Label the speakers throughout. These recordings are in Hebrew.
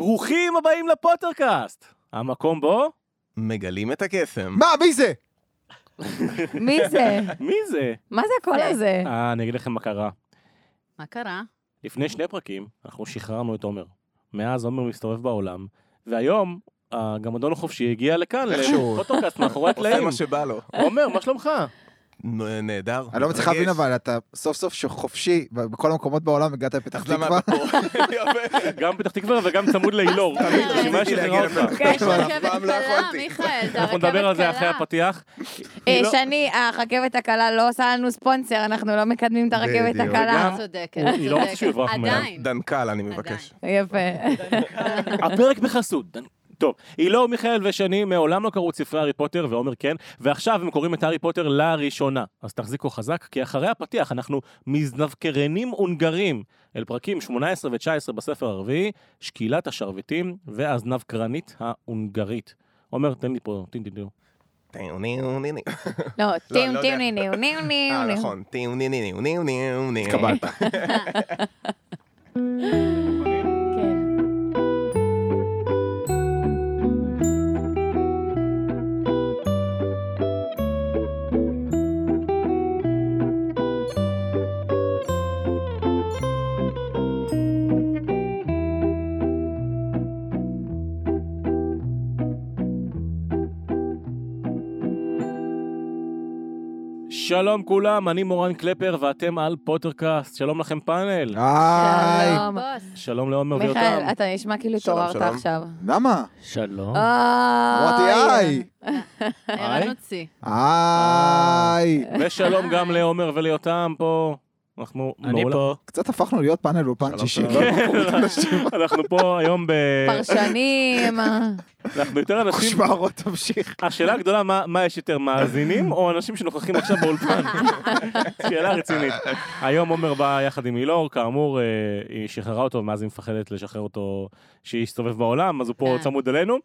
Speaker 1: ברוכים הבאים לפוטרקאסט! המקום בו?
Speaker 2: מגלים את הקסם.
Speaker 3: מה, מי זה?
Speaker 4: מי זה?
Speaker 1: מי זה?
Speaker 4: מה זה הקול הזה?
Speaker 1: אה, אני אגיד לכם מה קרה.
Speaker 5: מה קרה?
Speaker 1: לפני שני פרקים, אנחנו שחררנו את עומר. מאז עומר מסתובב בעולם, והיום, הגמדון החופשי הגיע לכאן,
Speaker 3: איכשהו.
Speaker 1: לפוטרקאסט מאחורי
Speaker 2: עושה
Speaker 1: הקלעים.
Speaker 2: מה שבא לו.
Speaker 1: עומר, מה שלומך?
Speaker 2: נ- נהדר.
Speaker 3: אני לא מצליח
Speaker 2: מתרגש.
Speaker 3: להבין אבל אתה סוף סוף חופשי בכל המקומות בעולם הגעת לפתח
Speaker 2: אז למה
Speaker 3: תקווה.
Speaker 2: אתה פה? יפה.
Speaker 1: גם פתח תקווה וגם צמוד לאילור.
Speaker 5: תמיד
Speaker 1: בשביל מה
Speaker 2: רציתי
Speaker 1: שחררה
Speaker 2: להגיע
Speaker 1: אותך?
Speaker 4: כן,
Speaker 2: לפתח
Speaker 4: אוקיי.
Speaker 2: אבל
Speaker 5: יש
Speaker 2: אף פעם
Speaker 5: רכבת
Speaker 2: לא
Speaker 5: קלה,
Speaker 2: יכולתי.
Speaker 5: מיכאל, זה הרכבת קלה.
Speaker 1: אנחנו נדבר על זה אחרי הפתיח.
Speaker 4: אה,
Speaker 1: היא לא-
Speaker 4: שני, הרכבת הקלה לא עושה לנו ספונסר, אנחנו לא מקדמים את הרכבת
Speaker 3: בדיוק.
Speaker 4: הקלה.
Speaker 1: וגם-
Speaker 5: צודקת,
Speaker 1: הוא- היא לא רוצה
Speaker 5: צודקת.
Speaker 1: שהוא יברח ממנה.
Speaker 5: עדיין.
Speaker 2: דנקל, אני מבקש.
Speaker 4: יפה.
Speaker 1: הפרק בחסות. דן- טוב, הילור, מיכאל ושני מעולם לא קראו את ספרי הארי פוטר, ועומר כן, ועכשיו הם קוראים את הארי פוטר לראשונה. אז תחזיקו חזק, כי אחרי הפתיח אנחנו מזנבקרנים הונגרים אל פרקים 18 ו-19 בספר הרביעי, שקילת השרביטים והזנבקרנית ההונגרית. עומר, תן לי פה, תן לי פה.
Speaker 2: טיו, ניו, ניו, ניו.
Speaker 4: לא, טיום
Speaker 2: לא
Speaker 4: טיום
Speaker 2: יודע.
Speaker 4: ניו ניו ניו
Speaker 2: אה,
Speaker 4: ניו.
Speaker 2: נכון. טיו, ניו, ניו, ניו, ניו, ניו, ניו.
Speaker 3: התקבלת.
Speaker 4: כן.
Speaker 1: שלום כולם, אני מורן קלפר ואתם על פוטרקאסט. שלום לכם פאנל.
Speaker 3: היי.
Speaker 4: שלום.
Speaker 5: בוס.
Speaker 1: שלום לעומר ויותם.
Speaker 4: מיכאל, אתה נשמע כאילו
Speaker 2: שלום,
Speaker 4: התעוררת
Speaker 2: שלום.
Speaker 4: עכשיו.
Speaker 3: למה?
Speaker 1: שלום.
Speaker 4: אמרתי
Speaker 3: אמרתי היי.
Speaker 4: אה,
Speaker 5: הרמנו צי.
Speaker 3: היי.
Speaker 1: ושלום גם לעומר וליותם פה. אנחנו
Speaker 6: אני
Speaker 1: מעולם-
Speaker 6: פה.
Speaker 3: קצת הפכנו להיות פאנל אולפן
Speaker 2: שלום,
Speaker 3: שישי.
Speaker 2: שלום.
Speaker 1: כן. אנחנו פה היום ב...
Speaker 4: פרשנים.
Speaker 1: אנחנו יותר אנשים...
Speaker 3: חושברות תמשיך.
Speaker 1: השאלה הגדולה, מה- מה יש יותר, מאזינים או אנשים שנוכחים עכשיו באולפן? שאלה רצינית. היום עומר בא יחד עם אילור, כאמור, אה, היא שחררה אותו, מאז היא מפחדת לשחרר אותו שיסתובב בעולם, אז הוא פה
Speaker 5: כן.
Speaker 1: צמוד אלינו,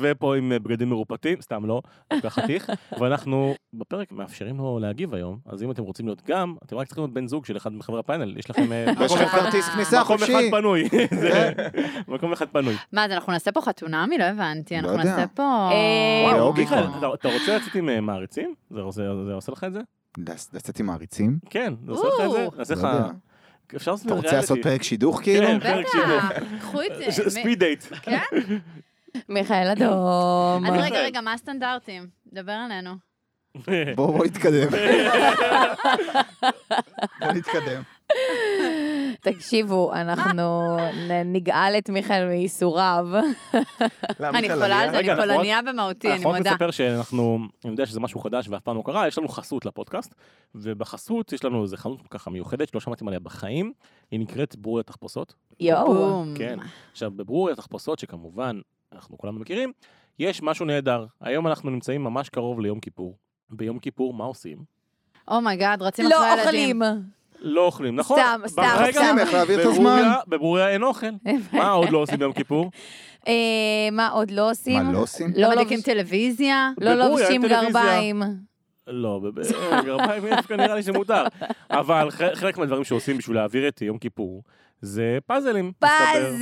Speaker 1: ופה עם אה, בגדים מרופטים, סתם לא, כל כך חתיך, ואנחנו בפרק מאפשרים לו להגיב היום, אז אם אתם רוצים להיות גם, אתם רק צריכים להיות בן זוג של אחד מחברי הפאנל, יש לכם... אה,
Speaker 3: יש
Speaker 1: מקום
Speaker 3: לך
Speaker 1: אחד-
Speaker 3: כרטיס כניסה
Speaker 1: מקום אחד
Speaker 3: חופשי.
Speaker 1: פנוי, זה-
Speaker 3: כן.
Speaker 1: מקום אחד פנוי.
Speaker 5: מה, אז אנחנו נעשה פה חתונמי? לא הבנתי,
Speaker 3: לא
Speaker 5: אנחנו
Speaker 3: יודע.
Speaker 5: נעשה פה...
Speaker 4: אה, וואו,
Speaker 2: אוקיי.
Speaker 3: לוגיקה.
Speaker 5: אוקיי.
Speaker 1: מיכאל, אתה- אתה רוצה לצאת עם אה, מעריצים? זה עושה- זה עושה לך את זה?
Speaker 3: לצ- לצאת עם מעריצים?
Speaker 1: כן, זה עושה לך את זה?
Speaker 5: או.
Speaker 1: נעשה לך...
Speaker 3: לא יודע.
Speaker 1: אפשר לעשות
Speaker 3: אתה
Speaker 1: את זה
Speaker 3: רוצה לעשות
Speaker 1: ריאליטי.
Speaker 3: פרק שידוך כאילו?
Speaker 1: כן. פרק
Speaker 5: בטח, קחו את זה.
Speaker 1: ש- ספיד דייט.
Speaker 4: מיכאל אדום.
Speaker 5: אז רגע,
Speaker 1: מיכאל.
Speaker 5: רגע, מה הסטנדרטים? דבר עלינו.
Speaker 3: בואו בואו נתקדם. בואו נתקדם.
Speaker 4: תקשיבו, אנחנו נ- נגאל את מיכאל מייסוריו.
Speaker 2: למה,
Speaker 5: אני
Speaker 2: מיכאל,
Speaker 5: חולה על זה,
Speaker 1: רגע, נכון?
Speaker 5: אני
Speaker 1: אנחנו
Speaker 5: פולניה במהותי, אני
Speaker 1: אנחנו רק
Speaker 5: מודה.
Speaker 1: נספר שאנחנו, אני יודע שזה משהו חדש ואף פעם לא קרה, יש לנו חסות לפודקאסט, ובחסות יש לנו איזה חנות ככה מיוחדת שלא שמעתם עליה בחיים, היא נקראת ברור התחפושות.
Speaker 4: יואו.
Speaker 5: בום.
Speaker 1: כן. עכשיו, בברור התחפושות, שכמובן אנחנו כולנו מכירים, יש משהו נהדר. היום אנחנו נמצאים ממש קרוב ליום כיפור. ביום כיפור מה עושים?
Speaker 5: אומייגאד, רצים אחרי
Speaker 4: לא
Speaker 5: הילדים.
Speaker 4: אוכלים.
Speaker 1: לא אוכלים, נכון?
Speaker 4: סתם, סתם,
Speaker 1: ברגע-
Speaker 4: סתם.
Speaker 3: רוצים איך להעביר את הזמן.
Speaker 1: בברוריה- בברוריה אין אוכל. מה עוד לא עושים ביום כיפור?
Speaker 4: אה, מה עוד לא עושים?
Speaker 3: מה, לא עושים?
Speaker 5: לא
Speaker 4: לא
Speaker 5: מדליקים
Speaker 4: לובש-
Speaker 5: טלוויזיה.
Speaker 4: לא
Speaker 1: בברוריה,
Speaker 4: לובשים
Speaker 1: טלוויזיה.
Speaker 4: גרביים.
Speaker 1: לא, בגרביים דווקא נראה לי שמותר. אבל ח- חלק מהדברים שעושים בשביל להעביר את יום כיפור, זה פאזלים. מסתבר.
Speaker 4: פאזל!
Speaker 5: וואי,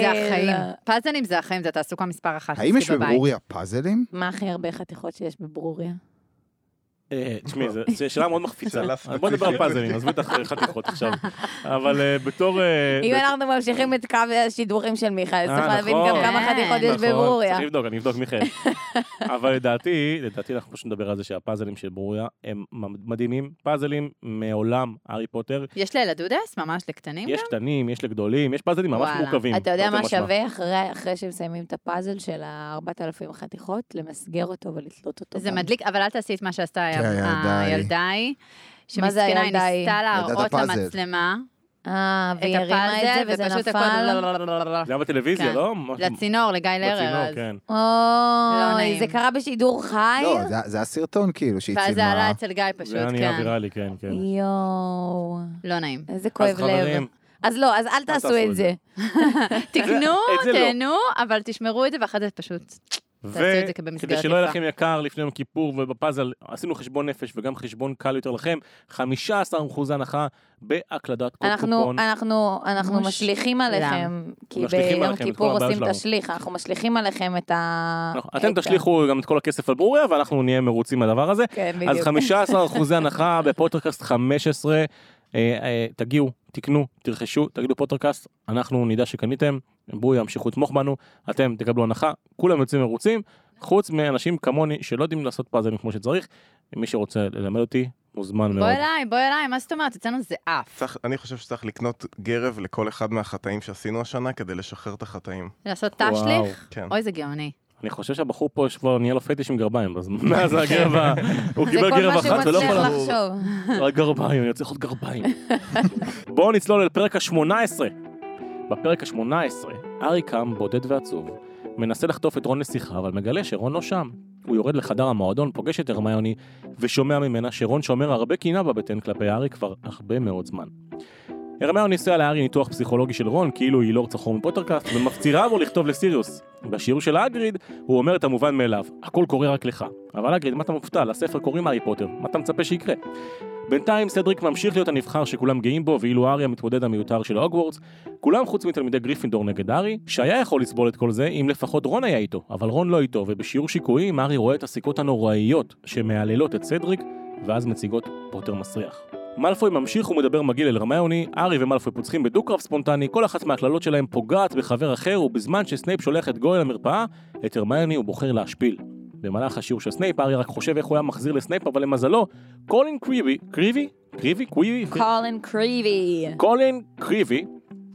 Speaker 5: זה החיים.
Speaker 4: לא.
Speaker 5: פאזלים זה החיים, זה התעסוקה מספר אחת.
Speaker 3: האם יש
Speaker 5: אצלי בבית.
Speaker 3: בברוריה פאזלים?
Speaker 4: מה הכי הרבה חתיכות שיש בברוריה?
Speaker 1: אה, תשמעי, זו- זו שאלה מאוד מחפיצה.
Speaker 2: שאלה
Speaker 1: אז בוא נדבר על פאזלים, עזבו את החתיכות עכשיו. אבל אה, בתור... אה,
Speaker 4: אם
Speaker 1: ב-
Speaker 4: אנחנו ממשיכים את קו השידורים של מיכאל,
Speaker 1: אה,
Speaker 4: צריך להבין
Speaker 1: נכון.
Speaker 4: גם כמה
Speaker 5: כן.
Speaker 4: חתיכות יש
Speaker 1: נכון,
Speaker 4: בברוריה.
Speaker 1: צריך לבדוק, אני אבדוק מיכאל. אבל לדעתי, לדעתי אנחנו פשוט נדבר על זה שהפאזלים של ברוריה הם מדהימים. פאזלים מעולם הארי פוטר.
Speaker 5: יש לילדודס? ממש לקטנים?
Speaker 1: יש קטנים, יש לגדולים, יש פאזלים ממש
Speaker 5: וואלה.
Speaker 1: מורכבים.
Speaker 4: אתה יודע
Speaker 1: תרתי
Speaker 4: מה
Speaker 1: משמע.
Speaker 4: שווה אחרי- אחרי שמסיימים את הפאזל של ה-4,000 חתיכות? למסגר אותו ולתלות אותו.
Speaker 5: זה
Speaker 4: גם.
Speaker 5: מדליק, אבל אל תעשי את מה שעשתה
Speaker 3: כן, הילדאי.
Speaker 5: הילדה היא.
Speaker 4: מה זה
Speaker 5: שמסכנה, היא
Speaker 4: הילדה היא?
Speaker 5: ניסתה
Speaker 3: ילדת
Speaker 5: להראות
Speaker 3: הפאזל.
Speaker 5: למצלמה
Speaker 4: אה,
Speaker 5: את
Speaker 4: והיא הרימה את
Speaker 5: הפאזל,
Speaker 4: זה וזה
Speaker 5: ופשוט
Speaker 4: נפל.
Speaker 5: לא-
Speaker 1: זה היה בטלוויזיה,
Speaker 5: כן.
Speaker 1: לא? משהו-
Speaker 5: לצינור, לגיא לרר.
Speaker 1: בצינור,
Speaker 5: אז.
Speaker 1: כן.
Speaker 5: לא
Speaker 4: אוי,
Speaker 5: נעים.
Speaker 4: זה קרה בשידור חי?
Speaker 3: לא, זה- זה הסרטון כאילו שהיא צילמה.
Speaker 5: אה, ואז זה עלה אצל גיא פשוט,
Speaker 1: זה היה נהיה
Speaker 5: כן.
Speaker 1: ויראלי, כן, כן.
Speaker 4: יואו,
Speaker 5: לא נעים.
Speaker 4: איזה
Speaker 1: אז
Speaker 4: כואב לב.
Speaker 1: חברים,
Speaker 4: אז לא, אז אל תעשו
Speaker 1: תעשו את
Speaker 4: את זה.
Speaker 5: תקנו,
Speaker 1: את זה לא.
Speaker 5: תהנו, אבל תשמרו את זה ואחרי זה פשוט תעשו את זה במסגרת
Speaker 1: כדי שלא יהיה
Speaker 5: יפה.
Speaker 1: לכם יקר לפני יום כיפור ובפאזל, עשינו חשבון נפש וגם חשבון קל יותר לכם, 15% הנחה בהקלדת קוד
Speaker 4: אנחנו,
Speaker 1: קופון.
Speaker 4: אנחנו, אנחנו
Speaker 5: מוש-
Speaker 4: משליכים עליכם, כי
Speaker 1: משליכים
Speaker 4: ביום
Speaker 1: עליכם את
Speaker 4: כיפור
Speaker 1: כל הבעיה
Speaker 4: עושים
Speaker 1: שלנו.
Speaker 4: תשליך, אנחנו משליכים עליכם את ה...
Speaker 1: אנחנו-
Speaker 4: את
Speaker 1: אתם
Speaker 4: ה-
Speaker 1: תשליכו גם את כל הכסף על ברוריה ואנחנו נהיה מרוצים מהדבר הזה.
Speaker 4: כן,
Speaker 1: אז
Speaker 4: בדיוק.
Speaker 1: 15% הנחה בפוטרקאסט 15. אה, אה, תגיעו, תקנו, תרכשו, תגידו פוטרקאסט, אנחנו נדע שקניתם, בואו ימשיכו לתמוך בנו, אתם תקבלו הנחה, כולם יוצאים מרוצים, חוץ מאנשים כמוני שלא יודעים לעשות פאזלים כמו שצריך, מי שרוצה ללמד אותי, מוזמן מאוד.
Speaker 5: בוא אליי, בוא אליי, מה זאת אומרת? אצלנו זה עף.
Speaker 2: צריך- אני חושב שצריך לקנות גרב לכל אחד מהחטאים שעשינו השנה כדי לשחרר את החטאים.
Speaker 5: לעשות
Speaker 1: וואו.
Speaker 5: תשליך?
Speaker 2: כן.
Speaker 5: אוי, זה גאוני.
Speaker 1: אני חושב שהבחור פה יש כבר נהיה לו פטיש עם גרביים, אז מאז הגרב, ה- הוא
Speaker 4: זה
Speaker 1: קיבל גרב
Speaker 4: כל מה
Speaker 1: אחת
Speaker 4: שהוא
Speaker 1: ולא לא יכול...
Speaker 4: מצליח
Speaker 1: לעבור.
Speaker 4: לחשוב.
Speaker 1: רק גרביים, אני צריך עוד גרביים. בואו נצלול אל פרק ה-18. בפרק ה-18, ארי קם בודד ועצוב, מנסה לחטוף את רון לשיחה, אבל מגלה שרון לא שם. הוא יורד לחדר המועדון, פוגש את הרמיוני, ושומע ממנה שרון שומר הרבה קינה בבטן כלפי ארי כבר הרבה מאוד זמן. הרמיוני עושה על הארי ניתוח פסיכולוגי של רון, כאילו היא לור צחור מפוטרקאסט, ומפצירה בו לכתוב לסיריוס. בשיעור של האגריד, הוא אומר את המובן מאליו, הכל קורה רק לך. אבל אגריד, מה אתה מופתע? לספר קוראים הארי פוטר, מה אתה מצפה שיקרה? בינתיים סדריק ממשיך להיות הנבחר שכולם גאים בו, ואילו הארי המתמודד המיותר של הוגוורטס, כולם חוץ מתלמידי גריפינדור נגד הארי, שהיה יכול לסבול את כל זה אם לפחות רון היה איתו, אבל רון לא איתו, ובשיעור שיקויים הארי רואה את הסיכות הנוראיות שמהללות את סדריק, ואז מציגות פוטר מסריח. מאלפוי ממשיך ומדבר מגעיל אל הרמיוני, הארי ומאלפוי פוצחים בדו-קרב ספונטני, כל אחת מהקללות שלהם פוגעת בחבר אחר, ובזמן שסנייפ שולח את גוי למרפאה, את הרמיוני הוא בוחר להשפיל. במהלך השיעור של סנייפ, הארי רק חושב איך הוא היה מחזיר לסנייפ, אבל למזלו, קולין קריבי, קריבי? קריבי? קריבי?
Speaker 4: קולין קריבי.
Speaker 1: קולין קריבי,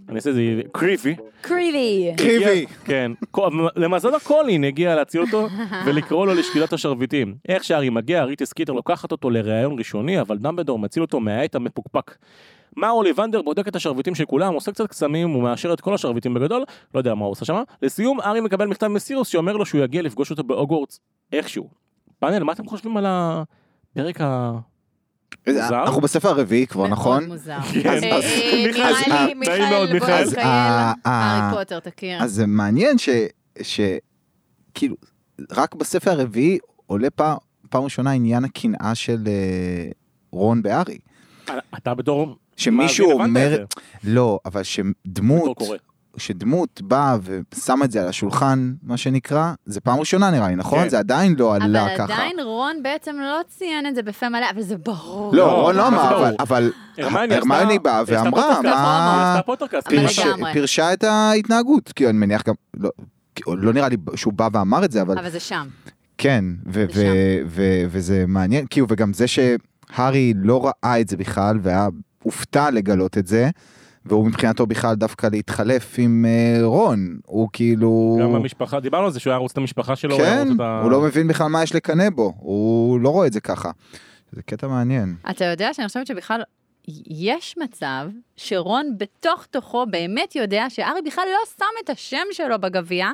Speaker 1: אני אעשה את זה קריבי,
Speaker 4: קריבי.
Speaker 3: קריבי.
Speaker 1: הגיע- כן. קו- למזלו קולין הגיע להציל אותו ולקרוא לו לשקילת השרביטים. איך שהארי מגיע, ריטס קיטר לוקחת אותו לראיון ראשוני, אבל דמבלדור מציל אותו מהעט המפוקפק. מר אוליבנדר בודק את השרביטים של כולם, עושה קצת קסמים, הוא מאשר את כל השרביטים בגדול, לא יודע מה הוא עושה שם. לסיום, הארי מקבל מכתב מסירוס שאומר לו שהוא יגיע לפגוש אותו בהוגוורטס איכשהו. פאנל, מה אתם חושבים על הפרק ה... מוזר?
Speaker 3: אנחנו בספר הרביעי כבר,
Speaker 5: מאוד
Speaker 3: נכון?
Speaker 5: מוזר.
Speaker 1: כן,
Speaker 3: אז-
Speaker 5: אה, נראה
Speaker 3: אז-
Speaker 5: לי
Speaker 1: נעים מאוד, מיכאל.
Speaker 5: מיכאל גולדקייל,
Speaker 3: אז ה- ה-
Speaker 5: הארי פוטר, תכיר.
Speaker 3: אה, אז זה מעניין ש... ש... כאילו, רק בספר הרביעי עולה פעם, פעם ראשונה עניין הקנאה של אה, רון בארי.
Speaker 1: אתה בתור...
Speaker 3: שמישהו
Speaker 1: מאזין הבנת את
Speaker 3: אומר,
Speaker 1: זה.
Speaker 3: לא, אבל
Speaker 1: בתור
Speaker 3: שדמות,
Speaker 1: קורא.
Speaker 3: שדמות באה ושמה את זה על השולחן, מה שנקרא, זה פעם ראשונה נראה לי, נכון?
Speaker 1: כן.
Speaker 3: זה עדיין לא עלה
Speaker 5: אבל
Speaker 3: ככה.
Speaker 5: עדיין רון בעצם לא ציין את זה בפה מלא, אבל זה ברור.
Speaker 1: לא,
Speaker 3: לא, רון
Speaker 1: זה
Speaker 3: לא אמר,
Speaker 1: ברור.
Speaker 3: אבל- אבל
Speaker 1: הרמיוני עשתה-
Speaker 3: הרמיוני באה
Speaker 1: עשתה
Speaker 3: ואמרה,
Speaker 1: פודקאסט, היא
Speaker 3: מה...
Speaker 1: עשתה פודקאסט,
Speaker 5: אבל
Speaker 1: כאילו,
Speaker 3: פירש-
Speaker 5: לגמרי.
Speaker 3: פירשה את ההתנהגות, כי אני מניח גם, לא- כי- לא נראה לי שהוא בא ואמר את זה, אבל
Speaker 5: אבל זה שם.
Speaker 3: כן, ו-
Speaker 5: זה
Speaker 3: ו- ו- וזה מעניין, כאילו, וגם זה שהארי לא ראה את זה בכלל, והיה הופתע לגלות את זה, והוא מבחינתו בכלל דווקא להתחלף עם אה, רון, הוא כאילו...
Speaker 1: גם המשפחה, דיברנו על זה שהוא היה ערוץ את המשפחה שלו, היה
Speaker 3: כן,
Speaker 1: ערוץ את ה-
Speaker 3: הוא לא מבין בכלל מה יש לקנא בו, הוא לא רואה את זה ככה. זה קטע מעניין.
Speaker 5: אתה יודע שאני חושבת שבכלל יש מצב שרון בתוך תוכו באמת יודע שארי בכלל לא שם את השם שלו בגביע,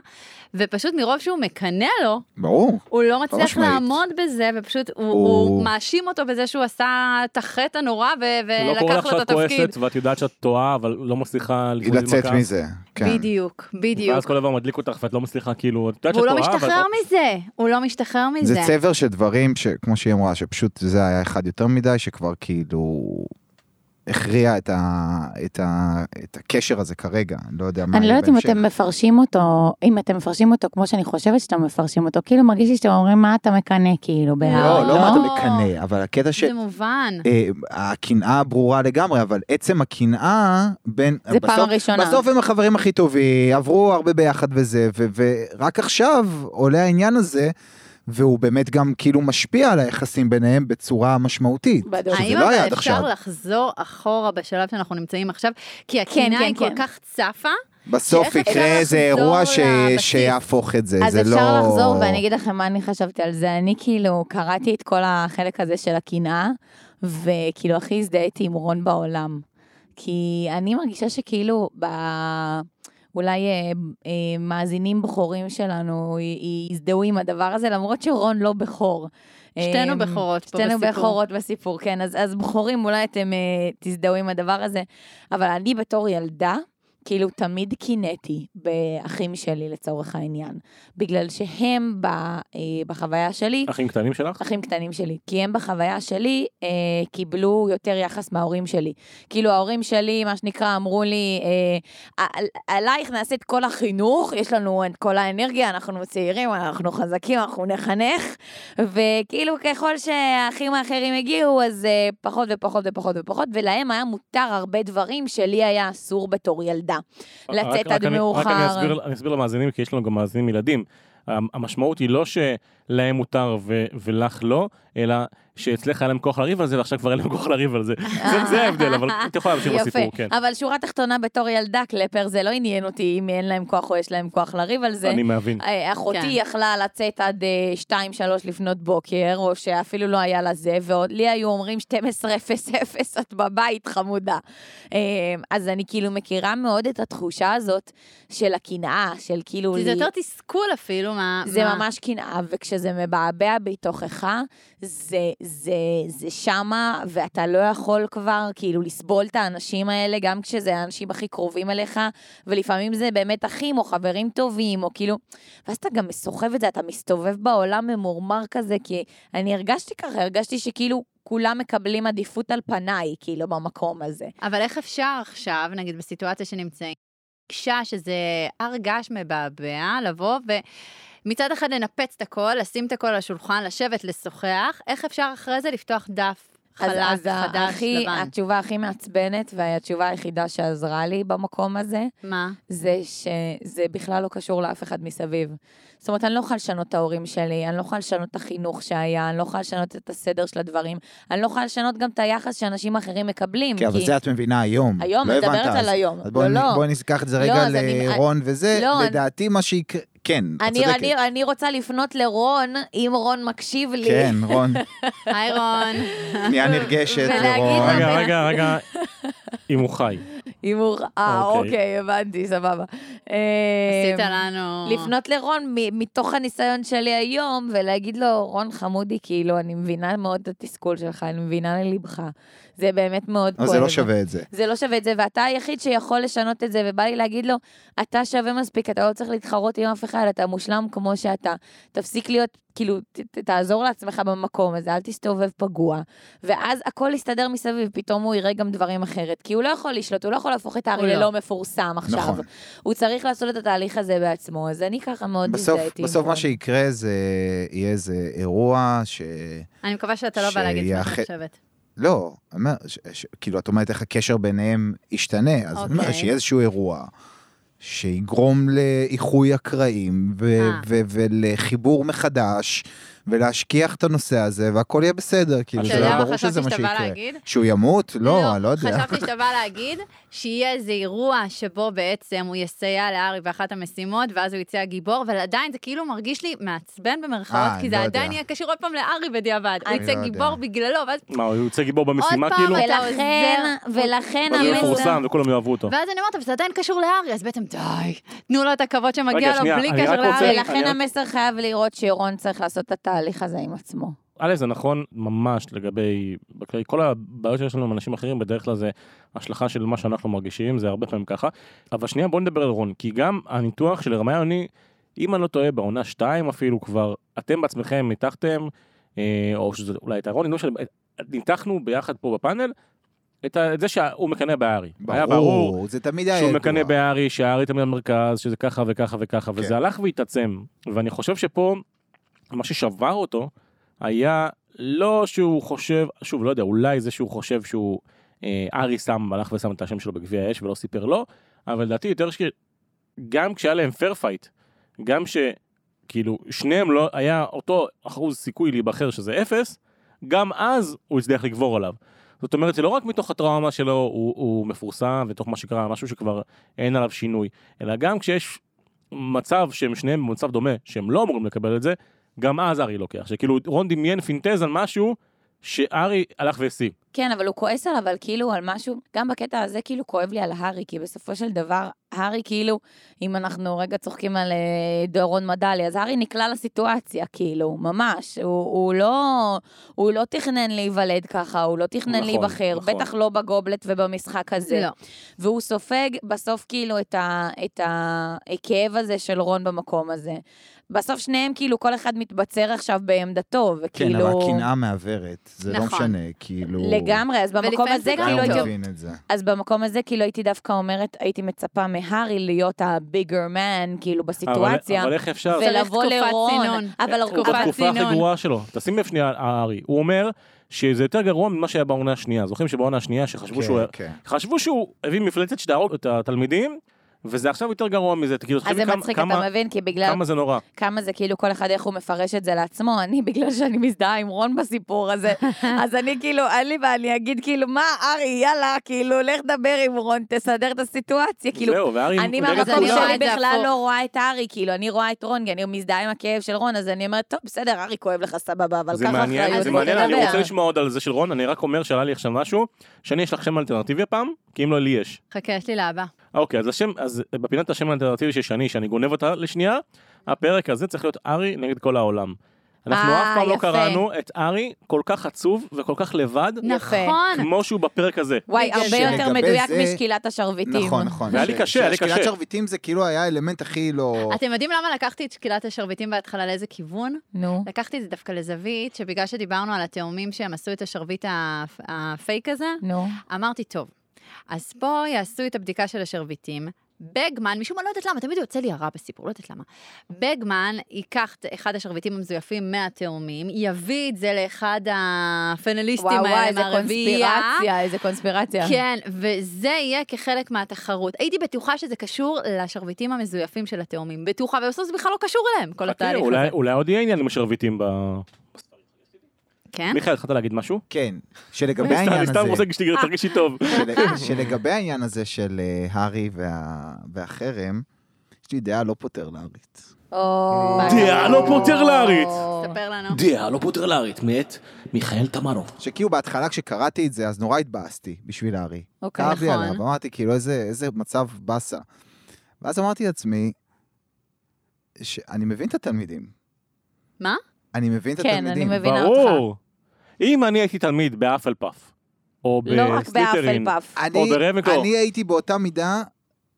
Speaker 5: ופשוט מרוב שהוא מקנא לו,
Speaker 3: ברור.
Speaker 5: הוא לא מצליח
Speaker 3: משמעית.
Speaker 5: לעמוד בזה, ופשוט הוא,
Speaker 3: הוא-
Speaker 5: הוא מאשים אותו בזה שהוא עשה את החטא הנורא ו-
Speaker 1: הוא לא קורא לך
Speaker 5: ולקח אה, לו את
Speaker 1: שאת
Speaker 5: התפקיד.
Speaker 1: כועסת ואת יודעת שאת טועה, אבל לא מצליחה להתמודד עם
Speaker 3: לצאת
Speaker 1: הכעס.
Speaker 3: מזה, כן.
Speaker 5: בדיוק,
Speaker 1: ואז
Speaker 5: בדיוק.
Speaker 1: כל דבר מדליק אותך ואת לא מצליחה, כאילו, את יודעת שאת
Speaker 5: והוא
Speaker 1: טועה,
Speaker 5: לא
Speaker 1: אבל-
Speaker 5: משתחרר מזה, הוא לא משתחרר מזה.
Speaker 3: זה צבר של דברים שכמו שהיא אמרה שפשוט זה היה אחד יותר מדי שכבר כאילו הכריע את, ה, את, ה, את הקשר הזה כרגע אני לא יודע מה
Speaker 4: אני לא
Speaker 3: יהיה
Speaker 4: יודעת אם
Speaker 3: בהמשך.
Speaker 4: אתם מפרשים אותו, אם אתם מפרשים אותו כמו שאני חושבת שאתם מפרשים אותו, כאילו מרגיש לי שאתם אומרים מה אתה מקנא כאילו בהר,
Speaker 3: לא
Speaker 5: לא.
Speaker 3: לא מה אתה מקנא אבל הקטע ש...
Speaker 5: זה מובן.
Speaker 3: אה, הקנאה ברורה לגמרי אבל עצם הקנאה בין
Speaker 4: זה פעם הראשונה.
Speaker 3: בסוף הם החברים הכי טובים עברו הרבה ביחד וזה ו- ורק עכשיו עולה העניין הזה והוא באמת גם כאילו משפיע על היחסים ביניהם בצורה משמעותית
Speaker 4: בדיוק.
Speaker 3: שזה
Speaker 5: האם
Speaker 3: לא היה
Speaker 5: אבל
Speaker 3: עד עכשיו
Speaker 5: אפשר לחזור אחורה בשלב שאנחנו נמצאים עכשיו? כי
Speaker 4: כן,
Speaker 5: הקינה היא כל
Speaker 4: כן.
Speaker 5: כך צפה,
Speaker 3: בסוף
Speaker 5: שאיך אפשר
Speaker 3: יקרה איזה
Speaker 5: לחזור
Speaker 3: אירוע ש...
Speaker 5: לבסיס?
Speaker 3: שיהפוך את זה,
Speaker 4: אז
Speaker 3: זה לא...
Speaker 4: אפשר לחזור ואני אגיד לכם מה אני חשבתי על זה. אני כאילו קראתי את כל החלק הזה של הקנאה, וכאילו הכי הזדהיתי עם רון בעולם. כי אני מרגישה שכאילו ב... אולי אה, אה, מאזינים בכורים שלנו י- י- יזדהו עם הדבר הזה, למרות שרון לא בכור.
Speaker 5: שתינו
Speaker 4: אה,
Speaker 5: בכורות פה
Speaker 4: שתינו
Speaker 5: בסיפור.
Speaker 4: בכורות בסיפור, כן. אז, אז בכורים, אולי אתם אה, תזדהו עם הדבר הזה. אבל אני בתור ילדה, כאילו תמיד קינאתי באחים שלי לצורך העניין, בגלל שהם ב, אה, בחוויה שלי,
Speaker 1: אחים קטנים שלך?
Speaker 4: אחים קטנים שלי, כי הם בחוויה שלי אה, קיבלו יותר יחס מההורים שלי. כאילו ההורים שלי, מה שנקרא, אמרו לי, אה, "על- עלייך נעשה את כל החינוך, יש לנו את כל האנרגיה, אנחנו צעירים, אנחנו חזקים, אנחנו נחנך, וכאילו ככל שהאחים האחרים הגיעו, אז אה, פחות ופחות ופחות ופחות, ולהם היה מותר הרבה דברים שלי היה אסור בתור ילדה. לצאת
Speaker 1: רק- רק
Speaker 4: עד
Speaker 1: אני- רק אני
Speaker 4: מאוחר.
Speaker 1: אסביר- אני אסביר למאזינים, כי יש לנו גם מאזינים ילדים. המ- המשמעות היא לא שלהם מותר ו- ולך לא, אלא שאצלך היה להם כוח לריב על זה, ועכשיו כבר אין להם כוח לריב על זה. זה- זה ההבדל, אבל את יכולה להמשיך
Speaker 4: יפה,
Speaker 1: בסיפור, כן.
Speaker 4: אבל שורה תחתונה בתור ילדה, קלפר, זה לא עניין אותי אם אין להם כוח או יש להם כוח לריב על זה.
Speaker 1: אני מבין.
Speaker 4: אה, אחותי
Speaker 5: כן.
Speaker 4: יכלה לצאת עד 2-3 לפנות בוקר, או שאפילו לא היה לה זה, ועוד לי היו אומרים 12:00 את בבית, חמודה. אה, אז אני כאילו מכירה מאוד את התחושה הזאת של הקנאה, של כאילו...
Speaker 5: זה
Speaker 4: לי-
Speaker 5: יותר תסכול אפילו מה...
Speaker 4: זה
Speaker 5: מה-
Speaker 4: ממש קנאה, וכשזה מבעבע בתוכך, זה, זה, זה שמה, ואתה לא יכול כבר כאילו לסבול את האנשים האלה, גם כשזה האנשים הכי קרובים אליך, ולפעמים זה באמת אחים או חברים טובים, או כאילו... ואז אתה גם סוחב את זה, אתה מסתובב בעולם ממורמר כזה, כי אני הרגשתי ככה, הרגשתי שכאילו כולם מקבלים עדיפות על פניי, כאילו, במקום הזה.
Speaker 5: אבל איך אפשר עכשיו, נגיד בסיטואציה שנמצאים, אישה שזה הר געש מבעבע, לבוא ומצד אחד לנפץ את הכל, לשים את הכל על השולחן, לשבת, לשוחח, איך אפשר אחרי זה לפתוח דף חלק,
Speaker 4: אז, אז
Speaker 5: חדש,
Speaker 4: הכי,
Speaker 5: לבן?
Speaker 4: התשובה הכי מעצבנת, והתשובה היחידה שעזרה לי במקום הזה,
Speaker 5: מה?
Speaker 4: זה שזה בכלל לא קשור לאף אחד מסביב. זאת אומרת, אני לא יכולה לשנות את ההורים שלי, אני לא יכולה לשנות את החינוך שהיה, אני לא יכולה לשנות את הסדר של הדברים, אני לא יכולה לשנות גם את היחס שאנשים אחרים מקבלים.
Speaker 3: כן, אבל
Speaker 4: כי
Speaker 3: זה את מבינה היום.
Speaker 4: היום,
Speaker 3: לא
Speaker 4: אני
Speaker 3: הבנת אז.
Speaker 4: מדברת על היום.
Speaker 3: אז
Speaker 4: לא,
Speaker 3: בואי
Speaker 4: לא.
Speaker 3: בוא ניקח את זה
Speaker 4: לא,
Speaker 3: רגע
Speaker 4: אז אני-
Speaker 3: לרון וזה,
Speaker 4: לא, אני-
Speaker 3: לדעתי מה שיקרה, כן, את
Speaker 4: אני,
Speaker 3: צודקת.
Speaker 4: אני, אני רוצה לפנות לרון, אם רון מקשיב לי.
Speaker 3: כן, רון,
Speaker 5: היי רון.
Speaker 4: אמ,
Speaker 3: פנייה נרגשת
Speaker 4: ולהגיד
Speaker 5: אה,
Speaker 3: לרון.
Speaker 4: לו-
Speaker 1: רגע, רגע, רגע, אם הוא חי.
Speaker 4: אם הוא... אה,
Speaker 1: אוקיי.
Speaker 4: אוקיי, הבנתי, סבבה.
Speaker 5: עשית
Speaker 4: אה,
Speaker 5: לנו...
Speaker 4: לפנות לרון מ- מתוך הניסיון שלי היום, ולהגיד לו, רון חמודי, כאילו, אני מבינה מאוד את התסכול שלך, אני מבינה ללבך. זה באמת מאוד כואב.
Speaker 3: אבל זה לא שווה את זה.
Speaker 4: זה לא שווה את זה, ואתה היחיד שיכול לשנות את זה, ובא לי להגיד לו, אתה שווה מספיק, אתה לא צריך להתחרות עם אף אחד, אתה מושלם כמו שאתה. תפסיק להיות, כאילו, ת, ת, תעזור לעצמך במקום הזה, אל תסתובב פגוע. ואז הכל יסתדר מסביב, פתאום הוא יראה גם דברים אחרת. כי הוא לא יכול לשלוט, הוא לא יכול להפוך את הארי
Speaker 5: לא.
Speaker 4: ללא מפורסם עכשיו.
Speaker 3: נכון.
Speaker 4: הוא צריך לעשות את התהליך הזה בעצמו, אז אני ככה מאוד
Speaker 3: בסוף,
Speaker 4: הזדהיתי. עם
Speaker 3: בסוף
Speaker 4: רון.
Speaker 3: מה שיקרה זה יהיה איזה אירוע ש...
Speaker 5: אני מקווה שאתה לא בא להגיד מה
Speaker 3: שיאח-
Speaker 5: שאני חושבת.
Speaker 3: לא, אני אומר, ש... ש... כאילו, את אומרת איך הקשר ביניהם ישתנה, אז אני אומר
Speaker 5: אוקיי.
Speaker 3: שיהיה איזשהו אירוע שיגרום לאיחוי הקרעים ו...
Speaker 5: אה.
Speaker 3: ו... ולחיבור מחדש, ולהשכיח את הנושא הזה, והכל יהיה בסדר, כאילו,
Speaker 1: אתה
Speaker 3: זה
Speaker 1: יודע מה
Speaker 3: לא ברור שזה
Speaker 5: אוקיי, חשבתי
Speaker 3: מה
Speaker 5: שאתה בא
Speaker 3: שיקרה.
Speaker 5: להגיד?
Speaker 3: שהוא ימות? לא, אני לא יודע.
Speaker 5: חשבתי שאתה בא להגיד שיהיה איזה אירוע שבו בעצם הוא יסייע לארי באחת המשימות, ואז הוא יצא הגיבור, אבל עדיין זה כאילו מרגיש לי מעצבן במרכאות,
Speaker 3: אה,
Speaker 5: כי
Speaker 3: אני
Speaker 5: זה
Speaker 3: לא
Speaker 5: עדיין
Speaker 3: יודע.
Speaker 5: יהיה קשור עוד פעם לארי בדיעבד. הוא
Speaker 3: אני
Speaker 5: יצא
Speaker 3: לא
Speaker 5: גיבור
Speaker 3: יודע.
Speaker 5: בגללו, ואז...
Speaker 1: מה, הוא יוצא גיבור במשימה
Speaker 5: פעם
Speaker 1: כאילו?
Speaker 5: אתה
Speaker 4: ולכן,
Speaker 5: עוזר.
Speaker 4: ולכן
Speaker 1: אז הוא
Speaker 5: המסר-
Speaker 1: מפורסם וכולם יאהבו אותו.
Speaker 5: ואז אני אומרת, אבל זה עדיין קשור לארי, אז בעצם די, תנו לו את הכבוד
Speaker 1: רגע,
Speaker 5: שמגיע לו
Speaker 1: שנייה,
Speaker 5: בלי
Speaker 1: אני
Speaker 5: קשר
Speaker 1: רק רוצה-
Speaker 5: לארי.
Speaker 1: אני
Speaker 4: ולכן
Speaker 1: רק-
Speaker 4: המסר חייב לראות שרון צריך לעשות את התהליך הזה עם עצמו.
Speaker 1: א', זה נכון ממש לגבי, בכלי, כל הבעיות שיש לנו עם אנשים אחרים, בדרך כלל זה השלכה של מה שאנחנו מרגישים, זה הרבה פעמים ככה. אבל שנייה, בוא נדבר על רון, כי גם הניתוח של הרמיוני, אם אני לא טועה, בעונה 2 אפילו כבר, אתם בעצמכם ניתחתם, אה, או שזה אולי הייתה רון, אני לא משנה, ניתחנו ביחד פה בפאנל, את, ה, את זה שהוא מקנא בארי. היה ברור
Speaker 3: ברור, זה תמיד היה
Speaker 1: שהוא
Speaker 3: אירוע.
Speaker 1: מקנא בארי, שהארי תמיד במרכז, שזה ככה וככה וככה,
Speaker 3: כן.
Speaker 1: וזה הלך והתעצם. ואני חושב שפה, מה ששבר אותו, היה לא שהוא חושב, שוב, לא יודע, אולי זה שהוא חושב שהוא, אה, ארי שם, הלך ושם את השם שלו בגביע האש ולא סיפר לו, אבל לדעתי יותר ש... גם כשהיה להם פייר פייט, גם ש... כאילו, שניהם לא, היה אותו אחוז סיכוי להיבחר שזה אפס, גם אז הוא הצליח לגבור עליו. זאת אומרת, זה לא רק מתוך הטראומה שלו, הוא, הוא מפורסם, ותוך מה שקרה, משהו שכבר אין עליו שינוי, אלא גם כשיש מצב שהם שניהם במצב דומה, שהם לא אמורים לקבל את זה, גם אז ארי לוקח. שכאילו, רון דמיין פינטז על משהו שארי הלך והשיג.
Speaker 4: כן, אבל הוא כועס עליו על כאילו, על משהו, גם בקטע הזה כאילו כואב לי על הארי, כי בסופו של דבר, הארי כאילו, אם אנחנו רגע צוחקים על אה, דורון מדלי, אז הארי נקלע לסיטואציה, כאילו, ממש. הוא, הוא, לא, הוא לא תכנן להיוולד ככה, הוא לא תכנן
Speaker 1: נכון,
Speaker 4: להיבחר,
Speaker 1: נכון.
Speaker 4: בטח לא בגובלט ובמשחק הזה.
Speaker 5: לא.
Speaker 4: והוא סופג בסוף כאילו את, ה, את ה- הכאב הזה של רון במקום הזה. בסוף שניהם כאילו כל אחד מתבצר עכשיו בעמדתו,
Speaker 3: כן,
Speaker 4: וכאילו...
Speaker 3: אבל הקנאה מעוורת, זה לא
Speaker 5: כאילו- נכון. לא
Speaker 3: משנה, כאילו...
Speaker 4: לגמרי, אז במקום
Speaker 5: ולפעמים
Speaker 4: הזה
Speaker 5: זה גם
Speaker 4: כאילו
Speaker 3: גם
Speaker 5: טוב.
Speaker 4: הייתי...
Speaker 3: מבין את זה.
Speaker 4: אז במקום הזה כאילו הייתי דווקא אומרת, הייתי מצפה מהארי להיות הביגר מן, כאילו בסיטואציה.
Speaker 1: אבל איך אפשר?
Speaker 5: זה-
Speaker 4: ולבוא
Speaker 5: צריך תקופת
Speaker 4: לרון,
Speaker 5: צינון.
Speaker 4: אבל
Speaker 5: תקופת
Speaker 4: אבל-
Speaker 1: בתקופה הכי
Speaker 5: צינון.
Speaker 1: גרועה שלו. תשים לב שנייה, הארי. הוא אומר שזה יותר גרוע ממה שהיה בעונה השנייה. זוכרים שבעונה השנייה שחשבו שהוא...
Speaker 3: כן, כן.
Speaker 1: חשבו שהוא הביא מפלצת שתהרוג את התלמידים, וזה עכשיו יותר גרוע מזה. כאילו,
Speaker 4: אז
Speaker 1: תחשבי
Speaker 4: זה
Speaker 1: כמה-
Speaker 4: מצחיק,
Speaker 1: כמה-
Speaker 4: אתה מבין? כי בגלל
Speaker 1: כמה זה נורא.
Speaker 4: כמה זה כאילו כל אחד איך הוא מפרש את זה לעצמו, אני בגלל שאני מזדהה עם רון בסיפור הזה, אז אני כאילו, אין לי בעיה, אני אגיד כאילו, מה ארי, יאללה, כאילו, לך דבר עם רון, תסדר את הסיטואציה, כאילו.
Speaker 1: זהו, והארי
Speaker 4: אני
Speaker 1: נגד
Speaker 5: אז
Speaker 4: מהמקום
Speaker 5: אני רואה
Speaker 1: כולם.
Speaker 4: שלי
Speaker 5: את זה
Speaker 4: בכלל
Speaker 5: הפוך.
Speaker 4: לא רואה את הארי, כאילו, אני רואה את רון, כי אני מזדהה עם הכאב של רון, אז אני אומרת, טוב, בסדר, הארי כואב לך, סבבה, אבל
Speaker 1: זה
Speaker 4: ככה
Speaker 1: מעניין,
Speaker 4: אחריות,
Speaker 1: זה
Speaker 4: בוא
Speaker 1: מעניין, אני
Speaker 4: נדבר.
Speaker 1: רוצה לשמוע עוד על זה של רון, אני רק אומר שעלה לי עכשיו משהו, שאני יש לך שם אלטרנטיבי הפעם, כי אם לא לי יש.
Speaker 5: חכה, יש לי לאבא.
Speaker 1: אוקיי, אז השם, אז בפינת השם האלטרנטיבי של שני, שאני גונב אותה לשנייה, הפרק הזה צריך להיות ארי נגד כל העולם. אנחנו
Speaker 4: אה,
Speaker 1: אף פעם לא
Speaker 4: יפה.
Speaker 1: קראנו את ארי כל כך עצוב וכל כך לבד,
Speaker 5: נכון.
Speaker 1: כמו שהוא בפרק הזה.
Speaker 4: וואי,
Speaker 5: בגלל
Speaker 4: הרבה יותר
Speaker 3: שלגבי
Speaker 4: מדויק
Speaker 3: זה-
Speaker 4: משקילת השרביטים.
Speaker 3: נכון, נכון.
Speaker 1: והיה לי
Speaker 3: ש-
Speaker 1: קשה, היה לי
Speaker 3: שהשקילת
Speaker 1: קשה.
Speaker 3: שרביטים זה כאילו היה האלמנט הכי לא...
Speaker 5: אתם יודעים למה לקחתי את שקילת השרביטים בהתחלה לאיזה כיוון?
Speaker 4: נו.
Speaker 5: לקחתי את זה דווקא לזווית, שבגלל שדיברנו על התאומים שהם עשו את השרביט הפ- הפייק הזה,
Speaker 4: נו.
Speaker 5: אמרתי, טוב, אז פה יעשו את הבדיקה של השרביטים. בגמן, משום מה, לא יודעת למה, תמיד יוצא לי הרע בסיפור, לא יודעת למה. בגמן ייקח את אחד השרביטים המזויפים מהתאומים, יביא את זה לאחד הפנליסטים
Speaker 4: וואו, וואי,
Speaker 5: האלה
Speaker 4: איזה
Speaker 5: מהרביעייה.
Speaker 4: קונספירציה, איזה קונספירציה.
Speaker 5: כן, וזה יהיה כחלק מהתחרות. הייתי בטוחה שזה קשור לשרביטים המזויפים של התאומים. בטוחה, ובסוף זה בכלל לא קשור אליהם, כל
Speaker 1: חכה,
Speaker 5: התהליך
Speaker 1: אוקיי, אולי-
Speaker 5: הזה.
Speaker 1: אולי עוד יהיה עניין עם השרביטים ב...
Speaker 4: אה?
Speaker 5: כן?
Speaker 1: מיכאל, התחלת להגיד משהו?
Speaker 3: כן, שלגבי
Speaker 1: סתם,
Speaker 3: העניין
Speaker 1: אני
Speaker 3: הזה...
Speaker 1: סתם רוצה שתרגישי טוב.
Speaker 4: אה.
Speaker 3: של- שלגבי העניין הזה של אה, הארי וה- והחרם, יש לי דעה לא פותר לארית.
Speaker 4: או-
Speaker 1: דעה לא פותר לארית.
Speaker 5: ספר לנו.
Speaker 1: דעה לא פוטרלרית, מאת מיכאל תמרוב.
Speaker 3: שכאילו בהתחלה כשקראתי את זה, אז נורא התבאסתי בשביל הארי.
Speaker 4: אוקיי,
Speaker 3: כאב לי
Speaker 5: נכון.
Speaker 3: עליו, אמרתי כאילו איזה איזה מצב באסה. ואז אמרתי לעצמי, שאני מבין את התלמידים.
Speaker 5: מה?
Speaker 3: אני מבין את
Speaker 4: כן, אני
Speaker 3: התלמידים.
Speaker 4: מבינה.
Speaker 1: ברור. אם אני הייתי תלמיד באפל פאף, או
Speaker 4: לא רק באפל
Speaker 1: בסליטרין,
Speaker 4: פאף.
Speaker 3: אני,
Speaker 1: או ברמקו.
Speaker 3: אני הייתי באותה מידה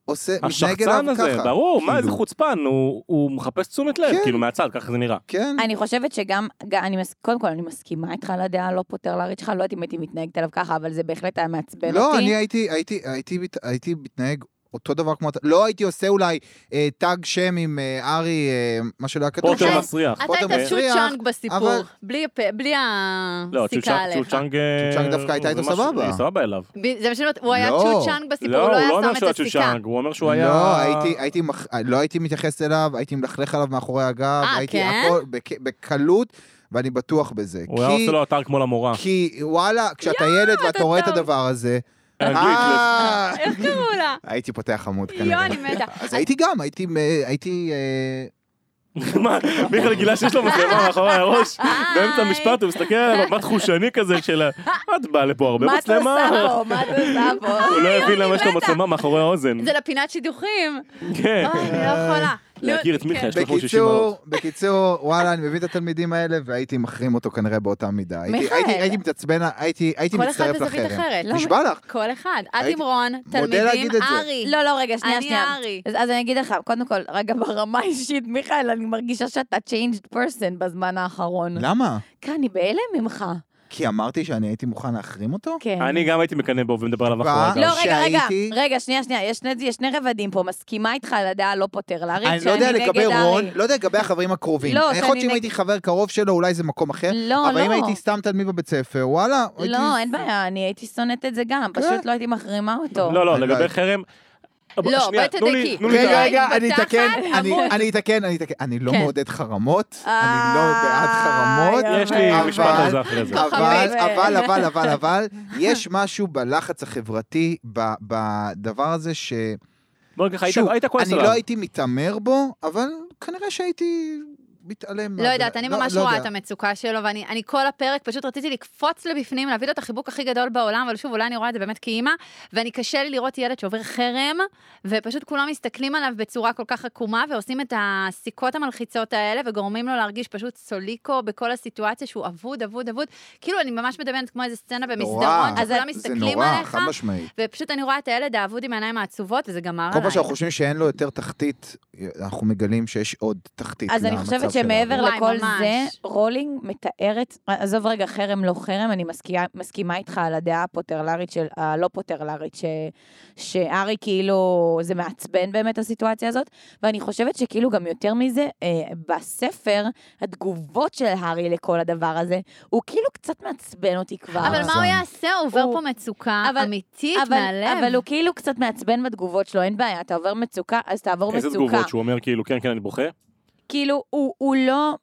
Speaker 3: עושה, מתנהג אליו
Speaker 1: השחצן הזה,
Speaker 3: ככה.
Speaker 1: ברור, מה
Speaker 3: כאילו,
Speaker 1: איזה חוצפן, הוא- הוא מחפש תשומת לב,
Speaker 3: כן.
Speaker 1: כאילו מהצד, ככה זה נראה.
Speaker 3: כן,
Speaker 4: אני חושבת שגם, ג- אני מס- קודם כל, אני מסכימה איתך על הדעה הלא פותר לארית שלך, לא יודעת אם הייתי מתנהגת אליו ככה, אבל זה בהחלט היה מעצבן אותי.
Speaker 3: לא, אני הייתי, הייתי, הייתי, מת- הייתי מתנהג אותו דבר כמו... אתה- לא הייתי עושה אולי אה, תג שם עם אה, ארי, אה, מה שלא היה כתוב.
Speaker 5: אוקיי.
Speaker 1: פוטר
Speaker 3: שם.
Speaker 1: מסריח.
Speaker 5: אתה
Speaker 3: פחות
Speaker 5: היית
Speaker 3: או
Speaker 5: צ'ו
Speaker 3: מסריח,
Speaker 5: צ'אנג בסיפור,
Speaker 3: אבל-
Speaker 5: בלי, הפ- בלי
Speaker 1: לא,
Speaker 5: הסיכה
Speaker 1: צ'וצ'אנג...
Speaker 5: עליך.
Speaker 1: צ'וצ'אנג אה,
Speaker 3: צ'וצ'אנג דווקא הייתה
Speaker 1: זה
Speaker 3: איתו
Speaker 1: משהו-
Speaker 3: סבבה.
Speaker 1: היא סבבה אליו.
Speaker 5: ב- זה מה שאני אומרת, הוא היה
Speaker 3: לא.
Speaker 5: צ'ו צ'אנג בסיפור, הוא לא היה
Speaker 1: הוא לא אומר
Speaker 5: שם
Speaker 1: שהוא
Speaker 5: את
Speaker 1: היה
Speaker 5: הסיכה.
Speaker 1: צ'וצ'אנג, הוא אומר שהוא היה...
Speaker 3: לא, הייתי, הייתי, מח- לא הייתי מתייחס אליו, הייתי מלכלך עליו מאחורי הגב,
Speaker 5: אה,
Speaker 3: הייתי
Speaker 5: כן?
Speaker 3: הכל בק- בקלות, ואני בטוח בזה.
Speaker 1: הוא היה
Speaker 3: כי-
Speaker 1: עושה לו אתר כמו למורה.
Speaker 3: כי וואלה, כשאתה ילד
Speaker 5: אתה
Speaker 3: ואתה רואה את
Speaker 5: טוב.
Speaker 3: הדבר הזה,
Speaker 1: אנגלית,
Speaker 3: אה,
Speaker 5: איך קראו לה?
Speaker 3: הייתי פותח עמוד
Speaker 5: יואו,
Speaker 3: כנראה.
Speaker 5: אני מתה.
Speaker 3: אז הייתי גם, הייתי, אה, הייתי, אה,
Speaker 1: מה, מיכאל גילה שיש לו מצלמה מאחורי הראש, באמצע המשפט הוא מסתכל עליו, מבט חושני כזה של ה- מה את באה לפה הרבה
Speaker 4: מה את עושה
Speaker 1: מצלמה?
Speaker 4: פה? מה את עושה פה?
Speaker 1: הוא לא הבין למה יש לו מצלמה מאחורי האוזן.
Speaker 5: זה לפינת שידוכים.
Speaker 1: כן.
Speaker 5: אוי, אני לא יכולה.
Speaker 1: להכיר את
Speaker 5: כן.
Speaker 1: מיכאל. 360
Speaker 3: בקיצור, בקיצור, וואלה, אני מבין את התלמידים האלה, והייתי מחרים אותו כנראה באותה מידה. הייתי-
Speaker 4: מיכאל.
Speaker 3: הייתי- הייתי מתעצבן, הייתי הייתי
Speaker 5: כל אחד
Speaker 3: מצטרף
Speaker 5: בזווית
Speaker 3: לחרם.
Speaker 5: אחרת. לא,
Speaker 3: נשבע
Speaker 4: כן.
Speaker 3: לך.
Speaker 5: כל אחד. את עם
Speaker 3: הייתי-
Speaker 5: רון,
Speaker 3: מודה
Speaker 5: תלמידים,
Speaker 3: להגיד את זה.
Speaker 5: ארי.
Speaker 4: לא, לא, רגע, שנייה,
Speaker 5: אני
Speaker 4: שנייה.
Speaker 5: ארי.
Speaker 4: אז, אז אני אגיד לך, קודם כל, רגע, ברמה האישית, מיכאל, אני מרגישה שאתה changed person בזמן האחרון.
Speaker 3: למה?
Speaker 4: כן, אני בהלם ממך.
Speaker 3: כי אמרתי שאני הייתי מוכן להחרים אותו?
Speaker 4: כן.
Speaker 1: אני גם הייתי מקנא בו ומדבר עליו
Speaker 3: בא-
Speaker 1: מאחורי הגב.
Speaker 4: לא, רגע, רגע,
Speaker 3: שהייתי-
Speaker 4: רגע, שנייה, שנייה, יש שני, יש שני רבדים פה, מסכימה איתך על הדעה לא פותר לארית,
Speaker 3: אני
Speaker 4: שאני
Speaker 3: לא יודע
Speaker 4: נגד
Speaker 3: לגבי רון,
Speaker 4: ארי.
Speaker 3: לא יודע לגבי החברים הקרובים.
Speaker 4: לא,
Speaker 3: יכול
Speaker 4: שאני
Speaker 3: להיות שאם
Speaker 4: נג-
Speaker 3: הייתי חבר קרוב שלו, אולי זה מקום אחר.
Speaker 4: לא,
Speaker 3: אבל אם
Speaker 4: לא.
Speaker 3: הייתי סתם תלמיד בבית ספר, וואלה, הייתי...
Speaker 4: לא, אין בעיה, אני הייתי שונאת את זה גם,
Speaker 3: כן.
Speaker 4: פשוט לא הייתי מחרימה אותו.
Speaker 1: לא, לא,
Speaker 3: אני לא
Speaker 1: לגבי
Speaker 3: הייתי.
Speaker 1: חרם...
Speaker 5: לא,
Speaker 1: שנייה,
Speaker 5: בואי
Speaker 1: תנו לי-
Speaker 5: תדייקי.
Speaker 1: תנו לי את
Speaker 3: רגע,
Speaker 1: ה-
Speaker 3: רגע,
Speaker 5: הייתי
Speaker 3: אני
Speaker 5: פותחת
Speaker 3: אתקן, אני-
Speaker 5: עמוד.
Speaker 3: אני אתקן, אני אתקן. אני לא
Speaker 5: כן.
Speaker 3: מעודד חרמות, אני לא
Speaker 4: אה,
Speaker 3: בעד חרמות.
Speaker 1: יש לי
Speaker 3: אבל-
Speaker 1: משפט על זה אחרי זה.
Speaker 3: אבל,
Speaker 4: חביב.
Speaker 3: אבל, אבל, אבל, אבל, יש משהו בלחץ החברתי, ב- בדבר הזה, ש...
Speaker 1: בוא נגיד לך, היית-
Speaker 3: שוב,
Speaker 1: היית כועס
Speaker 3: אני
Speaker 1: עליו.
Speaker 3: לא הייתי מתעמר בו, אבל כנראה שהייתי מתעלם.
Speaker 5: לא
Speaker 3: מה-
Speaker 5: יודעת, אני ממש
Speaker 3: לא
Speaker 5: רואה
Speaker 3: יודע.
Speaker 5: את המצוקה שלו, ואני אני כל הפרק פשוט רציתי לקפוץ לבפנים, להביא לו את החיבוק הכי גדול בעולם, אבל שוב, אולי אני רואה את זה באמת כאימא, ואני קשה לי לראות ילד שעובר חרם, ופשוט כולם מסתכלים עליו בצורה כל כך עקומה, ועושים את הסיכות המלחיצות האלה, וגורמים לו להרגיש פשוט סוליקו בכל הסיטואציה שהוא אבוד, אבוד, אבוד. כאילו, אני ממש מדמיינת כמו איזה סצנה
Speaker 3: נורא,
Speaker 5: במסדרון, אז כולם
Speaker 3: זה
Speaker 5: מסתכלים
Speaker 3: נורא,
Speaker 5: עליך,
Speaker 3: חד משמעית.
Speaker 5: ופשוט אני רואה את הילד האבוד עם העיניים העצובות, וזה גמר
Speaker 3: כל פעם
Speaker 5: עליי.
Speaker 3: שאנחנו חושבים שאין לו יותר תחתית, אנחנו מגלים שיש עוד תחתית
Speaker 4: אז אני
Speaker 3: למצב
Speaker 4: חושבת
Speaker 3: של
Speaker 4: שמעבר
Speaker 3: הרוב.
Speaker 5: וואי,
Speaker 4: לכל
Speaker 5: ממש.
Speaker 4: זה, רולינג מתארת, עזוב רגע חרם לא חרם, אני מסכימה, מסכימה איתך על הדעה הפוטרלרית של, הלא פוטרלרית, ש, שארי כאילו, זה מעצבן באמת הסיטואציה הזאת, ואני חושבת שכאילו גם יותר מזה, אה, בספר, התגובות של הארי לכל הדבר הזה, הוא כאילו קצת מעצבן אותי כבר.
Speaker 5: אבל
Speaker 3: אה,
Speaker 5: מה הוא יעשה? הוא עובר
Speaker 4: הוא-
Speaker 5: פה מצוקה
Speaker 4: אבל-
Speaker 5: אמיתית
Speaker 4: אבל,
Speaker 5: מהלב.
Speaker 4: אבל הוא כאילו קצת מעצבן בתגובות שלו, אין בעיה, אתה עובר מצוקה, אז תעבור
Speaker 1: איזה
Speaker 4: מצוקה.
Speaker 1: תגובות שהוא אומר כאילו, כן, כן, אני בוכה?
Speaker 4: כאילו, הוא, הוא לא...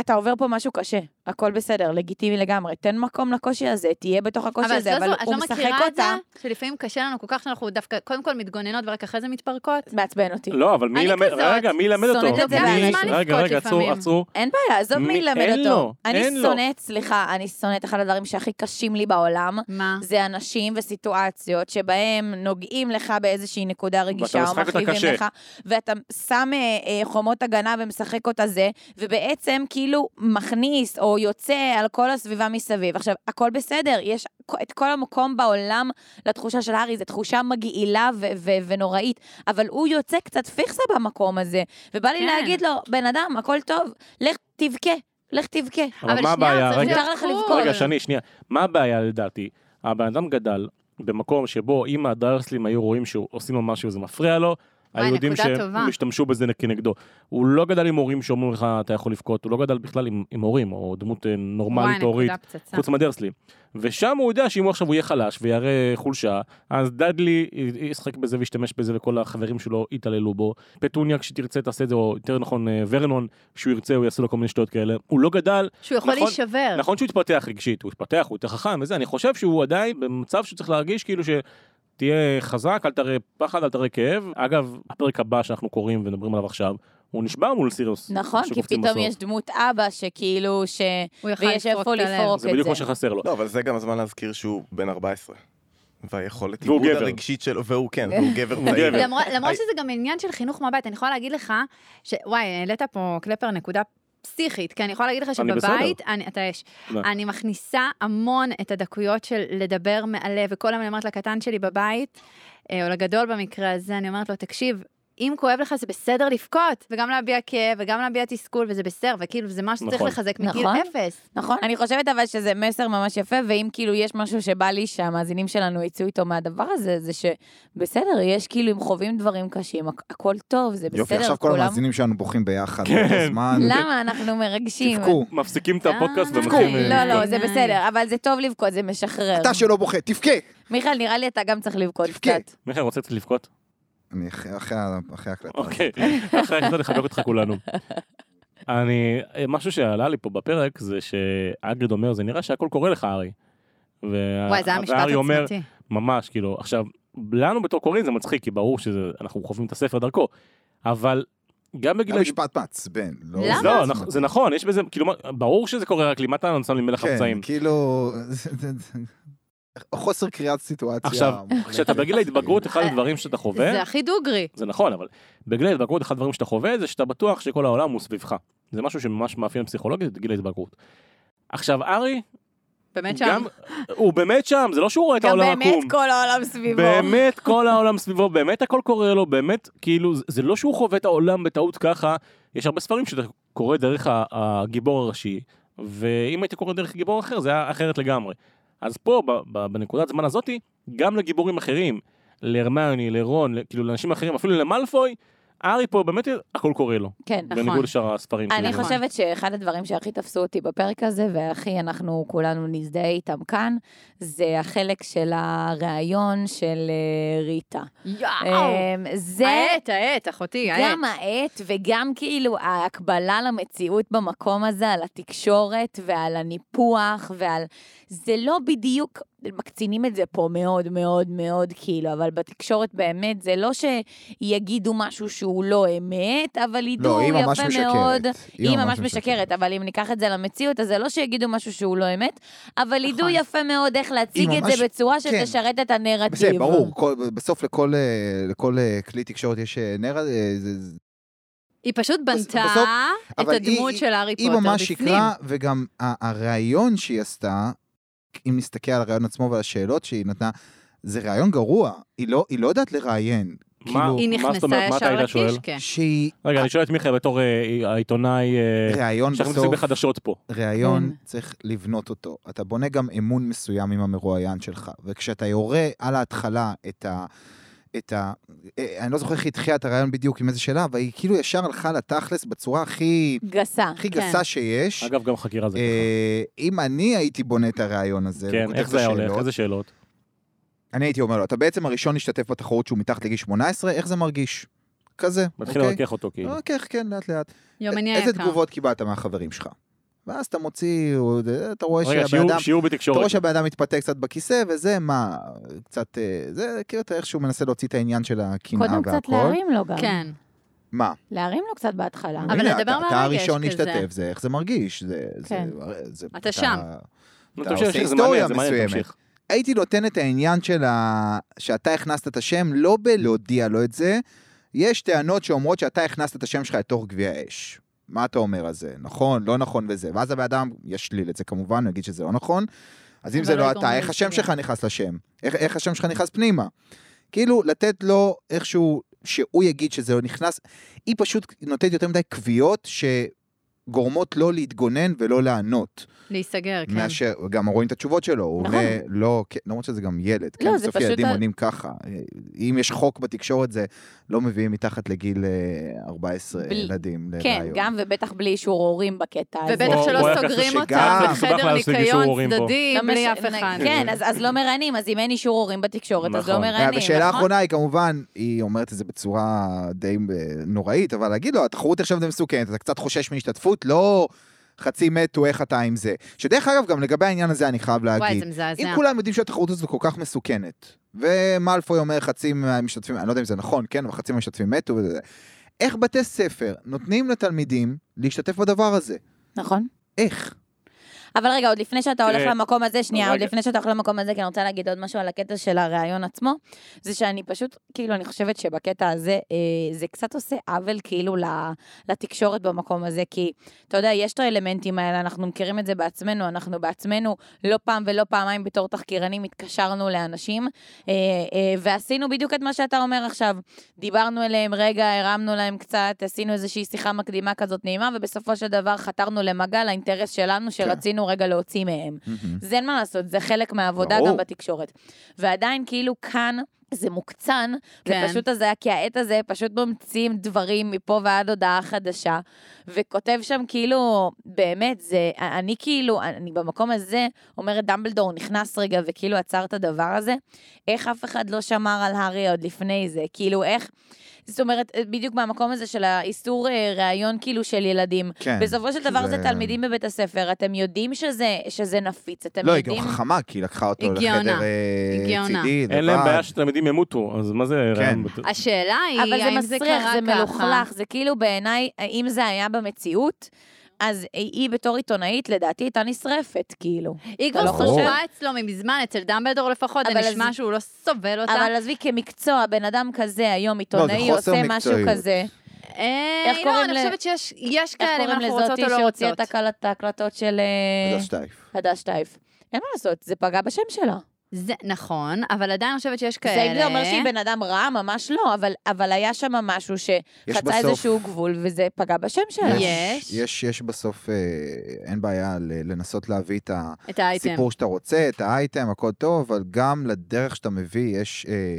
Speaker 4: אתה עובר פה משהו קשה, הכל בסדר, לגיטימי לגמרי. תן מקום לקושי הזה, תהיה בתוך הקושי הזה,
Speaker 5: את לא
Speaker 4: אבל
Speaker 5: זו- את
Speaker 4: הוא
Speaker 5: לא
Speaker 4: משחק
Speaker 5: מכירה את זה,
Speaker 4: אותה,
Speaker 5: שלפעמים קשה לנו כל כך שאנחנו דווקא, קודם כל מתגוננות ורק אחרי זה מתפרקות?
Speaker 4: מעצבן אותי.
Speaker 1: לא, אבל מי
Speaker 5: אני
Speaker 1: ילמד,
Speaker 5: כזאת,
Speaker 1: רגע, מי ילמד אותו?
Speaker 4: שונאת את זה
Speaker 1: מי-
Speaker 4: בעצמי לבכות
Speaker 1: רגע, רגע, עצרו,
Speaker 5: לפעמים.
Speaker 1: עצרו.
Speaker 4: אין בעיה, עזוב
Speaker 1: מי-
Speaker 4: מי ילמד
Speaker 1: אין
Speaker 4: אותו.
Speaker 1: לו,
Speaker 4: אני
Speaker 1: אין לו.
Speaker 4: שונאת, סליחה, אני שונאת אחד הדברים שהכי קשים לי בעולם,
Speaker 5: מה?
Speaker 4: זה אנשים וסיטואציות שבהם נוגעים לך באיזושהי נקודה רגישה או
Speaker 1: משחק אותה
Speaker 4: מכאיבים
Speaker 1: קשה.
Speaker 4: לך, ואתה שם אה, אה, חומות הגנה ומשחק אותה זה, ובעצם כאילו מכניס או יוצא על כל הסביבה מסביב. עכשיו, הכל בסדר, יש כ- את כל המקום בעולם לתחושה של הארי, זו תחושה מגעילה ו- ו- ונוראית, אבל הוא יוצא קצת פיכסה במקום הזה, ובא לי
Speaker 5: כן.
Speaker 4: להגיד לו, בן אדם, הכל טוב, לך תבכה, לך תבכה.
Speaker 1: אבל מה הבעיה?
Speaker 5: צריך
Speaker 1: רגע,
Speaker 5: להיות
Speaker 4: לך
Speaker 5: cool.
Speaker 4: לבכות.
Speaker 1: רגע, שני, שנייה. מה הבעיה לדעתי? הבן אדם גדל במקום שבו אם הדרסלים היו רואים שעושים לו משהו זה מפריע לו,
Speaker 5: וואי,
Speaker 1: היו יודעים
Speaker 5: אה, נקודה טובה.
Speaker 1: שהם השתמשו בזה כנגדו. הוא לא גדל עם הורים שאומרים לך אתה יכול לבכות, הוא לא גדל בכלל עם, עם הורים או דמות אה,
Speaker 5: וואי,
Speaker 1: נורמלית
Speaker 5: נקודה
Speaker 1: הורית,
Speaker 5: פצצה.
Speaker 1: חוץ מהדרסלים. ושם הוא יודע שאם הוא עכשיו הוא יהיה חלש ויראה חולשה, אז דדלי י- ישחק בזה וישתמש בזה וכל החברים שלו יתעללו בו. פטוניה כשתרצה תעשה את זה, או יותר נכון אה, ורנון, כשהוא ירצה הוא יעשה לו כל מיני שטויות כאלה. הוא לא גדל
Speaker 5: שהוא יכול
Speaker 1: נכון,
Speaker 5: להישבר.
Speaker 1: נכון שהוא התפתח רגשית, הוא התפתח, הוא יותר חכם וזה, אני חושב שהוא עדיין במצב שהוא צריך להרגיש כאילו ש... תהיה חזק, אל תראה פחד, אל תראה כאב. אגב, הפרק הבא שאנחנו קוראים ומדברים עליו עכשיו, הוא נשבר מול סיריוס.
Speaker 4: נכון, כי
Speaker 1: שקופצים
Speaker 4: פתאום
Speaker 1: בסוף.
Speaker 4: יש דמות אבא שכאילו, ש...
Speaker 5: הוא יכל
Speaker 4: ויש
Speaker 5: לפרוק
Speaker 4: איפה
Speaker 5: את הלב.
Speaker 4: לפרוק את
Speaker 1: זה
Speaker 4: זה.
Speaker 1: בדיוק מה שחסר לו.
Speaker 2: לא, אבל זה גם הזמן להזכיר שהוא בן 14. והיכולת
Speaker 1: והוא
Speaker 2: עיבוד
Speaker 1: גבר.
Speaker 2: הרגשית שלו, והוא כן, והוא גבר
Speaker 1: הוא
Speaker 2: צעיר.
Speaker 1: גבר.
Speaker 5: למרות למרות
Speaker 2: I-
Speaker 5: שזה גם עניין של חינוך מהבית, אני יכולה להגיד לך, ש- וואי, העלית פה קלפר נקודה פסיכית, כי אני יכולה להגיד לך
Speaker 1: אני בסדר.
Speaker 5: שבבית, אני- אתה יש,
Speaker 1: תודה.
Speaker 5: אני מכניסה המון את הדקויות של לדבר מהלב, וכל היום אני אומרת לקטן שלי בבית, אה, או לגדול במקרה הזה, אני אומרת לו, תקשיב, אם כואב לך זה בסדר לבכות, וגם להביע כאב, וגם להביע תסכול, וזה בסדר, וכאילו זה משהו שצריך
Speaker 1: נכון.
Speaker 5: לחזק מגיל
Speaker 4: נכון.
Speaker 5: אפס.
Speaker 4: נכון? אני חושבת אבל שזה מסר ממש יפה, ואם כאילו יש משהו שבא לי שהמאזינים שלנו יצאו איתו מהדבר הזה, זה שבסדר, יש כאילו, אם חווים דברים קשים, הכ- הכל טוב, זה בסדר,
Speaker 3: יופי, עכשיו כל
Speaker 4: כולם-
Speaker 3: המאזינים שלנו בוכים ביחד.
Speaker 1: כן.
Speaker 3: כל הזמן.
Speaker 4: למה אנחנו מרגשים?
Speaker 3: תבכו.
Speaker 1: מפסיקים את הפודקאסט
Speaker 5: אה,
Speaker 1: ומתחילים...
Speaker 5: תבכו.
Speaker 1: אה,
Speaker 4: לא, לא, זה
Speaker 5: בעיניי.
Speaker 4: בסדר, אבל זה טוב לבכות, זה משחרר.
Speaker 3: אתה שלא בוכה, תבכה!
Speaker 4: מיכאל, נראה לי אתה גם צריך לבכות
Speaker 3: תבכה.
Speaker 4: קצת.
Speaker 1: מיכאל, רוצה קצת לבכות?
Speaker 3: אני אחרי- אחרי ה- אחרי ההקלטה.
Speaker 1: אוקיי. אחרי הקטע נחבק אותך כולנו. אני, משהו שעלה לי פה בפרק זה שאגריד אומר, זה נראה שהכל קורה לך, ארי. וה-
Speaker 5: וואי, זה היה משפט
Speaker 1: אה, והארי אומר,
Speaker 5: עצמתי.
Speaker 1: ממש, כאילו, עכשיו, לנו בתור קוראים זה מצחיק, כי ברור שאנחנו חווים את הספר דרכו, אבל גם
Speaker 3: גם
Speaker 1: בגילאים...
Speaker 3: משפט מעצבן. לא-
Speaker 5: למה?
Speaker 1: לא, נכ- זה נכון, יש בזה, כאילו, מה- ברור שזה קורה רק לי, מה אתה שם לי מלך
Speaker 3: כן,
Speaker 1: הפצעים?
Speaker 3: כאילו... זה- זה- זה- חוסר קריאת סיטואציה.
Speaker 1: עכשיו,
Speaker 3: כן.
Speaker 1: כשאתה בגיל ההתבגרות, אחד הדברים שאתה
Speaker 5: זה
Speaker 1: חווה,
Speaker 5: הכי דוגרי.
Speaker 1: זה נכון, אבל בגיל ההתבגרות, אחד הדברים שאתה חווה, זה שאתה בטוח שכל העולם הוא סביבך. זה משהו שממש מאפיין פסיכולוגית את גיל ההתבגרות. עכשיו, ארי,
Speaker 5: באמת שם.
Speaker 1: גם, הוא באמת שם, זה לא שהוא רואה את
Speaker 4: גם
Speaker 1: העולם
Speaker 4: באמת
Speaker 1: עקום.
Speaker 4: כל העולם סביבו.
Speaker 1: באמת כל העולם סביבו, באמת הכל קורה לו, באמת, כאילו, זה- זה לא שהוא חווה את העולם בטעות ככה, יש הרבה ספרים שאתה קורא דרך ה- הגיבור הראשי, ואם היית קורא דרך גיבור אחר, זה היה אחרת לגמרי. אז פה, ב- ב- בנקודת זמן הזאתי, גם לגיבורים אחרים, להרמיוני, לרון, ל- כאילו לאנשים אחרים, אפילו למלפוי, ארי פה באמת הכל קורה לו,
Speaker 4: כן.
Speaker 1: בניגוד לשאר הספרים.
Speaker 4: אני
Speaker 1: כאילו.
Speaker 5: נכון.
Speaker 4: חושבת שאחד הדברים שהכי תפסו אותי בפרק הזה, והכי אנחנו כולנו נזדהה איתם כאן, זה החלק של הראיון של אה, ריטה.
Speaker 5: יואו!
Speaker 4: אה, זה
Speaker 5: העט, העט, אחותי, העט.
Speaker 4: גם העט וגם כאילו ההקבלה למציאות במקום הזה, על התקשורת ועל הניפוח ועל... זה לא בדיוק, מקצינים את זה פה מאוד מאוד מאוד כאילו, אבל בתקשורת באמת זה לא שיגידו משהו שהוא שהוא לא אמת, אבל ידעו
Speaker 3: לא, היא
Speaker 4: יפה
Speaker 3: ממש משקרת.
Speaker 4: מאוד. היא ממש משקרת, אבל אם ניקח את זה למציאות, אז זה לא שיגידו משהו שהוא לא אמת, אבל ידעו יפה מאוד איך להציג
Speaker 3: נכון. היא
Speaker 4: את
Speaker 3: ממש-
Speaker 4: זה בצורה
Speaker 3: כן.
Speaker 4: שתשרת את הנרטיב.
Speaker 3: בסדר, ברור, כל, בסוף לכל, אה, לכל אה, כלי תקשורת יש אה, נרא... אה, זה- זה-
Speaker 5: היא פשוט בנתה
Speaker 3: בסוף-
Speaker 5: את
Speaker 3: אבל היא-
Speaker 5: הדמות
Speaker 3: היא-
Speaker 5: של הארי
Speaker 3: היא
Speaker 5: פוטר
Speaker 3: ממש
Speaker 5: בפנים.
Speaker 3: שיקרה, וגם ה- הראיון שהיא עשתה, אם נסתכל על הראיון עצמו ועל השאלות שהיא נתנה, זה ראיון גרוע, היא לא, היא לא יודעת לראיין.
Speaker 1: מה-
Speaker 3: כאילו,
Speaker 5: היא
Speaker 1: מה זאת
Speaker 5: נכנסה
Speaker 1: אומרת? מה אתה
Speaker 5: ישר כן.
Speaker 1: היית שואל?
Speaker 5: לקישקע.
Speaker 4: כן.
Speaker 3: שהיא...
Speaker 1: רגע, אני שואל את מיכאל בתור אה, העיתונאי אה,
Speaker 3: ראיון
Speaker 1: שאנחנו עושים
Speaker 3: בסוף,
Speaker 1: בחדשות פה.
Speaker 3: ראיון
Speaker 4: כן.
Speaker 3: צריך לבנות אותו. אתה בונה גם אמון מסוים עם המרואיין שלך, וכשאתה יורה על ההתחלה את ה... את ה... אה, אני לא זוכר איך היא התחילה את הרעיון בדיוק עם איזה שאלה, אבל היא כאילו ישר הלכה לתכלס בצורה הכי,
Speaker 4: גסה.
Speaker 3: הכי
Speaker 5: כן.
Speaker 3: גסה שיש.
Speaker 1: אגב, גם חקירה זה ככה.
Speaker 3: אה, אם אני הייתי בונה את הרעיון הזה,
Speaker 1: כן,
Speaker 3: וכותב
Speaker 1: איך
Speaker 3: את
Speaker 1: זה היה הולך?
Speaker 3: השאלות,
Speaker 1: איזה שאלות?
Speaker 3: אני הייתי אומר לו, אתה בעצם הראשון להשתתף בתחרות שהוא מתחת לגיל 18, איך זה מרגיש? כזה,
Speaker 1: מתחיל
Speaker 3: אוקיי?
Speaker 1: לרכך אותו כאילו.
Speaker 3: אה, כן, כן, לאט לאט.
Speaker 5: יומני
Speaker 3: איזה
Speaker 5: היקר.
Speaker 3: תגובות קיבלת מהחברים שלך? ואז אתה מוציא, הוא- אתה רואה
Speaker 1: רגע,
Speaker 3: שהבן
Speaker 1: שיעור-
Speaker 3: אוקיי, אדם...
Speaker 1: שיעור
Speaker 3: אתה רואה
Speaker 1: בתקשורת.
Speaker 3: שהבן אדם מתפתה קצת בכיסא, וזה מה, קצת, אה, זה כאילו אתה איכשהו מנסה להוציא את העניין של הקנאה והכל.
Speaker 4: קודם קצת להרים לו גם.
Speaker 5: כן.
Speaker 3: מה?
Speaker 4: להרים לו קצת בהתחלה.
Speaker 5: אבל
Speaker 3: הנה,
Speaker 5: לדבר
Speaker 3: אתה-
Speaker 5: מהרגש
Speaker 3: אתה הראשון
Speaker 5: כזה.
Speaker 3: להשתתף, זה איך זה מרגיש, זה... זה-
Speaker 4: כן.
Speaker 3: זה-
Speaker 5: אתה שם.
Speaker 1: נו,
Speaker 3: אתה
Speaker 1: תמשיך,
Speaker 3: עושה
Speaker 1: תמשיך, זה מעניין,
Speaker 3: היסטוריה
Speaker 1: זה מעניין,
Speaker 3: מסוימת.
Speaker 1: תמשיך.
Speaker 3: הייתי נותן את העניין של ה... שאתה הכנסת את השם, לא בלהודיע לו את זה. יש טענות שאומרות שאתה הכנסת את השם שלך לתוך גביע אש. מה אתה אומר על זה? נכון, לא נכון וזה. ואז הבן אדם ישליל את זה כמובן, הוא יגיד שזה לא נכון. אז אם
Speaker 5: אבל
Speaker 3: זה
Speaker 5: לא
Speaker 3: לא
Speaker 5: יגרום לו
Speaker 3: אתה, איך השם
Speaker 5: להסתגר.
Speaker 3: שלך נכנס לשם? איך, איך השם שלך נכנס פנימה? כאילו, לתת לו איכשהו, שהוא יגיד שזה לא נכנס, היא פשוט נותנת יותר מדי קביעות שגורמות לו להתגונן ולא לענות.
Speaker 5: להיסגר, כן.
Speaker 3: מאשר, גם רואים את התשובות שלו, הוא
Speaker 4: נכון.
Speaker 3: עונה, לא, כן, למרות שזה גם ילד,
Speaker 4: לא,
Speaker 3: כן,
Speaker 4: זה
Speaker 3: בסוף
Speaker 4: פשוט
Speaker 3: ילדים
Speaker 4: ה-
Speaker 3: עונים ככה, אם יש חוק בתקשורת זה לא מביאים מתחת לגיל אה, 14
Speaker 4: בלי-
Speaker 3: ילדים
Speaker 4: כן,
Speaker 3: לראיון.
Speaker 4: גם ובטח בלי אישור הורים בקטע הזה.
Speaker 5: ובטח
Speaker 1: בוא-
Speaker 5: שלא
Speaker 1: בוא היה
Speaker 5: סוגרים
Speaker 3: ככה
Speaker 5: אותם
Speaker 3: שגם-
Speaker 1: מסובך
Speaker 5: בחדר
Speaker 1: להשיג אישור
Speaker 5: ניקיון
Speaker 1: הורים פה.
Speaker 5: צדדי,
Speaker 4: לא
Speaker 5: בלי
Speaker 4: מש-
Speaker 5: אף אחד.
Speaker 4: כן, אז אז לא מראיינים, אז אם אין אישור הורים בתקשורת, אז לא
Speaker 1: נכון.
Speaker 4: מראיינים, נכון?
Speaker 3: והשאלה האחרונה היא כמובן, היא אומרת את זה בצורה די אה, נוראית, אבל להגיד לו, התחרות עכשיו די מסוכנת, אתה קצת חושש מהשתתפות, לא חצי מת הוא איך אתה עם זה. שדרך אגב, גם לגבי העניין הזה אני חייב
Speaker 5: וואי,
Speaker 3: להגיד,
Speaker 5: זה מזעזע.
Speaker 3: אם כולם יודעים שהתחרות הזאת כל כך מסוכנת, ומאלפוי אומר חצי מהמשתתפים, אני לא יודע אם זה נכון, כן, אבל חצי מהמשתתפים מתו וזה, איך בתי ספר נותנים לתלמידים להשתתף בדבר הזה?
Speaker 4: נכון.
Speaker 3: איך?
Speaker 4: אבל רגע, עוד לפני שאתה הולך
Speaker 1: תראה,
Speaker 4: למקום הזה, שנייה, עוד
Speaker 1: רגע.
Speaker 4: לפני שאתה הולך למקום הזה, כי אני רוצה להגיד עוד משהו על הקטע של הריאיון עצמו, זה שאני פשוט, כאילו, אני חושבת שבקטע הזה, אה, זה קצת עושה עוול, כאילו, ל- לתקשורת במקום הזה, כי, אתה יודע, יש את האלמנטים האלה, אנחנו מכירים את זה בעצמנו, אנחנו בעצמנו, לא פעם ולא פעמיים בתור תחקירנים, התקשרנו לאנשים, אה, אה, ועשינו בדיוק את מה שאתה אומר עכשיו. דיברנו אליהם רגע, הרמנו להם קצת, עשינו איזושהי שיחה מקדימה כזאת נעימה, ובסופו של דבר חתרנו למגע לאינטרס שלנו, שרצינו רגע להוציא מהם. זה אין מה לעשות, זה חלק מהעבודה
Speaker 3: Mm-hmm. ברור.
Speaker 4: גם בתקשורת. ועדיין כאילו כאן... זה מוקצן,
Speaker 5: כן.
Speaker 4: זה פשוט הזיה, כי העט הזה פשוט ממציאים דברים מפה ועד הודעה חדשה, וכותב שם כאילו, באמת, זה, אני כאילו, אני במקום הזה אומרת, דמבלדור נכנס רגע וכאילו עצר את הדבר הזה, איך אף אחד לא שמר על הארי עוד לפני זה, כאילו איך, זאת אומרת, בדיוק מהמקום הזה של האיסור אה, ראיון כאילו של ילדים.
Speaker 3: כן.
Speaker 4: בסופו של דבר
Speaker 3: זה-
Speaker 4: זה תלמידים בבית הספר, אתם יודעים שזה, שזה נפיץ, אתם
Speaker 3: לא, היא גם
Speaker 4: יודעים...
Speaker 3: חכמה, כי היא לקחה אותו
Speaker 5: היא גאונה.
Speaker 3: לחדר אה,
Speaker 5: היא גאונה.
Speaker 3: צידי,
Speaker 1: אין
Speaker 3: לבד.
Speaker 1: להם בעיה שתלמידים ימותו, אז מה זה...
Speaker 3: כן.
Speaker 1: רעיון?
Speaker 5: השאלה היא,
Speaker 4: אבל זה
Speaker 5: האם זה
Speaker 4: מסריח,
Speaker 5: קרה
Speaker 4: זה
Speaker 5: ככה?
Speaker 4: מלוכלך, זה כאילו בעיניי, אם זה היה במציאות, אז היא בתור עיתונאית, לדעתי, הייתה נשרפת, כאילו.
Speaker 5: היא
Speaker 4: אתה
Speaker 5: כבר
Speaker 4: לא חושב?
Speaker 5: סופה אצלו מזמן, אצל דמבלדור לפחות, זה
Speaker 4: אבל
Speaker 5: נשמע
Speaker 4: אז-
Speaker 5: שהוא לא סובל אותה.
Speaker 4: אבל עזבי, כמקצוע, בן אדם כזה, היום עיתונאי,
Speaker 3: לא, זה חוסר
Speaker 4: עושה משהו
Speaker 3: מקצועיות.
Speaker 4: כזה.
Speaker 5: אה,
Speaker 4: איך
Speaker 5: לא,
Speaker 4: קוראים
Speaker 5: אני
Speaker 4: ל-
Speaker 5: חושבת שיש יש
Speaker 4: איך
Speaker 5: כאלה, כן, אם
Speaker 4: קוראים
Speaker 5: אנחנו רוצות
Speaker 4: לזאתי
Speaker 5: או לא
Speaker 4: שהוציאה
Speaker 5: רוצות.
Speaker 4: את הקל- את ההקלטות של אה,
Speaker 3: הדס שטייף.
Speaker 4: הדס שטייף? אין מה לעשות, זה פגע בשם שלה.
Speaker 5: זה נכון, אבל עדיין אני חושבת שיש
Speaker 4: זה
Speaker 5: כאלה.
Speaker 4: לא אומר שהיא בן אדם רע, ממש לא, אבל- אבל היה שם משהו
Speaker 3: יש
Speaker 4: שחצה
Speaker 3: בסוף-
Speaker 4: איזשהו גבול, וזה פגע בשם שלה.
Speaker 5: יש. יש.
Speaker 3: יש, יש בסוף, אה, אין בעיה ל- לנסות להביא את ה...
Speaker 5: את האייטם.
Speaker 3: סיפור שאתה רוצה, את האייטם, הכל טוב, אבל גם לדרך שאתה מביא יש, אה,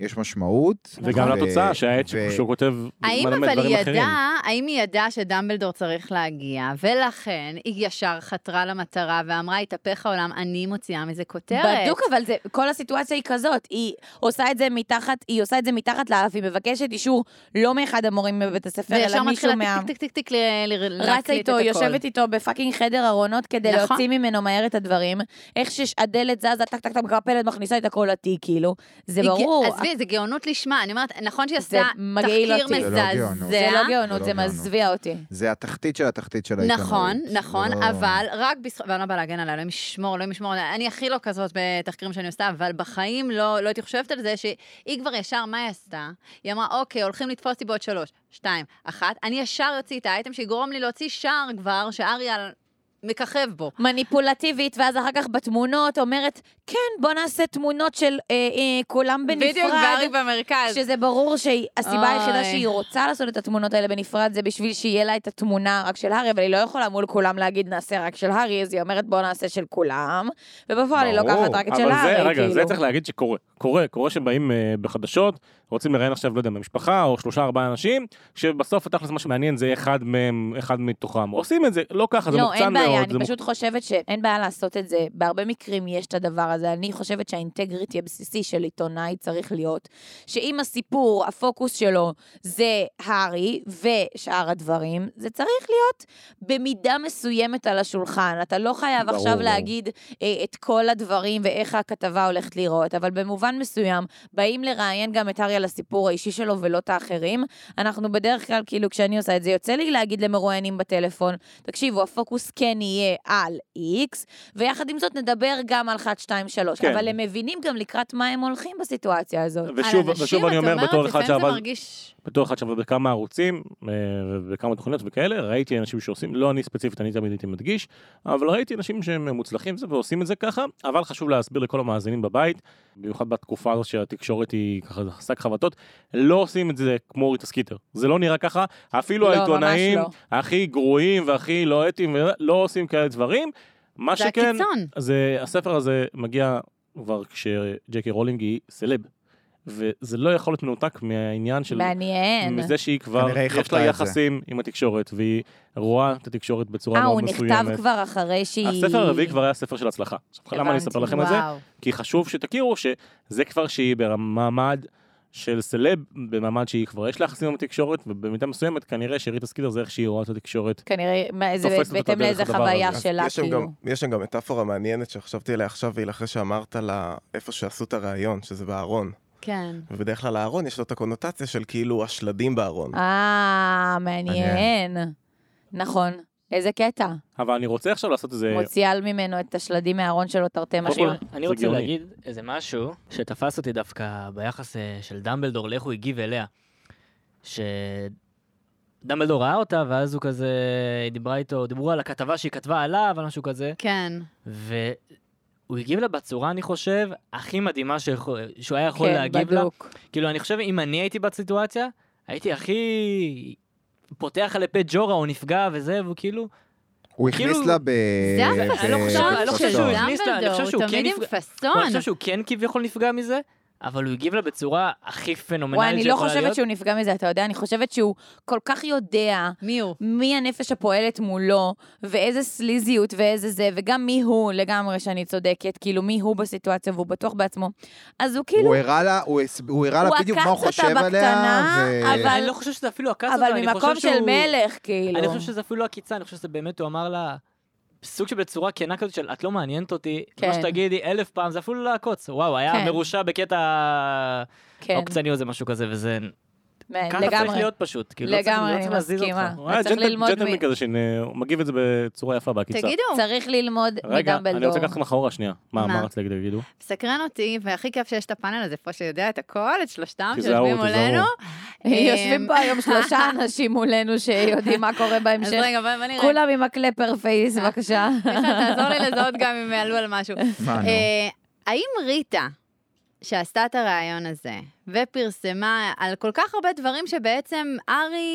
Speaker 3: יש משמעות.
Speaker 1: וגם
Speaker 3: ו-
Speaker 5: נכון.
Speaker 1: לתוצאה שהעט
Speaker 3: אוקיי. ו-
Speaker 1: שהוא כותב
Speaker 5: האם
Speaker 1: מלמד
Speaker 5: אבל
Speaker 1: דברים
Speaker 5: היא
Speaker 1: אחרים.
Speaker 5: ידעה, האם היא ידעה שדמבלדור צריך להגיע, ולכן היא ישר חתרה למטרה ואמרה, התהפך העולם, אני מוציאה מזה כותרת.
Speaker 4: בדוק, אבל זה, כל הסיטואציה היא כזאת, היא עושה את זה מתחת, היא עושה את זה מתחת לאף, היא מבקשת אישור לא מאחד המורים בבית הספר,
Speaker 5: וישר
Speaker 4: אלא
Speaker 5: מתחילה
Speaker 4: מישהו מה...
Speaker 5: טיק טיק טיק טיק ל- ל- להקליט את
Speaker 4: רצה
Speaker 5: הכל.
Speaker 4: איתו, יושבת איתו בפאקינג חדר ארונות כדי
Speaker 5: נכון.
Speaker 4: להוציא ממנו מהר את הדברים. איך שהדלת זזה, טק טק טק מקפלת, מכניסה את הכל לתיק, כאילו. זה
Speaker 5: הגיע-
Speaker 4: ברור,
Speaker 5: עזבי, עזבי, זה גאונות לשמה. אני אומרת, נכון שהיא
Speaker 4: זה
Speaker 5: עשתה
Speaker 4: מגעיל
Speaker 5: תחקיר
Speaker 4: אותי.
Speaker 3: זה לא גאונות.
Speaker 4: זה לא
Speaker 5: מזעזע.
Speaker 4: גאונות,
Speaker 3: לא
Speaker 4: זה
Speaker 3: גאונות.
Speaker 4: מזוויע אותי.
Speaker 3: זה התחתית של התחתית של העיתונאות.
Speaker 5: נכון, נכון,
Speaker 3: לא-
Speaker 5: אבל רק בזכות, ואני לא באה להגן עליה, אלוהים ישמור, אלוהים ישמור, אני הכי לא כזאת בתחקירים שאני עושה, אבל בחיים לא לא הייתי חושבת על זה שהיא כבר ישר, מה היא עשתה? היא אמרה, אוקיי, הולכים לתפוס אותי בעוד שלוש, שתיים, אחת, אני ישר אוציא את האייטם שיגרום לי להוציא שער כבר, שאריאל מככב בו.
Speaker 4: מניפולטיבית, ואז אחר כך בתמונות אומרת, כן, בוא נעשה תמונות של אה, אה, כולם
Speaker 5: בדיוק, גרי
Speaker 4: בנפרד.
Speaker 5: במרכז.
Speaker 4: שזה ברור שהסיבה
Speaker 5: אוי.
Speaker 4: היחידה שהיא רוצה לעשות את התמונות האלה בנפרד זה בשביל שיהיה לה את התמונה רק של הארי, אבל היא לא יכולה מול כולם להגיד נעשה רק של הארי, אז היא אומרת בוא נעשה של כולם, ובפועל היא
Speaker 3: ברור,
Speaker 4: לוקחת רק את של
Speaker 1: אבל זה,
Speaker 4: הארי,
Speaker 1: רגע, זה
Speaker 4: כאילו.
Speaker 1: צריך להגיד שקורה. קורה, קורה שבאים אה, בחדשות, רוצים לראיין עכשיו, לא יודע, במשפחה, או שלושה ארבעה אנשים, שבסוף התכלס מה שמעניין זה אחד מהם, אחד מתוכם. עושים את זה, לא ככה, זה
Speaker 4: לא,
Speaker 1: מוקצן
Speaker 4: אין בעיה,
Speaker 1: מאוד. זה
Speaker 4: אני פשוט חושבת שאין בעיה לעשות את זה. בהרבה מקרים יש את הדבר הזה. אני חושבת שהאינטגריטי הבסיסי של עיתונאי צריך להיות, שאם הסיפור, הפוקוס שלו זה הארי ושאר הדברים, זה צריך להיות במידה מסוימת על השולחן. אתה לא חייב
Speaker 1: ברור,
Speaker 4: עכשיו
Speaker 1: ברור.
Speaker 4: להגיד אה, את כל הדברים ואיך הכתבה הולכת להיראות, אבל במובן מסוים, באים לראיין גם את הארי על הסיפור האישי שלו ולא את האחרים. אנחנו בדרך כלל, כאילו, כשאני עושה את זה, יוצא לי להגיד למרואיינים בטלפון, תקשיבו, הפוקוס כן יהיה על X, ויחד עם זאת נדבר גם על 1, 2, 3.
Speaker 1: כן.
Speaker 4: אבל הם מבינים גם לקראת מה הם הולכים בסיטואציה הזאת.
Speaker 1: מוקצן. ושוב,
Speaker 5: על אנשים,
Speaker 1: ושוב אני
Speaker 5: את
Speaker 1: אומר, בתור אחד
Speaker 5: לפעמים זה
Speaker 1: שעבד,
Speaker 5: מרגיש...
Speaker 1: בתור אחד שעבד בכמה ערוצים, אה, ובכמה תוכניות וכאלה, ראיתי אנשים שעושים, לא אני ספציפית, אני תמיד הייתי מדגיש, אבל ראיתי אנשים שהם מוצלחים בזה ועושים את זה ככה, אבל חשוב להסביר לכל המאזינים בבית, במיוחד בתקופה הזו שהתקשורת היא ככה שק חבטות, לא עושים את זה כמו ריטה סקיטר. זה לא נראה ככה, אפילו
Speaker 4: לא, ממש
Speaker 1: העיתונאים
Speaker 4: לא.
Speaker 1: הכי גרועים והכי לא אתיים, לא עושים כאלה דברים. מה
Speaker 5: זה
Speaker 1: שכן,
Speaker 5: הקיצון.
Speaker 1: זה, הספר הזה מגיע כבר כשג'קי רולינג היא סלב. וזה לא יכול להיות מנותק מהעניין של...
Speaker 4: מעניין. אה,
Speaker 1: מזה שהיא כבר,
Speaker 3: כנראה היא
Speaker 1: יש
Speaker 3: חוותה
Speaker 1: לה
Speaker 3: את
Speaker 1: יחסים עם התקשורת, והיא רואה את התקשורת בצורה
Speaker 4: אה, הוא
Speaker 1: מאוד
Speaker 4: נכתב
Speaker 1: מסוימת.
Speaker 4: כבר אחרי שהיא...
Speaker 1: הספר הרביעי כבר היה ספר של הצלחה. עכשיו, למה אני אספר לכם את זה?
Speaker 5: וואו.
Speaker 1: כי חשוב שתכירו שזה כבר שהיא במעמד של סלב, במעמד שהיא כבר יש לה יחסים עם התקשורת, ובמידה מסוימת כנראה שריטה סקידר זה איך שהיא רואה את התקשורת.
Speaker 4: כנראה, מה, זה
Speaker 1: תופסת אותה
Speaker 4: בהתאם
Speaker 1: דרך
Speaker 4: לאיזה
Speaker 1: הדבר
Speaker 4: חוויה
Speaker 1: הזה.
Speaker 2: אז
Speaker 4: שלה,
Speaker 2: יש שם
Speaker 4: כאילו.
Speaker 2: גם- יש שם גם מטאפורה מעניינת שחשבתי עליה עכשיו, והיא אחרי שאמרת לה איפה שעשו את הראיון, שזה בארון.
Speaker 5: כן.
Speaker 2: ובדרך כלל הארון יש לו את הקונוטציה של כאילו השלדים בארון.
Speaker 4: אה, מעניין. נכון. איזה קטע.
Speaker 1: אבל אני רוצה עכשיו לעשות איזה...
Speaker 4: מוציאה ממנו את השלדים מהארון שלו תרתי
Speaker 1: קודם
Speaker 4: משמע.
Speaker 1: כל,
Speaker 6: אני
Speaker 1: זה
Speaker 6: רוצה
Speaker 1: גאוני.
Speaker 6: להגיד איזה משהו שתפס אותי דווקא ביחס אה, של דמבלדור, לאיך הוא הגיב אליה. שדמבלדור ראה אותה, ואז הוא כזה, היא דיברה איתו, דיברו על הכתבה שהיא כתבה עליו, על משהו כזה,
Speaker 5: כן.
Speaker 6: והוא הגיב לה בצורה, אני חושב, הכי מדהימה שיכול- שהוא היה יכול
Speaker 4: כן,
Speaker 6: להגיב לה.
Speaker 4: בדוק.
Speaker 6: כאילו, אני חושב, אם אני הייתי בסיטואציה, הייתי הכי... פותח על לפה ג'ורה, הוא נפגע וזה, והוא
Speaker 4: אה,
Speaker 6: כאילו...
Speaker 3: הוא הכניס
Speaker 6: כאילו-
Speaker 3: לה ב...
Speaker 5: זה
Speaker 3: ב-
Speaker 5: הפסון
Speaker 6: לא חושב- אני לא חושב
Speaker 5: של
Speaker 6: שהוא
Speaker 3: בפסון.
Speaker 6: הכניס לה, אני חושב
Speaker 5: דמבלדור,
Speaker 6: שהוא
Speaker 5: הוא
Speaker 6: כן
Speaker 5: תמיד עם
Speaker 6: נפגע- אבל
Speaker 5: פסון.
Speaker 6: אני חושב שהוא כן כביכול נפגע מזה, אבל הוא הגיב לה בצורה הכי
Speaker 4: וואי,
Speaker 6: פנומנלית
Speaker 4: אני לא
Speaker 6: שיכולה
Speaker 4: חושבת
Speaker 6: להיות.
Speaker 4: שהוא נפגע מזה, אתה יודע? אני חושבת שהוא כל כך יודע
Speaker 5: מי הוא?
Speaker 4: מי הנפש הפועלת מולו, ואיזה סליזיות ואיזה זה, וגם מי הוא לגמרי שאני צודקת, כאילו מי הוא בסיטואציה והוא בטוח בעצמו. אז הוא כאילו,
Speaker 3: הוא הראה לה, הוא הס- הוא הראה לה
Speaker 4: הוא
Speaker 3: בדיוק מה
Speaker 4: עקץ
Speaker 3: הוא
Speaker 4: אותה
Speaker 3: חושב עליה.
Speaker 4: בקטנה,
Speaker 3: ו-
Speaker 4: אבל-
Speaker 6: אני לא חושב שזה אפילו עקץ אותה,
Speaker 4: אבל
Speaker 6: אני לא חושב
Speaker 4: ממקום של
Speaker 6: שהוא-
Speaker 4: מלך, כאילו.
Speaker 6: אני חושב שזה אפילו עקיצה, אני חושב שזה באמת, הוא אמר לה, סוג שבצורה כנה כזאת של את לא מעניינת אותי,
Speaker 4: כן.
Speaker 6: מה שתגידי אלף פעם, זה אפילו לא לעקוץ. וואו, היה
Speaker 4: כן.
Speaker 6: מרושע בקטע
Speaker 4: כן,
Speaker 6: עוקצני או זה משהו כזה, וזה...
Speaker 4: מעניין,
Speaker 6: אוקיי, ככה צריך
Speaker 4: לגמרי.
Speaker 6: להיות פשוט, כאילו, לא צריך-
Speaker 4: לגמרי,
Speaker 6: לא
Speaker 4: אני
Speaker 6: צריך להזיז אותך.
Speaker 4: מסכימה.
Speaker 1: הוא היה
Speaker 4: צריך
Speaker 1: אה, ג'נטל-
Speaker 4: ללמוד
Speaker 1: ג'נטלמן
Speaker 4: מ-
Speaker 1: כזה שהוא מגיב את זה בצורה יפה בעקיצה.
Speaker 5: תגידו,
Speaker 4: צריך ללמוד
Speaker 1: רגע,
Speaker 4: מדמבלדור.
Speaker 1: אני רוצה לקחת אתכם אחורה שנייה. מה,
Speaker 5: מה?
Speaker 1: מה רצית להגיד, תגידו?
Speaker 5: סקרן אותי, והכי כיף שיש את הפאנל הזה פה שיודע את הכל, את שלושתם
Speaker 1: תיזהרו,
Speaker 5: שיושבים
Speaker 1: תיזהרו.
Speaker 5: מולנו. אמ,
Speaker 4: יושבים פה היום שלושה אנשים מולנו שיודעים מה קורה
Speaker 5: אז
Speaker 4: בהמשך.
Speaker 5: רגע, בוא בוא נראה. אה,
Speaker 4: כולם עם הקלפר פייס, בבקשה.
Speaker 5: מיכל, תעזור לי לזהות גם אם עלו על משהו.
Speaker 3: מה, נו?
Speaker 5: אה, האם ריטה, שעשתה את הרעיון הזה, ופרסמה על כל כך הרבה דברים שבעצם ארי,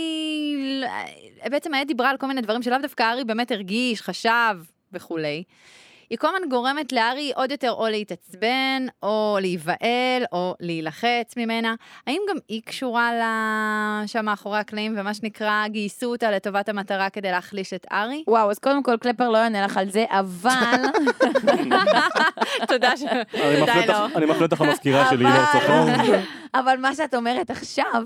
Speaker 5: אה, בעצם היה דיברה על כל מיני דברים שלאו דווקא ארי באמת הרגיש, חשב וכולי, היא כל הזמן גורמת לארי עוד יותר או להתעצבן, או להיבהל, או להילחץ ממנה. האם גם היא קשורה לשם מאחורי הקלעים, ומה שנקרא, גייסו אותה לטובת המטרה כדי להחליש את ארי?
Speaker 4: וואו, אז קודם כל קלפר לא יענה לך על זה, אבל...
Speaker 5: תודה ש...
Speaker 1: אני
Speaker 5: תודה,
Speaker 1: מפנה
Speaker 5: אלאור.
Speaker 1: אותך- אני מפנה אותך למזכירה שלי, לא אילור
Speaker 4: לא. אבל-
Speaker 1: צפון.
Speaker 4: אבל מה שאת אומרת עכשיו,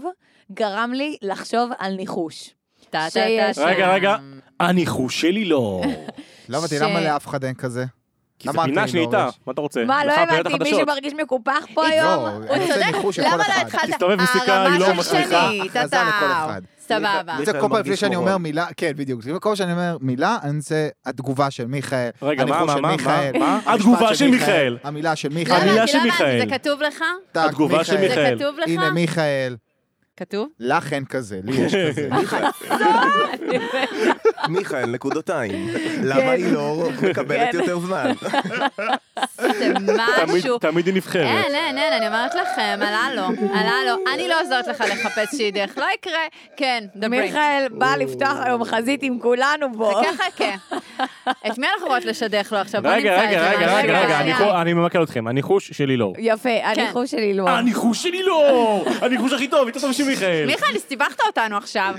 Speaker 4: גרם לי לחשוב על ניחוש.
Speaker 1: כן,
Speaker 5: טה, טה,
Speaker 4: שיש-
Speaker 5: טה, טה.
Speaker 1: רגע, רגע. הניחוש שלי לא.
Speaker 3: לא הבנתי,
Speaker 4: ש-
Speaker 3: למה לאף אחד אין כזה?
Speaker 1: כי זו
Speaker 3: אמרתי,
Speaker 1: פינה
Speaker 3: לא,
Speaker 1: שנהייתה,
Speaker 3: רich.
Speaker 1: מה אתה רוצה?
Speaker 4: מה, לא
Speaker 1: לך, בעיות
Speaker 4: הבנתי,
Speaker 1: החדשות.
Speaker 4: מישהו מרגיש מקופח פה
Speaker 3: לא,
Speaker 4: היום?
Speaker 3: אני עושה ניחוש לכל
Speaker 5: למה לא
Speaker 3: אחד.
Speaker 5: התחלת? אה,
Speaker 1: תסתובב בסיכה,
Speaker 5: הרמה
Speaker 1: היא לא
Speaker 5: של
Speaker 1: מצליחה.
Speaker 5: שני,
Speaker 3: הכרזה
Speaker 5: טאטאו.
Speaker 3: לכל אחד.
Speaker 5: סבבה.
Speaker 3: זה
Speaker 2: מיכאל
Speaker 3: כל פעם
Speaker 2: מרגיש
Speaker 3: לפני שאני
Speaker 2: מורם.
Speaker 3: אומר מילה, כן, בדיוק. זה כל פעם שאני אומר מילה, אני זה התגובה של מיכאל.
Speaker 1: רגע, מה,
Speaker 3: הניחוש
Speaker 1: מה,
Speaker 3: של
Speaker 1: מה,
Speaker 3: מיכאל,
Speaker 1: מה? מה?
Speaker 3: המשפט
Speaker 1: התגובה של מיכאל.
Speaker 3: המילה של
Speaker 5: לא
Speaker 3: מיכאל.
Speaker 1: המילה
Speaker 5: הבנתי,
Speaker 1: של
Speaker 5: לא הבנתי,
Speaker 1: מיכאל.
Speaker 5: זה כתוב לך?
Speaker 3: טק,
Speaker 1: התגובה של מיכאל.
Speaker 5: זה כתוב לך?
Speaker 3: הנה מיכאל,
Speaker 5: כתוב?
Speaker 3: לך אין כזה, לי יש כזה.
Speaker 2: מיכאל, נקודתיים.
Speaker 3: כן.
Speaker 2: למה היא לא מקבלת
Speaker 4: כן.
Speaker 2: יותר זמן?
Speaker 5: זה
Speaker 1: תמיד-
Speaker 5: משהו.
Speaker 1: תמיד היא נבחרת.
Speaker 5: אין, אין, אין, אני אומרת לכם, עלה לו, עלה לו. אני לא עוזרת לך לחפש שהיא דרך, לא יקרה. כן, דברי.
Speaker 4: מיכאל
Speaker 1: Oh.
Speaker 4: בא לפתוח היום חזית עם כולנו פה.
Speaker 5: חכה, חכה. כן. את מי אנחנו רואות לשדך לו עכשיו? לא, בוא
Speaker 1: רגע,
Speaker 5: נמצא את
Speaker 1: רגע,
Speaker 5: זה,
Speaker 1: רגע,
Speaker 5: משהו
Speaker 1: רגע, רגע,
Speaker 5: שנייה.
Speaker 1: הניחו- אני ממקד אתכם, הניחוש שלי לא.
Speaker 4: יפה,
Speaker 5: כן.
Speaker 4: הניחוש שלי לא.
Speaker 1: הניחוש שלי לא! הניחוש הכי טוב, התעשם של מיכאל.
Speaker 5: מיכאל, הסתבכת אותנו עכשיו.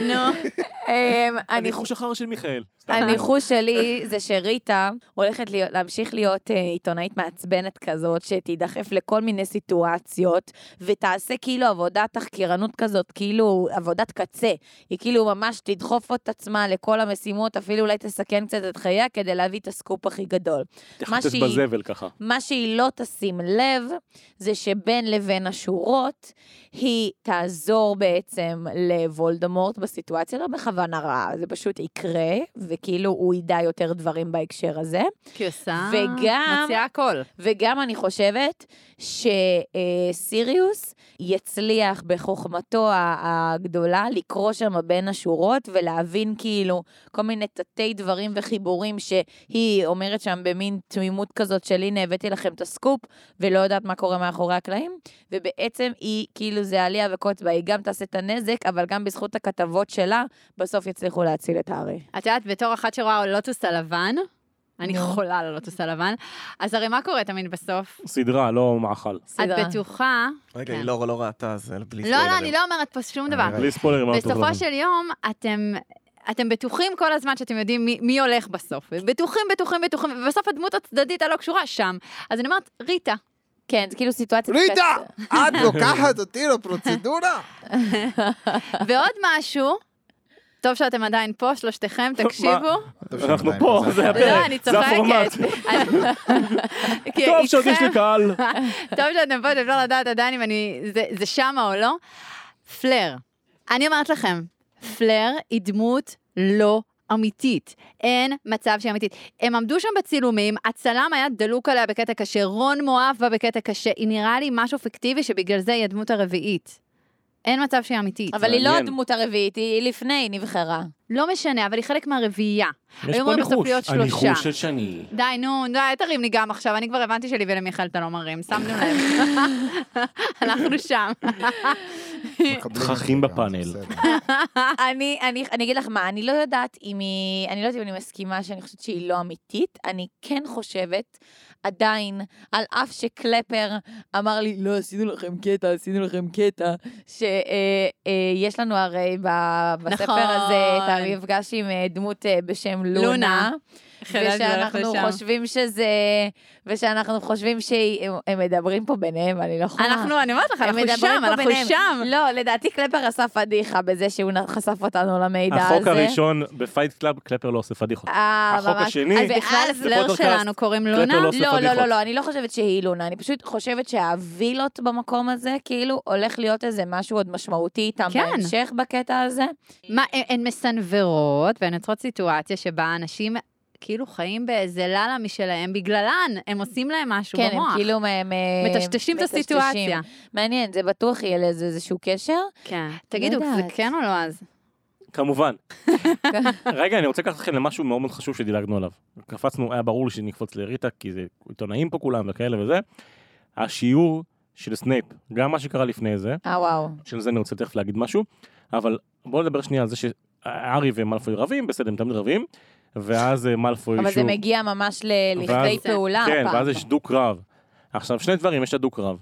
Speaker 5: נו.
Speaker 1: אה,
Speaker 4: אמ, הניחוש
Speaker 1: הניחוש אחר של מיכאל. סתם.
Speaker 4: הניחוש שלי זה שריטה הולכת להיות, להמשיך להיות אה, עיתונאית מעצבנת כזאת, שתידחף לכל מיני סיטואציות, ותעשה כאילו עבודת תחקירנות כזאת, כאילו עבודת קצה. היא כאילו ממש תדחוף את עצמה לכל המשימות, אפילו אולי תסכן קצת את חייה כדי להביא את הסקופ הכי גדול. מה
Speaker 1: תחפש
Speaker 4: שהיא-
Speaker 1: בזבל ככה.
Speaker 4: מה שהיא לא תשים לב, זה שבין לבין השורות, היא תעזור בעצם לוולדמורט בסיטואציה, לא בכוונה רעה, זה פשוט יקרה, וכאילו הוא ידע יותר דברים בהקשר הזה.
Speaker 5: כי עושה...
Speaker 4: וגם-
Speaker 5: מוציאה הכל.
Speaker 4: וגם אני חושבת שסיריוס יצליח בחוכמתו ה- הגדולה לקרוא שם בין השורות ולהבין כאילו כל מיני תתי דברים וחיבורים שהיא אומרת שם במין תמימות כזאת של הנה הבאתי לכם את הסקופ ולא יודעת מה קורה מאחורי הקלעים ובעצם היא כאילו זה עלייה וקוץ בה, היא גם תעשה את הנזק אבל גם בזכות הכתבות שלה בסוף יצליחו להציל את הארי.
Speaker 5: את יודעת, בתור אחת שרואה לוטוס הלבן, אני
Speaker 4: נו.
Speaker 5: חולה על הלוטוס הלבן, אז הרי מה קורה תמיד בסוף?
Speaker 1: סדרה, לא מאכל.
Speaker 5: את בטוחה...
Speaker 2: רגע,
Speaker 5: כן.
Speaker 2: היא לא לא ראתה, אז בלי
Speaker 5: לא, לא, אני לא אומרת פה שום דבר.
Speaker 2: רגע,
Speaker 1: בלי ספוילרים. מה אנחנו
Speaker 5: בסופו של יום, אתם... אתם בטוחים כל הזמן שאתם יודעים מי, מי הולך בסוף. בטוחים, בטוחים, בטוחים, ובסוף הדמות הצדדית הלא קשורה שם. אז אני אומרת, ריטה,
Speaker 4: כן, זה כאילו סיטואציה...
Speaker 3: ריטה, את לוקחת אותי לפרוצדורה?
Speaker 5: ועוד משהו, טוב שאתם עדיין פה, שלושתכם, תקשיבו.
Speaker 3: טוב,
Speaker 1: אנחנו
Speaker 3: שנתיים,
Speaker 1: פה,
Speaker 3: אז
Speaker 1: זה
Speaker 5: לא,
Speaker 1: הפרק,
Speaker 5: אני
Speaker 1: זה הפורמט.
Speaker 5: צוחקת. כי
Speaker 1: טוב שעוד יש
Speaker 5: איתכם-
Speaker 1: לי קהל.
Speaker 5: טוב שאתם פה, אתם לא לדעת עדיין אם אני... זה, זה שמה או לא. פלר. אני אומרת לכם, פלר היא דמות לא אמיתית. אין מצב שהיא אמיתית. הם עמדו שם בצילומים, הצלם היה דלוק עליה בקטע קשה, רון מואב בא בקטע קשה. היא נראה לי משהו פיקטיבי שבגלל זה היא הדמות הרביעית. אין מצב שהיא אמיתית.
Speaker 4: אבל היא לא
Speaker 1: מעניין.
Speaker 4: הדמות הרביעית, היא היא לפני, היא נבחרה.
Speaker 5: לא משנה, אבל היא חלק מהרביעייה.
Speaker 1: יש
Speaker 5: היו
Speaker 1: פה
Speaker 5: אמורים בסוף
Speaker 1: ניחוש.
Speaker 5: להיות שלושה.
Speaker 1: הניחוש של שני.
Speaker 5: די, נו, די, אל תרים לי גם עכשיו, אני כבר הבנתי שלי ולמיכאל אתה לא מרים, שמנו לב. אנחנו שם.
Speaker 3: מקבלים
Speaker 1: תככים
Speaker 3: את זה גם, זה
Speaker 1: בפאנל.
Speaker 3: בסדר.
Speaker 4: אני, אני, אני אגיד לך מה, אני לא יודעת אם היא, אני לא יודעת אם אני מסכימה שאני חושבת שהיא לא אמיתית, אני כן חושבת, עדיין, על אף שקלפר אמר לי, לא, עשינו לכם קטע, עשינו לכם קטע, שיש אה, אה, יש לנו הרי ב, בספר
Speaker 5: נכון.
Speaker 4: הזה את המפגש עם אה, דמות אה, בשם לונה.
Speaker 5: לונה.
Speaker 4: ושאנחנו חושבים שזה, ושאנחנו חושבים שהם הם מדברים פה ביניהם, אני לא יכולה.
Speaker 5: אנחנו, אני אומרת לך,
Speaker 4: הם
Speaker 5: אנחנו
Speaker 4: מדברים
Speaker 5: שם,
Speaker 4: פה
Speaker 5: אנחנו
Speaker 4: ביניהם.
Speaker 5: שם.
Speaker 4: לא, לדעתי קלפר עשה פדיחה בזה שהוא חשף אותנו למידע הזה.
Speaker 1: החוק הראשון בפייט קלאב, קלפר לא עושה פדיחות.
Speaker 4: אה,
Speaker 1: החוק
Speaker 4: ממש.
Speaker 1: השני-
Speaker 4: אז
Speaker 5: לא, בכלל
Speaker 4: ואז-
Speaker 5: הפלר
Speaker 1: בפודקאסט,
Speaker 5: שלנו קוראים לונה.
Speaker 1: קלפר לא עושה
Speaker 4: לא, לא,
Speaker 1: פדיחות.
Speaker 4: לא, לא, אני לא חושבת שהיא לונה, אני פשוט חושבת שהווילות במקום הזה, כאילו, הולך להיות איזה משהו עוד משמעותי איתם
Speaker 5: כן.
Speaker 4: בהמשך בקטע הזה.
Speaker 5: מה, הן- הן מסנוורות והן יוצרות סיטואציה שבה אנשים כאילו חיים באיזה לאללה משלהם, בגללן הם עושים להם משהו
Speaker 4: כן,
Speaker 5: במוח.
Speaker 4: הם כאילו מ- מ-
Speaker 5: מטשטשים את
Speaker 4: מטשטשים.
Speaker 5: הסיטואציה.
Speaker 4: מעניין, זה בטוח יהיה לזה איזשהו קשר.
Speaker 5: כן. תגידו,
Speaker 4: יודעת.
Speaker 5: זה כן או לא אז?
Speaker 1: כמובן. רגע, אני רוצה לקחת אתכם למשהו מאוד מאוד חשוב שדילגנו עליו. קפצנו, היה ברור לי שנקפוץ לריטה, כי זה עיתונאים פה כולם וכאלה וזה. השיעור של סנייפ, גם מה שקרה לפני זה,
Speaker 4: אה, וואו.
Speaker 1: של זה אני רוצה תכף להגיד משהו, אבל בואו נדבר שנייה על זה שהארי ומלפוי רבים, בסדר, הם תמיד רבים, ואז אה, מלפוי
Speaker 4: אבל זה
Speaker 1: שוב-
Speaker 4: מגיע ממש ל-
Speaker 1: ואז-
Speaker 4: לכדי פעולה
Speaker 1: כן,
Speaker 4: הפעם.
Speaker 1: ואז יש דו-קרב. עכשיו, שני דברים, יש את הדו-קרב.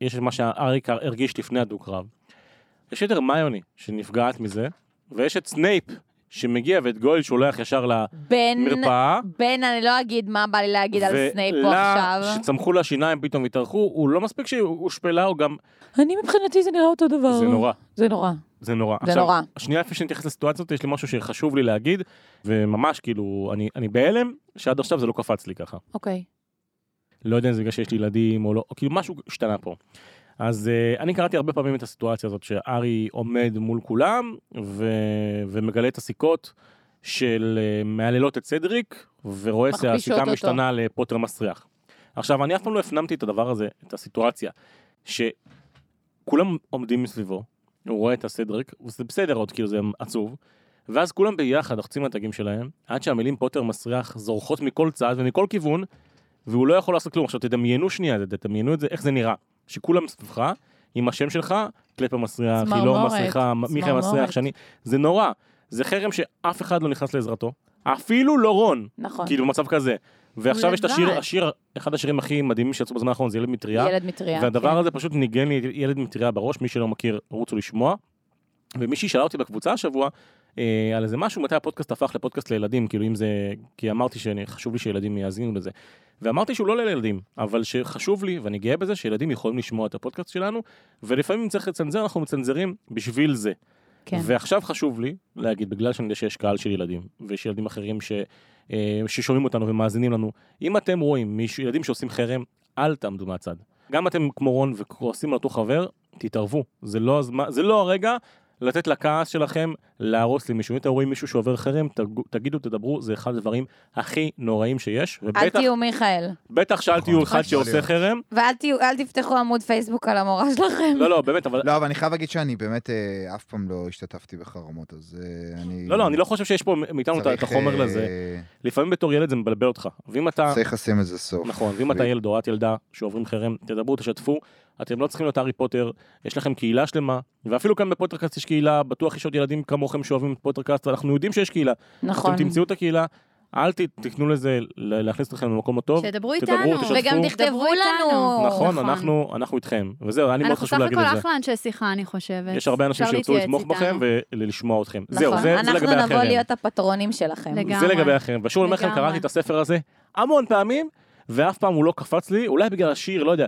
Speaker 1: יש את מה שאריק הרגיש לפני הדו-קרב. יש את הרמיוני, שנפגעת מזה, ויש את סנייפ, שמגיע ואת גויל שולח ישר
Speaker 4: בין...
Speaker 1: למרפאה.
Speaker 4: בין, אני לא אגיד מה בא לי להגיד על סנייפ פה
Speaker 1: ולה,
Speaker 4: עכשיו.
Speaker 1: שצמחו לה שיניים פתאום התארחו, הוא לא מספיק שהושפלה, הוא גם...
Speaker 4: אני מבחינתי זה נראה אותו דבר.
Speaker 1: זה נורא.
Speaker 4: זה נורא.
Speaker 1: זה נורא.
Speaker 4: זה
Speaker 1: עכשיו,
Speaker 4: נורא.
Speaker 1: שנייה לפני שנתייחס לסיטואציות, יש לי משהו שחשוב לי להגיד, וממש כאילו, אני, אני בהלם, שעד עכשיו זה לא קפץ לי ככה.
Speaker 4: אוקיי.
Speaker 1: לא יודע אם זה בגלל שיש לי ילדים או לא, או כאילו משהו השתנה פה. אז uh, אני קראתי הרבה פעמים את הסיטואציה הזאת שארי עומד מול כולם ו... ומגלה את הסיכות של uh, מהללות את סדריק ורואה
Speaker 4: מכפישות
Speaker 1: שהסיכה
Speaker 4: אותו.
Speaker 1: משתנה לפוטר מסריח. עכשיו אני אף פעם לא הפנמתי את הדבר הזה, את הסיטואציה, שכולם עומדים מסביבו, הוא רואה את הסדריק, וזה בסדר עוד כאילו זה עצוב, ואז כולם ביחד לוחצים על התגים שלהם, עד שהמילים פוטר מסריח זורחות מכל צד ומכל כיוון, והוא לא יכול לעשות כלום. עכשיו תדמיינו שנייה, את זה, תדמיינו את זה, איך זה נראה. שכולם סביבך, עם השם שלך, קלפר מסריח,
Speaker 4: צמרמורת,
Speaker 1: חילון מסריחה, מ- מיכאל
Speaker 4: צמרמורת.
Speaker 1: מסריח, שאני... זה נורא. זה חרם שאף אחד לא נכנס לעזרתו. אפילו לא רון,
Speaker 4: נכון.
Speaker 1: כאילו במצב כזה. ועכשיו יש את השיר,
Speaker 5: לבד.
Speaker 1: השיר, אחד השירים הכי מדהימים שיצאו בזמן האחרון, זה ילד מטריה.
Speaker 4: ילד מטריה.
Speaker 1: והדבר
Speaker 4: כן.
Speaker 1: הזה פשוט ניגן לי ילד מטריה בראש, מי שלא מכיר, רוצו לשמוע. ומישהי שאלה אותי בקבוצה השבוע, אה, על איזה משהו, מתי הפודקאסט הפך לפודקאסט לילדים, כאילו אם זה, כי אמרתי שחשוב לי שילדים יאזינו לזה. ואמרתי שהוא לא לילדים, אבל שחשוב לי, ואני גאה בזה, שילדים יכולים לשמוע את הפודקאסט שלנו, ולפעמים אם צריך לצנזר, אנחנו מצנזרים בשביל זה.
Speaker 4: כן.
Speaker 1: ועכשיו חשוב לי להגיד, בגלל שאני יודע שיש קהל של ילדים, ויש ילדים אחרים ש, אה, ששומעים אותנו ומאזינים לנו, אם אתם רואים מישהו, ילדים שעושים חרם, אל תעמדו מהצד. גם אתם כמו רון וכועסים על אותו חבר, תתערבו. זה לא, הזמן, זה לא הרגע לתת לכעס שלכם להרוס למישהו. אם אתם רואים מישהו שעובר חרם, תג- תגידו, תדברו, זה אחד הדברים הכי נוראים שיש.
Speaker 4: אל
Speaker 1: ובטח
Speaker 4: תהיו מיכאל.
Speaker 1: בטח שאל
Speaker 3: נכון.
Speaker 1: תהיו אחד שעושה חרם.
Speaker 4: ואל תהיו- אל תפתחו עמוד פייסבוק על המורה שלכם.
Speaker 1: לא, לא, באמת, אבל...
Speaker 3: לא, אבל אני חייב להגיד שאני באמת אה, אף פעם לא השתתפתי בחרמות, אז אה, אני...
Speaker 1: לא, לא, אני לא חושב שיש פה מאיתנו את ה- את
Speaker 3: צריך,
Speaker 1: החומר
Speaker 3: אה,
Speaker 1: לזה. לפעמים בתור ילד זה מבלבל אותך. ואם אתה...
Speaker 3: צריך לשים לזה סוף.
Speaker 1: נכון, ואם אתה ילד או את ילדה שעוברים חרם, תדברו, תשתפו. אתם לא צריכים להיות הארי פוטר, יש לכם קהילה שלמה, ואפילו כאן בפוטרקאסט יש קהילה, בטוח יש עוד ילדים כמוכם שאוהבים את פוטרקאסט, ואנחנו יודעים שיש קהילה.
Speaker 4: נכון.
Speaker 1: אתם תמצאו את הקהילה, אל ת- תיתנו לזה ל- להכניס אתכם למקום הטוב.
Speaker 5: שדברו
Speaker 1: תדברו,
Speaker 5: איתנו.
Speaker 1: תשתפו.
Speaker 4: וגם
Speaker 1: דברו
Speaker 4: תכתבו לנו.
Speaker 1: נכון, אנחנו אנחנו איתכם. וזהו, היה לי מאוד
Speaker 5: אנחנו סך
Speaker 1: חשוב להגיד
Speaker 5: הכל
Speaker 1: את זה.
Speaker 5: אחלה אנשי שיחה, אני חושבת.
Speaker 1: יש הרבה אנשים
Speaker 5: אפשר
Speaker 1: שירצו
Speaker 5: להתייעץ
Speaker 1: לתמוך בכם
Speaker 5: איתנו.
Speaker 1: ולשמוע אתכם.
Speaker 4: נכון.
Speaker 1: זהו, זה- זה לגבי החרם.
Speaker 4: אנחנו נבוא להיות הפטרונים שלכם.
Speaker 5: לגמרי.
Speaker 1: זה לגבי החרם. ושוב אני אומר לכם,
Speaker 5: לגמרי.
Speaker 1: קראתי את הספר הזה המון פעמים, ואף פעם הוא לא קפץ לי, אולי בגלל השיר, לא יודע.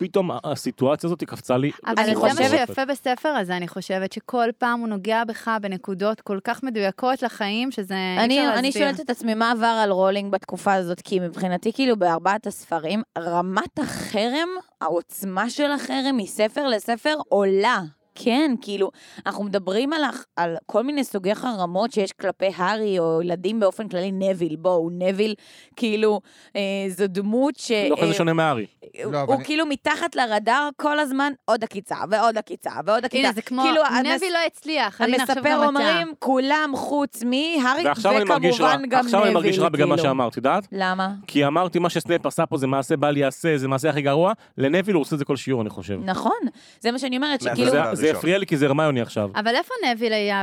Speaker 1: פתאום ה- הסיטואציה הזאת קפצה לי.
Speaker 5: אבל
Speaker 4: אני
Speaker 5: זה מה
Speaker 4: חושבת-
Speaker 5: שיפה בספר הזה, אני חושבת, שכל פעם הוא נוגע בך בנקודות כל כך מדויקות לחיים, שזה אי אפשר
Speaker 4: אני,
Speaker 5: להסביר.
Speaker 4: אני שואלת את עצמי מה עבר על רולינג בתקופה הזאת, כי מבחינתי כאילו בארבעת הספרים, רמת החרם, העוצמה של החרם מספר לספר עולה. כן, כאילו, אנחנו מדברים על, הח- על כל מיני סוגי חרמות שיש כלפי הארי או ילדים באופן כללי, נביל, בואו, נביל, כאילו, אה, זו דמות ש...
Speaker 1: לא כזה
Speaker 4: אה,
Speaker 1: שונה מהארי.
Speaker 4: הוא,
Speaker 3: לא, אבל
Speaker 4: הוא
Speaker 3: אני-
Speaker 4: כאילו מתחת לרדאר כל הזמן, עוד עקיצה ועוד עקיצה ועוד עקיצה.
Speaker 5: הנה, זה כמו,
Speaker 4: כאילו, המס-
Speaker 5: נבי לא הצליח, הנה עכשיו
Speaker 4: המספר
Speaker 5: גם אתה.
Speaker 4: אומרים, כולם חוץ
Speaker 5: אה,
Speaker 4: מהארי,
Speaker 1: ועכשיו אני מרגיש רע,
Speaker 4: וכמובן גם
Speaker 1: עכשיו אני מרגיש רע
Speaker 4: נביל,
Speaker 1: בגלל מה
Speaker 4: כאילו.
Speaker 1: שאמרת, יודעת?
Speaker 4: למה?
Speaker 1: כי אמרתי מה שסנאפ עשה פה זה מעשה בל יעשה, זה מעשה הכי גרוע, לנביל הוא עושה את זה כל שיעור אני חושב.
Speaker 4: נכון, זה מה שאני אומרת,
Speaker 2: מה,
Speaker 4: שכאילו...
Speaker 1: זה-
Speaker 2: הראשון.
Speaker 1: זה הפריע לי כי זה הרמיוני עכשיו.
Speaker 5: אבל איפה נביל היה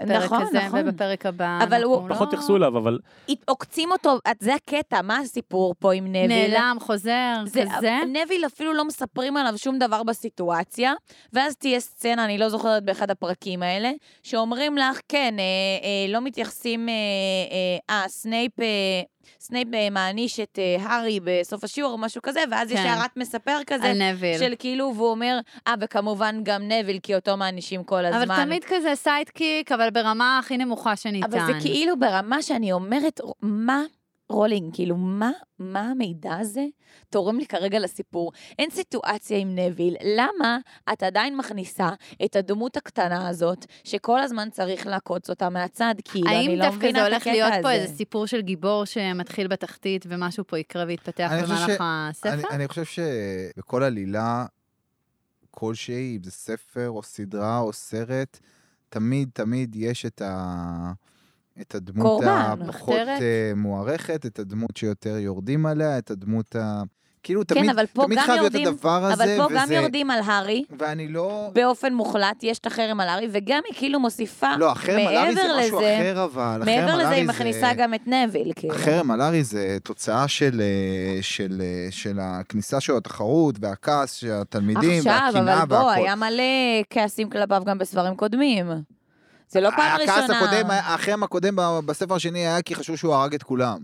Speaker 5: בפרק
Speaker 4: נכון,
Speaker 5: הזה
Speaker 4: נכון.
Speaker 5: ובפרק הבא?
Speaker 4: אבל
Speaker 5: אנחנו
Speaker 4: הוא-
Speaker 5: לא-
Speaker 1: פחות התייחסו אליו, אבל
Speaker 4: הת- עוקצים אותו, את- זה הקטע, מה הסיפור פה עם נביל?
Speaker 5: נעלם, חוזר,
Speaker 4: זה,
Speaker 5: כזה.
Speaker 4: נביל אפילו לא מספרים עליו שום דבר בסיטואציה, ואז תהיה סצנה, אני לא זוכרת באחד הפרקים האלה, שאומרים לך, כן, אה, אה, לא מתייחסים, אה, אה, אה, סנייפ, אה, סנייפ אה, מעניש את אה, הארי בסוף השיעור או משהו כזה, ואז יש
Speaker 5: כן.
Speaker 4: הערת מספר כזה,
Speaker 5: על נביל.
Speaker 4: של כאילו, והוא אומר, אה, וכמובן גם נביל, כי אותו מענישים כל הזמן.
Speaker 5: אבל תמיד כזה סיידקיק, אבל ברמה הכי נמוכה שניתן.
Speaker 4: אבל זה כאילו ברמה שאני אומרת, מה רולינג, כאילו, מה, מה המידע הזה תורם לי כרגע לסיפור? אין סיטואציה עם נביל, למה את עדיין מכניסה את הדמות הקטנה הזאת, שכל הזמן צריך לעקוץ אותה מהצד? כאילו, אני
Speaker 5: האם
Speaker 4: לא
Speaker 5: דווקא זה
Speaker 4: מבינה את
Speaker 5: הולך
Speaker 4: הקטע
Speaker 5: להיות
Speaker 4: הזה.
Speaker 5: פה איזה סיפור של גיבור שמתחיל בתחתית ומשהו פה יקרה ויתפתח
Speaker 3: אני חושב
Speaker 5: במהלך
Speaker 3: ש- אני,
Speaker 5: הספר?
Speaker 3: אני חושב שבכל עלילה כלשהי, אם זה ספר או סדרה או סרט, תמיד תמיד יש את, ה... את הדמות
Speaker 4: קורבן,
Speaker 3: הפחות
Speaker 5: מחתרת.
Speaker 3: אה, מוערכת, את הדמות שיותר יורדים עליה, את הדמות ה... כאילו תמיד,
Speaker 4: כן, אבל פה
Speaker 3: תמיד
Speaker 4: גם
Speaker 3: חייב
Speaker 4: יורדים,
Speaker 3: להיות הדבר הזה,
Speaker 4: אבל פה
Speaker 3: וזה...
Speaker 4: גם יורדים על הארי.
Speaker 3: ואני לא...
Speaker 4: באופן מוחלט, יש את החרם על הארי, וגם היא כאילו מוסיפה,
Speaker 3: לא, החרם על ארי זה
Speaker 4: מעבר
Speaker 3: משהו
Speaker 4: לזה-
Speaker 3: אחר, אבל... החרם
Speaker 4: מעבר
Speaker 3: על
Speaker 4: לזה
Speaker 3: ארי
Speaker 4: היא מכניסה גם את נביל, כאילו.
Speaker 3: החרם על ארי זה תוצאה של, אה, של, אה, של הכניסה שלו לתחרות והכעס של התלמידים
Speaker 4: עכשיו,
Speaker 3: והקנאה
Speaker 4: אבל בוא,
Speaker 3: והכל.
Speaker 4: היה מלא כעסים כלפיו גם בספרים קודמים. זה לא פעם ראשונה.
Speaker 3: הכעס הקודם, החרם הקודם ב- בספר השני היה כי חשבו שהוא הרג את כולם.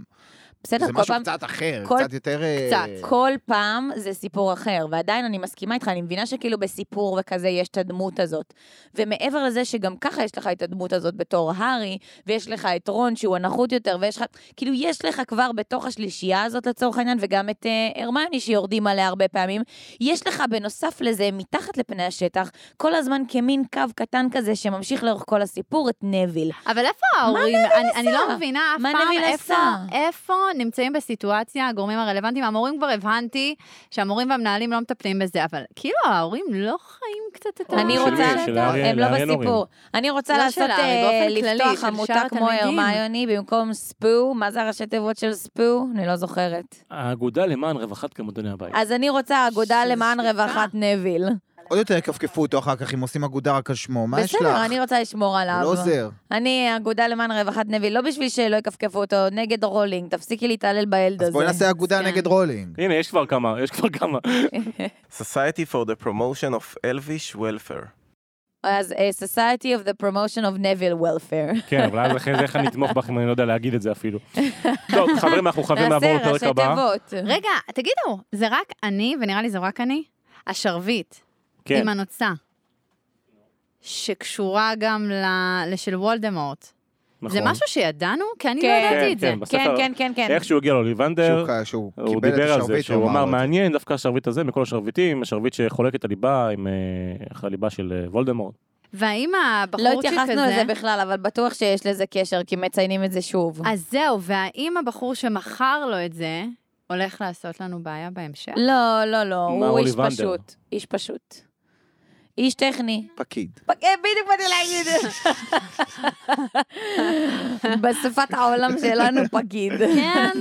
Speaker 4: בסדר,
Speaker 3: זה
Speaker 4: כל
Speaker 3: משהו
Speaker 4: פעם...
Speaker 3: קצת אחר,
Speaker 4: כל-
Speaker 3: קצת יותר... אה,
Speaker 5: קצת.
Speaker 4: כל פעם זה סיפור אחר, ועדיין אני מסכימה איתך, אני מבינה שכאילו בסיפור וכזה יש את הדמות הזאת. ומעבר לזה שגם ככה יש לך את הדמות הזאת בתור הארי, ויש לך את רון שהוא הנחות יותר, ויש לך, כאילו יש לך כבר בתוך השלישייה הזאת לצורך העניין, וגם את uh, הרמיוני שיורדים עליה הרבה פעמים, יש לך בנוסף לזה, מתחת לפני השטח, כל הזמן כמין קו קטן כזה שממשיך לאורך כל הסיפור, את נביל.
Speaker 5: אבל איפה ההורים? אני- אני לא מבינה אף
Speaker 4: מה
Speaker 5: פעם
Speaker 4: נביל
Speaker 5: איפה-
Speaker 4: עשה?
Speaker 5: איפה נמצאים בסיטואציה הגורמים הרלוונטיים. המורים כבר הבנתי שהמורים והמנהלים לא מטפלים בזה, אבל כאילו ההורים לא חיים קצת את ה...
Speaker 4: אני
Speaker 1: של מי?
Speaker 4: רוצה,
Speaker 1: של הארי-
Speaker 4: הם לא
Speaker 1: לאריאן
Speaker 4: בסיפור. אני רוצה
Speaker 5: לא
Speaker 4: לעשות,
Speaker 5: של הארי, באופן
Speaker 4: אה,
Speaker 5: כללי,
Speaker 4: לפתוח
Speaker 5: של
Speaker 4: עמותה
Speaker 5: שאר
Speaker 4: כמו
Speaker 5: התלמידים.
Speaker 4: הרמיוני במקום ספו, מה זה הראשי תיבות של ספו? אני לא זוכרת.
Speaker 1: האגודה למען רווחת כמדוני הבית.
Speaker 5: אה.
Speaker 4: אז אני רוצה אגודה
Speaker 5: שזה
Speaker 4: למען
Speaker 5: שליטה.
Speaker 4: רווחת נביל.
Speaker 3: עוד יותר יכפכפו אותו אחר כך אם עושים אגודה רק על שמו, מה יש לך?
Speaker 4: בסדר, אני רוצה לשמור
Speaker 3: הוא
Speaker 4: עליו.
Speaker 3: לא עוזר.
Speaker 4: אני אגודה למען רווחת נביל, לא בשביל שלא יכפכפו אותו, נגד רולינג, תפסיקי להתעלל בילד הזה.
Speaker 3: אז בואי נעשה אגודה
Speaker 5: כן.
Speaker 3: נגד רולינג.
Speaker 1: הנה, יש כבר כמה, יש כבר כמה.
Speaker 2: Society for the Promotion of Elvish Welfare.
Speaker 4: אז אה, Society of the Promotion of Neville Welfare.
Speaker 1: כן, אבל אז אחרי זה איך אני אתמוך בכם, אני לא יודע להגיד את זה אפילו. טוב, חברים, אנחנו חייבים לעבור
Speaker 4: נעשה
Speaker 1: לפרק
Speaker 4: ראשי
Speaker 1: הבא.
Speaker 4: תיבות.
Speaker 5: רגע, תגידו, זה רק אני, ונראה לי זה רק אני, השרביט
Speaker 1: כן,
Speaker 5: עם הנוצה, שקשורה גם ל- לשל וולדמורט.
Speaker 1: נכון.
Speaker 5: זה משהו שידענו? כי אני לא
Speaker 4: כן.
Speaker 5: ידעתי
Speaker 1: כן,
Speaker 5: את זה.
Speaker 1: כן, בספר-
Speaker 4: כן, כן, כן, כן.
Speaker 1: איך שהוא הגיע לאוליבנדר,
Speaker 3: שהוא- שהוא
Speaker 1: הוא
Speaker 3: קיבל את
Speaker 1: דיבר על זה,
Speaker 3: השרביט,
Speaker 1: שהוא אמר
Speaker 3: לו את זה.
Speaker 1: מעניין, דווקא השרביט הזה מכל השרביטים, השרביט שחולק את הליבה עם אה, אחרי הליבה של אה, וולדמורט.
Speaker 5: והאם
Speaker 4: לא
Speaker 5: הבחורצ'יק הזה...
Speaker 4: התייחסנו לזה בכלל, אבל בטוח שיש לזה קשר, כי מציינים את זה שוב.
Speaker 5: אז זהו, והאם הבחור שמכר לו את זה, הולך לעשות לנו בעיה בהמשך?
Speaker 4: לא, לא, לא,
Speaker 1: מר
Speaker 4: הוא
Speaker 1: אוליבנדר.
Speaker 4: איש פשוט. איש פשוט. איש טכני.
Speaker 3: פקיד.
Speaker 4: פק- אה, בדיוק באתי להגיד. בשפת העולם שלנו פקיד.
Speaker 5: כן,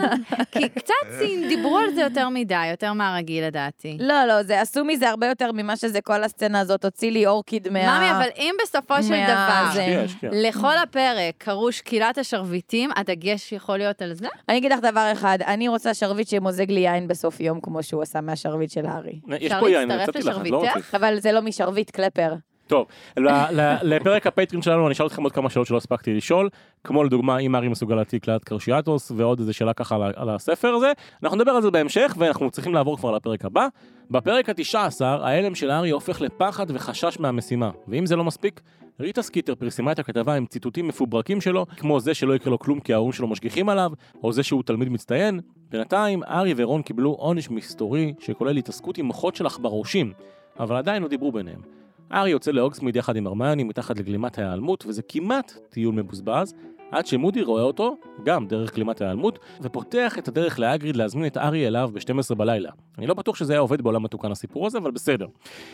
Speaker 5: כי קצת סין- דיברו על זה יותר מדי, יותר מהרגיל לדעתי.
Speaker 4: לא, לא, זה עשו מזה הרבה יותר ממה שזה כל הסצנה הזאת, הוציא לי אורקיד מה...
Speaker 5: ממי, אבל אם בסופו של
Speaker 4: מה-
Speaker 5: דבר,
Speaker 4: זה-
Speaker 1: השקיע, השקיע.
Speaker 5: לכל הפרק קראו שקילת השרביטים, הדגש יכול להיות על זה?
Speaker 4: אני אגיד לך דבר אחד, אני רוצה שרביט שמוזג לי יין בסוף יום, כמו שהוא עשה מהשרביט של הארי.
Speaker 1: יש
Speaker 5: אפשר
Speaker 1: פה יין,
Speaker 5: לא להצטרף אה? כן?
Speaker 1: נתתי לך, את לא
Speaker 5: לשרביטך?
Speaker 1: רצית.
Speaker 4: אבל זה לא משרביט, קלפר.
Speaker 1: טוב, ל- ל- לפרק הפטרין שלנו אני אשאל אתכם עוד כמה שאלות שלא הספקתי לשאול, כמו לדוגמה אם הארי מסוגל להעתיק ליד קרשיאטוס ועוד איזה שאלה ככה על ה- על הספר הזה, אנחנו נדבר על זה בהמשך ואנחנו צריכים לעבור כבר לפרק הבא. בפרק התשע עשר ההלם של הארי הופך לפחד וחשש מהמשימה, ואם זה לא מספיק, ריטה סקיטר פרסמה את הכתבה עם ציטוטים מפוברקים שלו, כמו זה שלא יקרה לו כלום כי ההורים שלו משגיחים עליו, או זה שהוא תלמיד מצטיין. בינתיים, הארי ורון קיבלו עונש מסתורי שכולל התעסקות עם מוחות של עכברושים, אבל עדיין לא דיברו ביניהם. הארי יוצא להוגסמיד יחד עם הרמיוני מתחת לגלימת ההיעלמות, וזה כמעט טיול מבוזבז, עד שמודי רואה אותו, גם דרך גלימת ההיעלמות, ופותח את הדרך להגריד להזמין את הארי אליו ב-12 בלילה. אני לא בטוח שזה היה עובד בעולם מתוקן הסיפור הזה, אבל בסדר.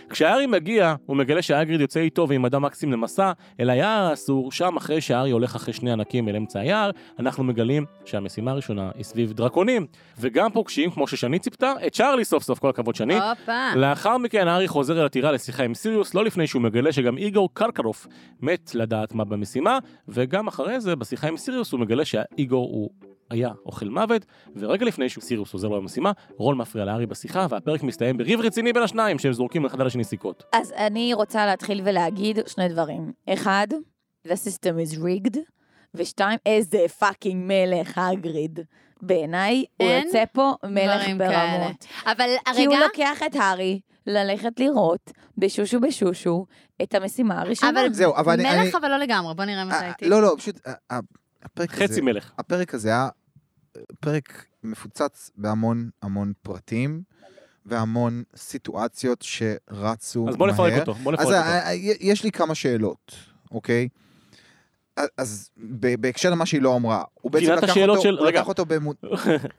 Speaker 1: כשהארי מגיע, הוא מגלה שהאגריד יוצא איתו ועם אדם מקסים למסע אל היער האסור, שם אחרי שהארי הולך אחרי שני ענקים אל אמצע היער, אנחנו מגלים שהמשימה הראשונה היא סביב דרקונים. וגם פוגשים, כמו ששני ציפתה, את צ'ארלי סוף סוף, כל הכבוד שני,
Speaker 5: הופה.
Speaker 1: לאחר מכן הארי חוזר אל הטירה לשיחה עם סיריוס, לא לפני שהוא מגלה שגם איגור קרקרוף מת לדעת מה במשימה, וגם אחרי זה בשיחה עם סיריוס הוא מגלה שהאיגור הוא היה אוכל מוות, ורגע לפני שסיריוס עוזר לו במשימה, רון מפריע להארי בשיחה, והפרק מסתיים בריב רציני בין השניים, שהם זורקים אחד על השני סיכות.
Speaker 4: אז אני רוצה להתחיל ולהגיד שני דברים. אחד, the system is rigged, ושתיים, איזה פאקינג מלך הגריד. בעיניי, הוא
Speaker 5: אין
Speaker 4: יוצא פה מלך
Speaker 5: דברים
Speaker 4: ברמות.
Speaker 5: אבל
Speaker 4: כי הוא
Speaker 3: לא
Speaker 5: הרגע...
Speaker 4: לוקח את הארי ללכת לראות בשושו בשושו את המשימה הראשונה.
Speaker 5: אבל
Speaker 3: זהו, אבל אני... אני-
Speaker 5: מלך אבל לא לגמרי, בוא נראה מתי
Speaker 3: אה,
Speaker 5: הייתי.
Speaker 3: לא, לא, פשוט... אה, אה, הפרק הזה...
Speaker 1: חצי מלך.
Speaker 3: הפרק הזה היה אה, פרק מפוצץ בהמון המון פרטים והמון סיטואציות שרצו
Speaker 1: אז בוא
Speaker 3: מהר.
Speaker 1: נפרק אותו, בוא נפרק
Speaker 3: אז
Speaker 1: אותו.
Speaker 3: אה, אה, יש לי כמה שאלות, אוקיי? אה, אז ב- בהקשר למה שהיא לא אמרה, הוא בעצם
Speaker 1: פינת
Speaker 3: לקח
Speaker 1: השאלות
Speaker 3: אותו,
Speaker 1: של-
Speaker 3: הוא
Speaker 1: רגע.
Speaker 3: לקח אותו במוד...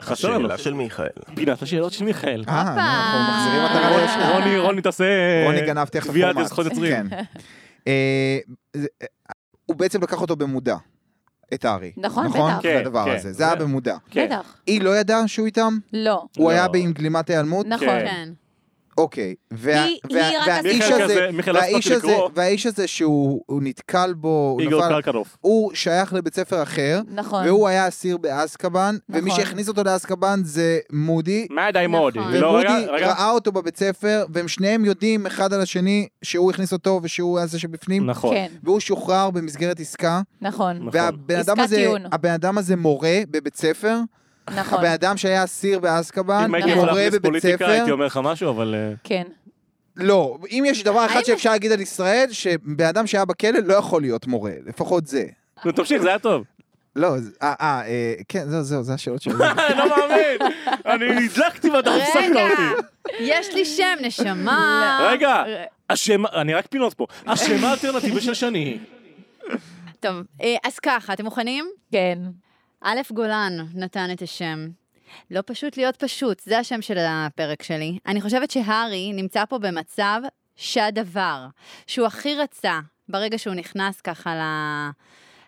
Speaker 1: חסר לנו.
Speaker 2: השאלה של מיכאל.
Speaker 1: פינת השאלות של מיכאל.
Speaker 3: אה, לא, אנחנו מחזירים אותה
Speaker 5: הופה.
Speaker 3: לישנה.
Speaker 1: רוני, רוני תעשה...
Speaker 3: רוני גנב תכף
Speaker 1: תביעת
Speaker 3: פורמט.
Speaker 1: זכויות אה, יוצרים.
Speaker 3: כן. אה, זה- אה, הוא בעצם לקח אותו במודע, את הארי.
Speaker 4: נכון, בטח.
Speaker 1: כן,
Speaker 3: הדבר
Speaker 1: כן.
Speaker 3: הזה, זה היה במודע.
Speaker 1: כן.
Speaker 4: בטח.
Speaker 3: היא לא ידעה שהוא איתם?
Speaker 4: לא.
Speaker 3: הוא
Speaker 1: לא.
Speaker 3: היה עם גלימת היעלמות?
Speaker 4: נכון.
Speaker 1: כן.
Speaker 5: כן.
Speaker 3: אוקיי. וה-
Speaker 4: היא-
Speaker 3: וה-
Speaker 4: היא רק
Speaker 3: והאיש
Speaker 1: מיכאל
Speaker 3: הזה-
Speaker 1: כזה, מיכאל לא
Speaker 3: והאיש
Speaker 1: הספקתי
Speaker 3: הזה-
Speaker 1: לקרוא,
Speaker 3: והאיש הזה שהוא הוא נתקל בו, הוא
Speaker 1: איגור
Speaker 3: נפל-
Speaker 1: קרקרוף.
Speaker 3: הוא שייך לבית ספר אחר,
Speaker 4: נכון.
Speaker 3: והוא היה אסיר באזקבאן, ומי
Speaker 4: נכון.
Speaker 3: שהכניס אותו לאזקבאן זה מודי,
Speaker 1: מה די
Speaker 5: נכון.
Speaker 1: מודי? לא, רגע,
Speaker 3: ומודי
Speaker 1: רגע.
Speaker 3: ראה אותו בבית ספר, והם שניהם יודעים אחד על השני שהוא הכניס אותו ושהוא היה זה שבפנים,
Speaker 1: נכון.
Speaker 4: כן,
Speaker 3: והוא שוחרר במסגרת עסקה,
Speaker 4: נכון.
Speaker 1: נכון.
Speaker 3: והבן אדם
Speaker 4: עסקת
Speaker 3: הזה-
Speaker 4: טיעון.
Speaker 3: הבן אדם הזה מורה בבית ספר,
Speaker 4: נכון,
Speaker 3: הבן אדם שהיה אסיר באזקבאן,
Speaker 1: אם הייתי יכול
Speaker 3: מורה
Speaker 1: להכניס
Speaker 3: בבית
Speaker 1: פוליטיקה,
Speaker 3: ספר,
Speaker 1: הייתי אומר לך משהו, אבל... אה,
Speaker 4: כן.
Speaker 3: לא, אם יש דבר אחד
Speaker 5: האם-
Speaker 3: שאפשר להגיד על ישראל, שבן אדם שהיה בכלא לא יכול להיות מורה, לפחות זה.
Speaker 1: נו, תמשיך, זה היה טוב.
Speaker 3: לא, זה- אה, אה, אה, כן, זהו, זהו, זה השאלות שלי.
Speaker 1: אני לא מאמין! אני נדלקתי ואתה הפסקת אותי.
Speaker 5: רגע, יש לי שם, נשמה.
Speaker 1: רגע, אשמה, אני רק פינות פה. אשמה אלטרנטיבה של שני.
Speaker 5: טוב, אה, אז ככה, אתם מוכנים?
Speaker 4: כן.
Speaker 5: א' גולן נתן את השם. לא פשוט להיות פשוט, זה השם של הפרק שלי. אני חושבת שהארי נמצא פה במצב שהדבר שהוא הכי רצה ברגע שהוא נכנס ככה ל...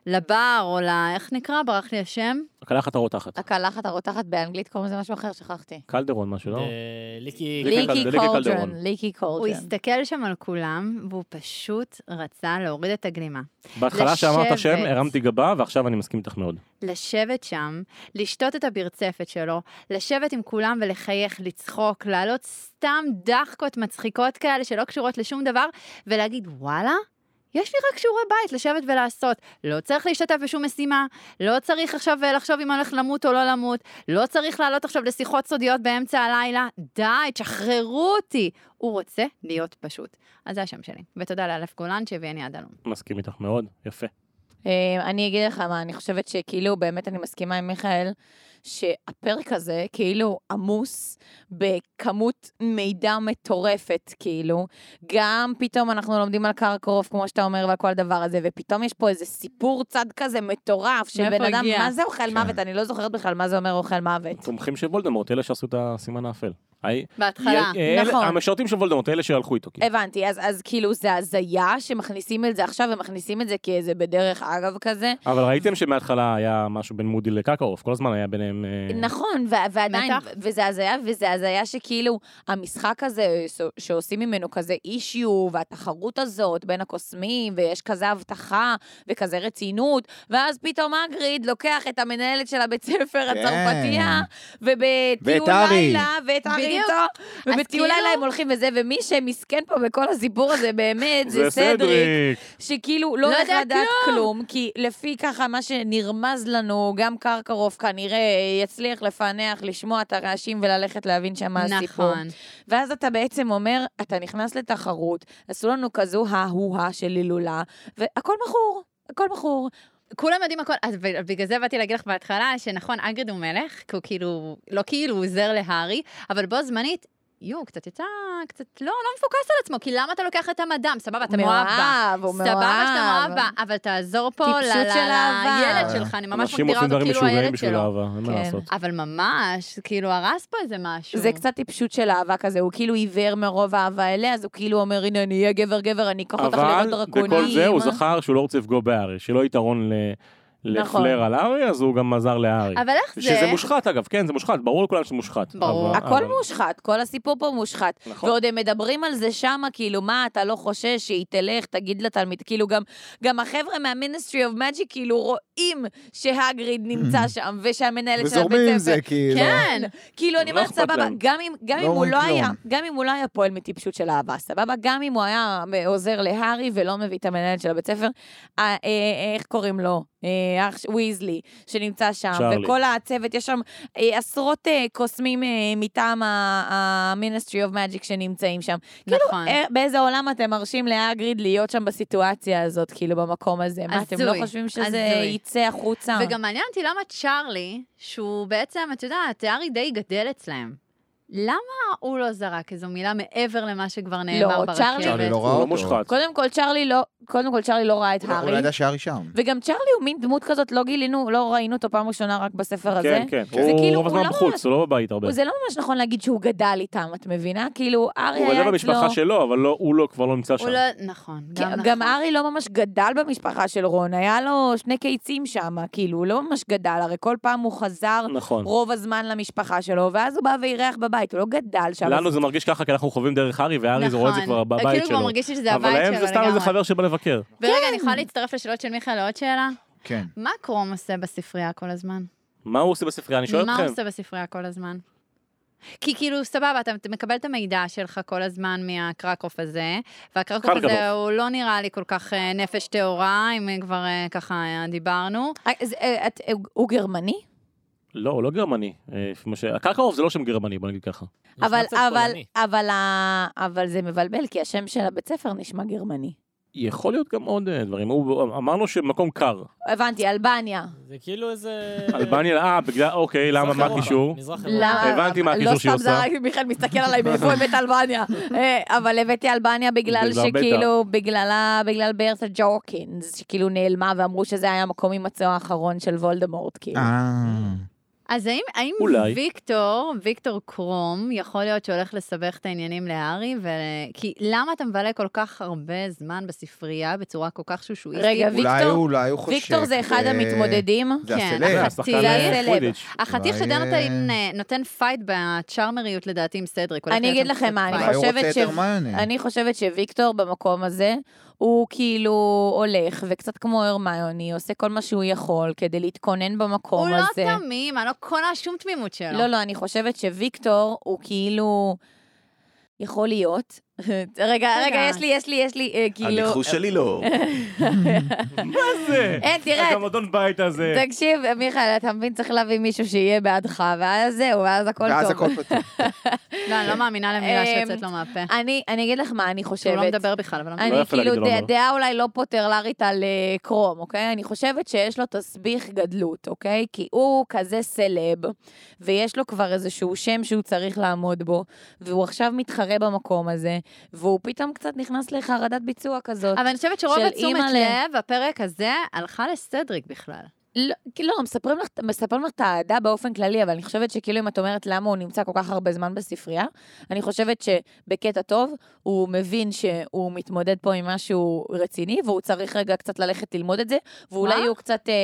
Speaker 5: לבר, או ל... איך נקרא? ברח לי השם.
Speaker 1: הקלחת הרותחת.
Speaker 4: הקלחת הרותחת באנגלית קוראים לזה משהו אחר, שכחתי.
Speaker 1: קלדרון משהו, לא?
Speaker 6: אה, ליקי...
Speaker 1: ליקי
Speaker 4: ליקי
Speaker 1: קלדרון, ליקי
Speaker 4: קולדרון,
Speaker 1: קלדרון.
Speaker 4: ליקי
Speaker 5: הוא
Speaker 4: קולדרון.
Speaker 5: הסתכל שם על כולם, והוא פשוט רצה להוריד את הגלימה.
Speaker 1: בהתחלה שאמרת
Speaker 5: לשבת.
Speaker 1: שם, הרמתי גבה, ועכשיו אני מסכים איתך מאוד.
Speaker 5: לשבת שם, לשתות את הברצפת שלו, לשבת עם כולם ולחייך, לצחוק, להעלות סתם דחקות מצחיקות כאלה שלא קשורות לשום דבר, ולהגיד, וואלה, יש לי רק שיעורי בית לשבת ולעשות. לא צריך להשתתף בשום משימה, לא צריך עכשיו אה, לחשוב אם אני הולך למות או לא למות, לא צריך לעלות עכשיו לשיחות סודיות באמצע הלילה, די, תשחררו אותי. הוא רוצה להיות פשוט. אז זה השם שלי. ותודה לאלף גולן שהביאני עד הלום.
Speaker 1: מסכים איתך מאוד, יפה.
Speaker 4: אה, אני אגיד לך מה, אני חושבת שכאילו, באמת אני מסכימה עם מיכאל, שהפרק הזה כאילו עמוס בכמות מידע מטורפת, כאילו. גם פתאום אנחנו לומדים על קרקרוף, כמו שאתה אומר, ועל כל הדבר הזה, ופתאום יש פה איזה סיפור צד כזה מטורף, של
Speaker 5: מאיפה
Speaker 4: בן אדם,
Speaker 5: הגיע?
Speaker 4: מה זה אוכל מוות? אני לא זוכרת בכלל מה זה אומר אוכל מוות.
Speaker 1: תומכים של וולדמורט, אלה שעשו את הסימן האפל. הי-
Speaker 5: בהתחלה.
Speaker 1: אלה-
Speaker 4: נכון.
Speaker 1: המשרתים של וולדמורט, אלה שהלכו איתו. כאילו.
Speaker 4: הבנתי, אז, אז כאילו זה הזיה שמכניסים את זה עכשיו, ומכניסים את זה כאיזה בדרך אגב כזה.
Speaker 1: אבל ראיתם שמההתחלה היה משהו בין מודי לקקרוף, כל הזמן היה ביניהם... אה,
Speaker 4: נכון, ו- ועדיין,
Speaker 5: מתח.
Speaker 4: ו- וזה הזיה, וזה הזיה שכאילו, המשחק הזה ש- שעושים ממנו כזה אישיו, והתחרות הזאת בין הקוסמים, ויש כזה הבטחה, וכזה רצינות, ואז פתאום אגריד לוקח את המנהלת של הבית ספר
Speaker 3: כן.
Speaker 4: הצרפתייה, ובטיול
Speaker 3: ואת ארי.
Speaker 4: לילה, ואת ארי
Speaker 5: בדיוק.
Speaker 4: איתו,
Speaker 5: אז
Speaker 4: ובטיול
Speaker 5: כאילו-
Speaker 4: לילה הם הולכים וזה, ומי שמסכן פה בכל הסיפור הזה באמת, זה סדריק. שכאילו לא
Speaker 5: לא
Speaker 4: הולך
Speaker 5: יודע
Speaker 4: לדעת כלום, כי לפי ככה מה שנרמז לנו, גם קרקרוף כנראה יצליח לפענח, לשמוע את הרעשים וללכת להבין שם מה הסיפור.
Speaker 5: נכון.
Speaker 4: ואז אתה בעצם אומר, אתה נכנס לתחרות, עשו לנו כזו ההוהה של הילולה, והכל מכור, הכל מכור.
Speaker 5: כולם יודעים הכל, אז ב- בגלל זה באתי להגיד לך בהתחלה, שנכון, אגריד הוא מלך, כי הוא כאילו, לא כאילו הוא עוזר להארי, אבל בו זמנית, יו, קצת יצא, קצת לא, לא מפוקס על עצמו, כי למה אתה לוקח את המדם? סבבה, אתה מאוהב בה.
Speaker 4: הוא מאוהב.
Speaker 5: סבבה שאתה מאוהב בה, אבל תעזור פה ל-
Speaker 4: טיפשות
Speaker 5: ל-
Speaker 4: של אהבה.
Speaker 5: לילד שלך, אני ממש
Speaker 1: אנשים
Speaker 5: מגדירה
Speaker 1: עושים
Speaker 5: אותו
Speaker 1: דברים
Speaker 5: כאילו
Speaker 1: משוגעים
Speaker 5: הילד
Speaker 1: בשביל
Speaker 5: שלו.
Speaker 1: אהבה, אין מה
Speaker 4: כן.
Speaker 1: לעשות.
Speaker 5: אבל ממש, כאילו, הרס פה איזה משהו.
Speaker 4: זה קצת טיפשות של אהבה כזה, הוא כאילו עיוור מרוב האהבה אליה, אז הוא כאילו אומר, הנה, אני אהיה גבר גבר, אני
Speaker 5: לא
Speaker 4: אקח אותך לראות
Speaker 1: אבל
Speaker 4: דרקונים.
Speaker 1: בכל זה הוא זכר שהוא לא רוצה לפגוע בארי, שלא יתרון ל-
Speaker 4: נכון.
Speaker 1: לפלר על הארי, אז הוא גם עזר להארי.
Speaker 5: אבל איך זה?
Speaker 1: שזה מושחת אגב, כן, זה מושחת, ברור לכולם שזה מושחת.
Speaker 5: ברור.
Speaker 1: אבל-
Speaker 4: הכל
Speaker 1: אבל-
Speaker 4: מושחת, כל הסיפור פה מושחת.
Speaker 1: נכון.
Speaker 4: ועוד הם מדברים על זה שמה, כאילו, מה, אתה לא חושש שהיא תלך, תגיד לתלמיד, כאילו, גם, גם החבר'ה מהמיניסטרי אוף מג'יק, כאילו, רואים שהגריד נמצא שם, ושהמנהלת של
Speaker 3: וזורמים עם
Speaker 4: הבית
Speaker 3: זה,
Speaker 4: ספר.
Speaker 3: כאילו.
Speaker 5: כן,
Speaker 4: כאילו, אני
Speaker 1: לא
Speaker 4: אומרת,
Speaker 1: אכפת
Speaker 4: סבבה,
Speaker 1: להם.
Speaker 4: גם אם- גם
Speaker 3: לא
Speaker 4: אם הוא
Speaker 3: אומרים
Speaker 4: לא
Speaker 3: כלום.
Speaker 4: היה- גם אם הוא לא היה פועל מטיפשות של אהבה, סבבה? גם אם הוא היה עוזר להארי ולא מביא את המנהלת של הבית ספר, אה, אה, איך קוראים לו? אה, אח ש- ויזלי, שנמצא שם,
Speaker 1: צ'ארלי.
Speaker 4: וכל הצוות, יש שם אה, עשרות אה, קוסמים אה, מטעם ה-Ministry of Magic שנמצאים שם.
Speaker 5: נכון.
Speaker 4: אה, באיזה עולם אתם מרשים להגריד להיות שם בסיטואציה הזאת, כאילו, במקום הזה? מה, אתם לא
Speaker 5: הזוי,
Speaker 4: חושבים שזה
Speaker 5: הזוי.
Speaker 4: יצא החוצה?
Speaker 5: וגם מעניין אותי למה צ'ארלי, שהוא בעצם, את יודעת, הארי די גדל אצלם. למה הוא לא זרק איזו מילה מעבר למה שכבר נאמר
Speaker 4: לא,
Speaker 5: ברכבת?
Speaker 4: צ'ארלי-
Speaker 3: צ'ארלי לא ראה
Speaker 1: הוא לא
Speaker 3: אותו.
Speaker 1: מושחת.
Speaker 4: קודם כל, צ'ארלי לא, קודם כל, צ'ארלי לא ראה את
Speaker 3: הוא לא
Speaker 4: הארי.
Speaker 3: ידע שהארי שם.
Speaker 4: וגם צ'רלי הוא מין דמות כזאת, לא גילינו, לא ראינו אותו פעם ראשונה רק בספר הזה.
Speaker 1: כן, כן.
Speaker 3: זה
Speaker 1: הוא
Speaker 4: כאילו,
Speaker 1: רוב
Speaker 4: הוא
Speaker 1: הזמן
Speaker 4: לא
Speaker 1: בחוץ,
Speaker 4: ממש-
Speaker 1: הוא לא בבית הרבה.
Speaker 4: הוא- זה לא ממש נכון להגיד שהוא גדל איתם, את מבינה? כאילו, ארי
Speaker 1: הוא גדל
Speaker 4: היה אצלו...
Speaker 1: במשפחה שלו, אבל לא- הוא לא, כבר לא נמצא שם.
Speaker 5: הוא לא... נכון,
Speaker 4: כי-
Speaker 5: גם נכון.
Speaker 4: גם ארי לא ממש גדל במשפחה של רון, היה לו שני קיצים שם, כאילו, הוא לא ממש גדל, הרי כל פעם הוא חזר
Speaker 1: נכון.
Speaker 4: רוב הזמן למשפחה שלו, ואז הוא בא ואירח בבית, הוא לא גדל שם.
Speaker 1: לנו זה מרגיש ככה, כי אנחנו חווים דרך הארי, והארי זה רואה את זה כבר בבית שלו.
Speaker 5: כאילו כבר מרגיש לי שזה הבית
Speaker 1: אבל
Speaker 5: שלו
Speaker 1: להם
Speaker 5: לגמרי.
Speaker 1: זה סתם איזה חבר שבא לבקר.
Speaker 4: כן.
Speaker 5: ורגע, אני יכולה להצטרף לשאלות של מיכאל לעוד שאלה?
Speaker 3: כן.
Speaker 5: מה קרום עושה בספרייה כל הזמן?
Speaker 1: מה הוא עושה בספרייה? אני שואל
Speaker 5: מה הוא
Speaker 1: אתכם.
Speaker 5: עושה בספרייה כל הזמן? כי כאילו, סבבה, אתה אתה מקבל את המידע שלך כל הזמן מהקרקוף הזה, והקרקוף
Speaker 1: קרקדוף.
Speaker 5: הזה הוא לא נראה לי כל כך אה, נפש טהורה, אם אה, כבר אה, ככה אה, דיברנו.
Speaker 4: אה, זה- אה, את- אה, הוא גרמני?
Speaker 1: לא, הוא לא גרמני. אה, לפי מה ש- קרקרוף זה לא שם גרמני, בוא נגיד ככה.
Speaker 6: נשמע
Speaker 4: אבל,
Speaker 6: קצת
Speaker 4: אבל,
Speaker 6: פולני.
Speaker 4: אבל, ה- אבל זה מבלבל, כי השם של הבית ספר נשמע גרמני.
Speaker 1: יכול להיות גם עוד אה, דברים. הוא- אמרנו שמקום קר.
Speaker 4: הבנתי, אלבניה.
Speaker 7: זה כאילו איזה...
Speaker 1: אלבניה, אה, בגלל, אוקיי, למה,
Speaker 7: מזרח
Speaker 1: מה
Speaker 7: אירופה,
Speaker 1: הקישור?
Speaker 7: מזרח אירופה.
Speaker 4: למה?
Speaker 1: הבנתי מה הקישור שהיא
Speaker 4: לא סתם זה
Speaker 1: עושה.
Speaker 4: רק מיכאל מסתכל עליי, מאיפה הבאת אלבניה? אה, אבל הבאתי אלבניה בגלל
Speaker 1: בגלל בטא.
Speaker 4: שכאילו, בגללה, בגלל ברסה ג'ורקינס, שכאילו נעלמה ואמרו שזה היה המקום הימצאו האחרון של וולדמורט, כאילו.
Speaker 3: אה,
Speaker 5: אז האם, האם
Speaker 1: אולי.
Speaker 5: ויקטור, ויקטור קרום, יכול להיות שהולך לסבך את העניינים להארי? ו... כי למה אתה מבלה כל כך הרבה זמן בספרייה בצורה כל כך שושואיסטית?
Speaker 4: רגע, ויקטור-
Speaker 3: אולי הוא, אולי הוא חושב...
Speaker 4: ויקטור זה אחד
Speaker 3: אה,
Speaker 4: המתמודדים.
Speaker 3: זה
Speaker 5: כן,
Speaker 1: זה,
Speaker 3: הסלב.
Speaker 5: אחת.
Speaker 1: השחקן
Speaker 5: חצי,
Speaker 1: אה,
Speaker 4: סלב.
Speaker 1: פודיץ'.
Speaker 5: החתיך
Speaker 3: אולי,
Speaker 5: שדן
Speaker 3: אה,
Speaker 5: נותן, נותן פייט בצ'ארמריות לדעתי עם סדריק. הולך
Speaker 4: אני
Speaker 5: להיות
Speaker 4: אגיד
Speaker 5: שם
Speaker 4: לכם
Speaker 5: קצת
Speaker 4: מה, אני
Speaker 5: פייט.
Speaker 3: אולי הוא
Speaker 4: חושבת
Speaker 3: רוצה
Speaker 4: ש-
Speaker 3: את הרמיוני.
Speaker 4: אני חושבת שוויקטור במקום הזה, הוא כאילו הולך, וקצת כמו הרמיוני, עושה כל מה שהוא יכול כדי להתכונן במקום
Speaker 5: הוא לא
Speaker 4: הזה.
Speaker 5: תמים, אני לא קונה שום תמימות שלו.
Speaker 4: לא, לא, אני חושבת שוויקטור הוא כאילו... יכול להיות. רגע, רגע, יש לי, יש לי, יש לי, אה, כאילו...
Speaker 2: הניחוש שלי לא.
Speaker 1: מה זה?
Speaker 4: אין, תראה,
Speaker 1: הגמדון אה, בית הזה.
Speaker 4: תקשיב, מיכאל, אתה מבין, צריך להביא מישהו שיהיה בעדך, ואז זהו, ואז הכל
Speaker 3: ואז
Speaker 4: טוב.
Speaker 3: הכל פתוח.
Speaker 5: לא, אני לא מאמינה למילה שיוצאת
Speaker 4: אמ,
Speaker 5: לו מהפה.
Speaker 4: אני אני אגיד לך מה אני חושבת.
Speaker 5: שהוא לא מדבר בכלל, אבל לא משנה.
Speaker 1: לא
Speaker 4: אני
Speaker 1: יפה להגיד
Speaker 4: כאילו,
Speaker 1: לא
Speaker 4: דע-
Speaker 1: אומר.
Speaker 4: דעה אולי לא פוטרלרית על אה, קרום, אוקיי? אני חושבת שיש לו תסביך גדלות, אוקיי? כי הוא כזה סלב, ויש לו כבר איזשהו שם שהוא צריך לעמוד בו, והוא עכשיו מתחרה במקום הזה, והוא פתאום קצת נכנס לחרדת ביצוע כזאת.
Speaker 5: אבל אני חושבת שרוב
Speaker 4: של
Speaker 5: התשומת
Speaker 4: אימא ל- לב,
Speaker 5: לב, הפרק הזה, הלכה לסדריק בכלל.
Speaker 4: לא, כאילו, מספרים לך, מספרים לך את האהדה באופן כללי, אבל אני חושבת שכאילו אם את אומרת למה הוא נמצא כל כך הרבה זמן בספרייה, אני חושבת שבקטע טוב, הוא מבין שהוא מתמודד פה עם משהו רציני, והוא צריך רגע קצת ללכת ללמוד את זה, ואולי
Speaker 5: מה?
Speaker 4: הוא קצת אה,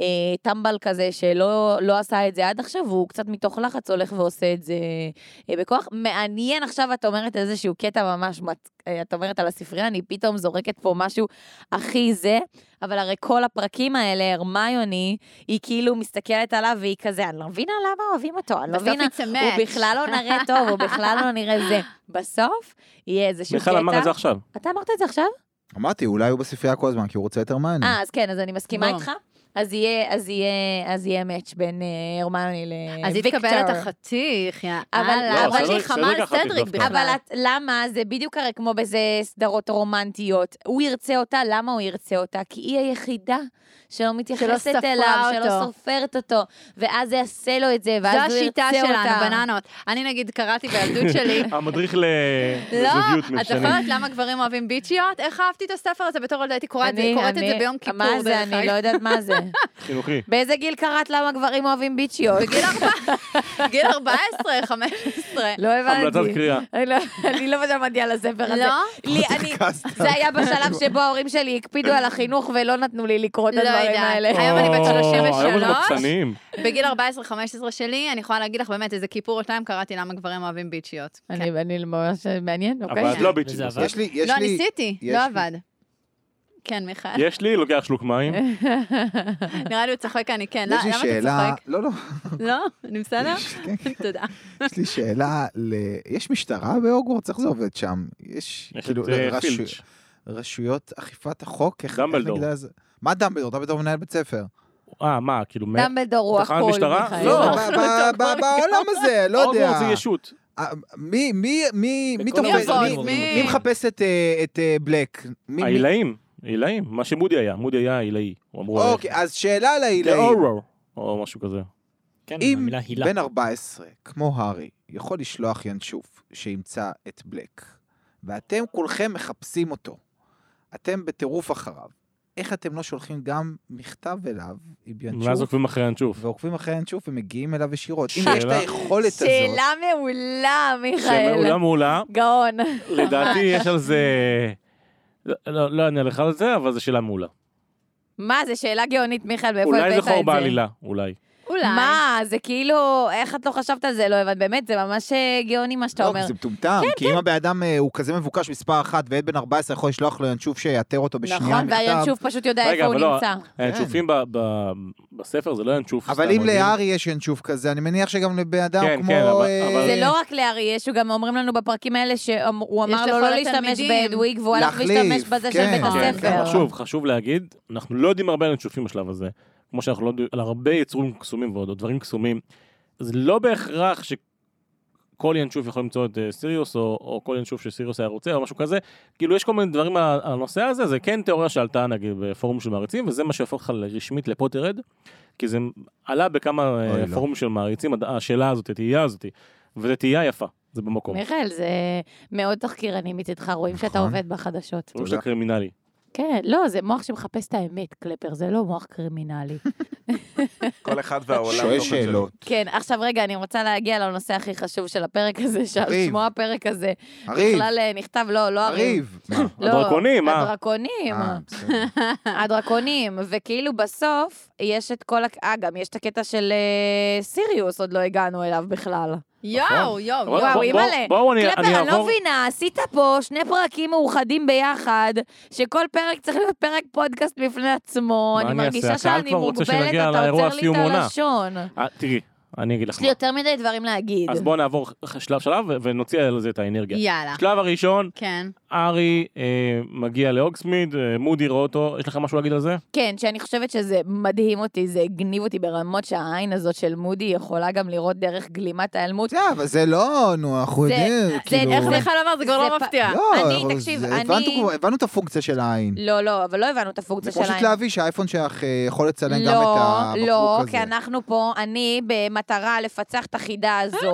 Speaker 4: אה, טמבל כזה שלא לא עשה את זה עד עכשיו, והוא קצת מתוך לחץ הולך ועושה את זה אה, בכוח. מעניין עכשיו את אומרת איזשהו קטע ממש, מצ- אה, את אומרת על הספרייה, אני פתאום זורקת פה משהו הכי זה, אבל הרי כל הפרקים האלה, הרמיוני, היא כאילו מסתכלת עליו והיא כזה, אני לא מבינה למה אוהבים אותו, אני לא
Speaker 5: בסוף
Speaker 4: מבינה.
Speaker 5: היא צמא.
Speaker 4: הוא בכלל לא נראה טוב, הוא בכלל לא נראה זה. בסוף, יהיה איזשהו
Speaker 1: מיכל אמר את זה
Speaker 4: קטע.
Speaker 1: עכשיו.
Speaker 4: אתה אמרת את זה עכשיו?
Speaker 3: אמרתי, אולי הוא בספרייה כל הזמן, כי הוא רוצה את
Speaker 1: Mm.
Speaker 3: הרמיוני.
Speaker 4: אה, אז כן, אז אני מסכימה
Speaker 5: בוא.
Speaker 4: איתך. אז יהיה, אז יהיה, אז יהיה מאץ' בין אה, הרמיוני
Speaker 5: אז היא
Speaker 4: לוויקטור.
Speaker 5: תקבל את החתיך, יא
Speaker 4: אבל-
Speaker 5: אללה,
Speaker 4: לא,
Speaker 5: אבל
Speaker 4: סדריק-
Speaker 5: היא חמה
Speaker 1: סדריק
Speaker 5: על
Speaker 1: החתיך
Speaker 5: סדריק
Speaker 1: דווקא.
Speaker 5: בכלל.
Speaker 4: אבל את, למה? זה בדיוק הרי כמו באיזה סדרות רומנטיות. הוא ירצה אותה, למה הוא ירצה אותה? כי היא היחידה שלא מתייחסת
Speaker 5: ספרה
Speaker 4: אליו, שלא
Speaker 5: אותו.
Speaker 4: סופרת אותו, ואז זה יעשה לו את זה,
Speaker 5: זו
Speaker 4: ואז הוא ירצה
Speaker 5: השיטה
Speaker 4: אותה.
Speaker 5: שלנו, בננות. אני נגיד קראתי בילדות שלי.
Speaker 1: המדריך
Speaker 5: לא,
Speaker 1: לזוגיות
Speaker 5: את
Speaker 1: משנים.
Speaker 5: זוכרת למה גברים אוהבים ביצ'יות? איך אהבתי את הספר הזה בתור ילדה, הייתי קוראת את זה-
Speaker 4: אני-
Speaker 5: קוראת את
Speaker 4: אני-
Speaker 5: זה ביום כיפור,
Speaker 4: מה זה,
Speaker 5: דרך
Speaker 4: אני
Speaker 5: אגב.
Speaker 4: לא יודעת מה זה.
Speaker 1: חינוכי.
Speaker 4: באיזה גיל קראת למה גברים אוהבים ביצ'יות?
Speaker 5: בגיל ארבע- גיל 14, 15.
Speaker 4: לא הבנתי.
Speaker 1: המלצת קריאה.
Speaker 4: אני לא- אני לא שמעתי על הספר הזה.
Speaker 5: לא?
Speaker 4: לי, אני, זה היה בשלב שבו ההורים שלי הקפידו על החינוך ולא נתנו לי לקרוא את
Speaker 5: לא
Speaker 4: הדברים
Speaker 5: יודעת.
Speaker 4: האלה.
Speaker 5: היום אני בת אוקיי.
Speaker 1: או, היום
Speaker 5: 33.
Speaker 1: אתם בקצניים.
Speaker 5: בגיל 14-15 שלי, אני יכולה להגיד לך באמת איזה כיפור או שניים קראתי למה גברים אוהבים ביצ'יות. כן.
Speaker 4: אני, אני ממש מעניין, אוקיי?
Speaker 1: אבל את לא ביצ'ית.
Speaker 6: וזה
Speaker 1: בסוף.
Speaker 6: עבד?
Speaker 3: יש לי, יש
Speaker 5: לא,
Speaker 3: לי...
Speaker 5: ניסיתי,
Speaker 3: יש
Speaker 5: לא
Speaker 3: לי-
Speaker 5: עבד. כן, מיכאל.
Speaker 1: יש לי, לוקח שלוק מים.
Speaker 5: נראה לי הוא צוחק, אני כן. לא,
Speaker 3: יש לי
Speaker 5: למה אתה
Speaker 3: שאלה,
Speaker 5: צוחק?
Speaker 3: לא, לא,
Speaker 5: לא? אני בסדר?
Speaker 3: כן, כן.
Speaker 5: תודה.
Speaker 3: יש לי שאלה, ל- יש משטרה בהוגוורטס? איך זה עובד שם? יש,
Speaker 1: יש
Speaker 3: כאילו,
Speaker 1: את אה,
Speaker 3: רשו-
Speaker 1: פילץ'.
Speaker 3: רשויות אכיפת החוק? איך- איך
Speaker 1: דמבלדור.
Speaker 3: נגדה זה- מה דמבלדור? דמבלדור מנהל בית ספר.
Speaker 1: אה, מה, כאילו, מ-
Speaker 4: דמבלדור הוא
Speaker 1: תחנת
Speaker 4: הכול,
Speaker 1: משטרה?
Speaker 4: מיכאל.
Speaker 1: לא.
Speaker 3: ב- ב- ב- בעולם הזה, לא יודע.
Speaker 1: הוגוורטס זה ישות.
Speaker 3: אה, מי, מי, מי, מי
Speaker 6: בכל
Speaker 3: תופס,
Speaker 5: העולם.
Speaker 3: מי-
Speaker 5: מי?
Speaker 3: מי מחפש את, אה, את אה, בלק? מי- מי-
Speaker 1: העילאים. העילאים. מה שמודי היה. מודי היה העילאי. הוא אמרו...
Speaker 3: אוקיי, אז שאלה על
Speaker 1: The
Speaker 3: העילאים.
Speaker 1: Auror. או משהו כזה.
Speaker 6: כן,
Speaker 3: אם
Speaker 6: המילה הילה.
Speaker 3: בן 14, כמו הארי, יכול לשלוח ינשוף שימצא את בלק, ואתם כולכם מחפשים אותו, אתם בטירוף אחריו, איך אתם לא שולחים גם מכתב אליו עם
Speaker 1: ואז
Speaker 3: ינשוף,
Speaker 1: עוקבים אחרי ינשוף.
Speaker 3: ועוקבים אחרי ינשוף ומגיעים אליו ישירות? אם
Speaker 1: שאלה-
Speaker 3: יש את היכולת הזאת...
Speaker 4: שאלה מעולה, מיכאל.
Speaker 1: שמעולה מעולה.
Speaker 4: גאון.
Speaker 1: לדעתי יש על זה... לא- לא לא אענה לך על זה, אבל זו שאלה מעולה.
Speaker 4: מה, זו שאלה גאונית, מיכאל, מאיפה הבאת את
Speaker 1: אולי
Speaker 4: זה? כן.
Speaker 1: זה חור בעלילה, אולי.
Speaker 5: אולי.
Speaker 4: מה, זה כאילו, איך את לא חשבת על זה? לא הבנת, באמת, זה ממש אה, גאוני מה שאתה
Speaker 3: לא,
Speaker 4: אומר. כן,
Speaker 3: כי זה מטומטם, כי אם הבן אדם אה, הוא כזה מבוקש מספר אחת, וילד בן 14 יכול לשלוח לו ינשוף שיאתר אותו בשנייה
Speaker 4: נכון,
Speaker 3: מכתב,
Speaker 4: והינשוף פשוט יודע
Speaker 1: רגע,
Speaker 4: איפה הוא
Speaker 1: אבל לא,
Speaker 4: נמצא.
Speaker 1: הינשופים ב- ב- בספר זה לא ינשוף.
Speaker 3: אבל
Speaker 1: סתם,
Speaker 3: אם
Speaker 1: יודעים.
Speaker 3: להארי יש ינשוף כזה, אני מניח שגם לבן אדם
Speaker 1: כן,
Speaker 3: כמו...
Speaker 1: כן, אבל-
Speaker 3: אה,
Speaker 1: אבל-
Speaker 4: זה לא רק לארי ישו, גם אומרים לנו בפרקים האלה שהוא אמר
Speaker 5: יש
Speaker 4: לו
Speaker 5: לכל
Speaker 4: לא להשתמש
Speaker 5: התלמידים.
Speaker 4: באדוויג, והוא הלך
Speaker 3: להחליף,
Speaker 4: והשתמש בזה של
Speaker 3: כן.
Speaker 4: בית
Speaker 1: כן,
Speaker 4: הספר.
Speaker 1: חשוב, חשוב להגיד, אנחנו לא יודעים הרבה על ינשופים בשלב הזה. כמו שאנחנו לא יודעים, על הרבה יצורים קסומים ועוד עוד דברים קסומים, אז לא בהכרח שכל ינשוף יכול למצוא את אה, סיריוס, או, או כל ינשוף שסיריוס היה רוצה, או משהו כזה. כאילו, יש כל מיני דברים על על הנושא הזה, זה כן תיאוריה שעלתה, נגיד, בפורום של מעריצים, וזה מה שהפוך לך רשמית לפוטרד, כי זה עלה בכמה אה,
Speaker 3: אוי, לא.
Speaker 1: פורומים של מעריצים, הד- השאלה הזאת, התהייה הזאת, וזו תהייה יפה, זה במקום.
Speaker 4: מיכאל, זה מאוד תחקירני מצדך, רואים שאתה
Speaker 3: נכון.
Speaker 4: עובד בחדשות.
Speaker 1: רואים שאתה קרימינלי.
Speaker 4: כן, לא, זה מוח שמחפש את האמת, קלפר, זה לא מוח קרימינלי.
Speaker 2: כל אחד והעולם.
Speaker 3: שואל
Speaker 2: לא משנה.
Speaker 3: שאלות.
Speaker 4: כן, עכשיו רגע, אני רוצה להגיע לנושא הכי חשוב של הפרק הזה, שעל
Speaker 3: ריב.
Speaker 4: שמו הפרק הזה
Speaker 3: הריב,
Speaker 4: בכלל אה, נכתב, לא, לא הריב.
Speaker 3: הריב. מה?
Speaker 4: לא,
Speaker 1: הדרקונים, מה?
Speaker 4: הדרקונים.
Speaker 3: אה, בסדר.
Speaker 4: הדרקונים, וכאילו בסוף יש את כל... הק- אה, גם יש את הקטע של אה, סיריוס, עוד לא הגענו אליו בכלל.
Speaker 5: יואו, יואו,
Speaker 1: אבל
Speaker 5: יואו.
Speaker 4: וואו,
Speaker 1: בוא-
Speaker 4: אימא'לה.
Speaker 1: בוא- בואו אני
Speaker 4: קלפר,
Speaker 1: אני
Speaker 4: אני לא
Speaker 1: אעבור...
Speaker 4: מבינה, עשית פה שני פרקים מאוחדים ביחד, שכל פרק צריך להיות פרק פודקאסט בפני עצמו,
Speaker 1: מה
Speaker 4: אני
Speaker 1: אני אעשה?
Speaker 4: מרגישה
Speaker 1: הקהל
Speaker 4: שאני
Speaker 1: כבר רוצה
Speaker 4: מוגבלת,
Speaker 1: שנגיע
Speaker 4: אתה
Speaker 1: לאירוע
Speaker 4: עוצר לי
Speaker 1: סיום
Speaker 4: את
Speaker 1: עונה.
Speaker 4: הלשון.
Speaker 1: אה, תראי, אני אגיד לך
Speaker 4: יש לי
Speaker 1: מה.
Speaker 4: יותר מדי דברים להגיד.
Speaker 1: אז בואו נעבור ח- שלב שלב ו- ונוציא על זה את האנרגיה.
Speaker 5: יאללה.
Speaker 1: שלב הראשון,
Speaker 5: כן.
Speaker 1: ארי אה, מגיע לאוגסמיד, אה, מודי רואה אותו, יש לך משהו להגיד על זה?
Speaker 5: אה,
Speaker 4: כן, שאני חושבת שזה מדהים אותי, זה הגניב אותי ברמות שהעין הזאת של מודי יכולה גם לראות דרך גלימת ההיעלמות.
Speaker 3: זה, אבל זה לא, נו, אנחנו
Speaker 4: זה-
Speaker 3: יודעים,
Speaker 4: זה-
Speaker 3: כאילו...
Speaker 5: איך מיכל אמר? זה כבר
Speaker 4: זה
Speaker 5: לא
Speaker 4: פ-
Speaker 5: מפתיע.
Speaker 3: לא,
Speaker 4: אני,
Speaker 3: אבל
Speaker 4: תקשיב,
Speaker 3: זה-
Speaker 4: אני-
Speaker 3: הבנו- הבנו את הפונקציה של העין.
Speaker 4: לא, לא, אבל לא הבנו את
Speaker 3: זה
Speaker 4: הפונקציה
Speaker 3: כמו
Speaker 4: של העין.
Speaker 3: שתלהבי שהאייפון שלך אה, יכול לצלם גם את
Speaker 4: לא,
Speaker 3: הבקבוק הזה.
Speaker 4: לא, כי אנחנו פה, אני במטרה לפצח את החידה הזאת.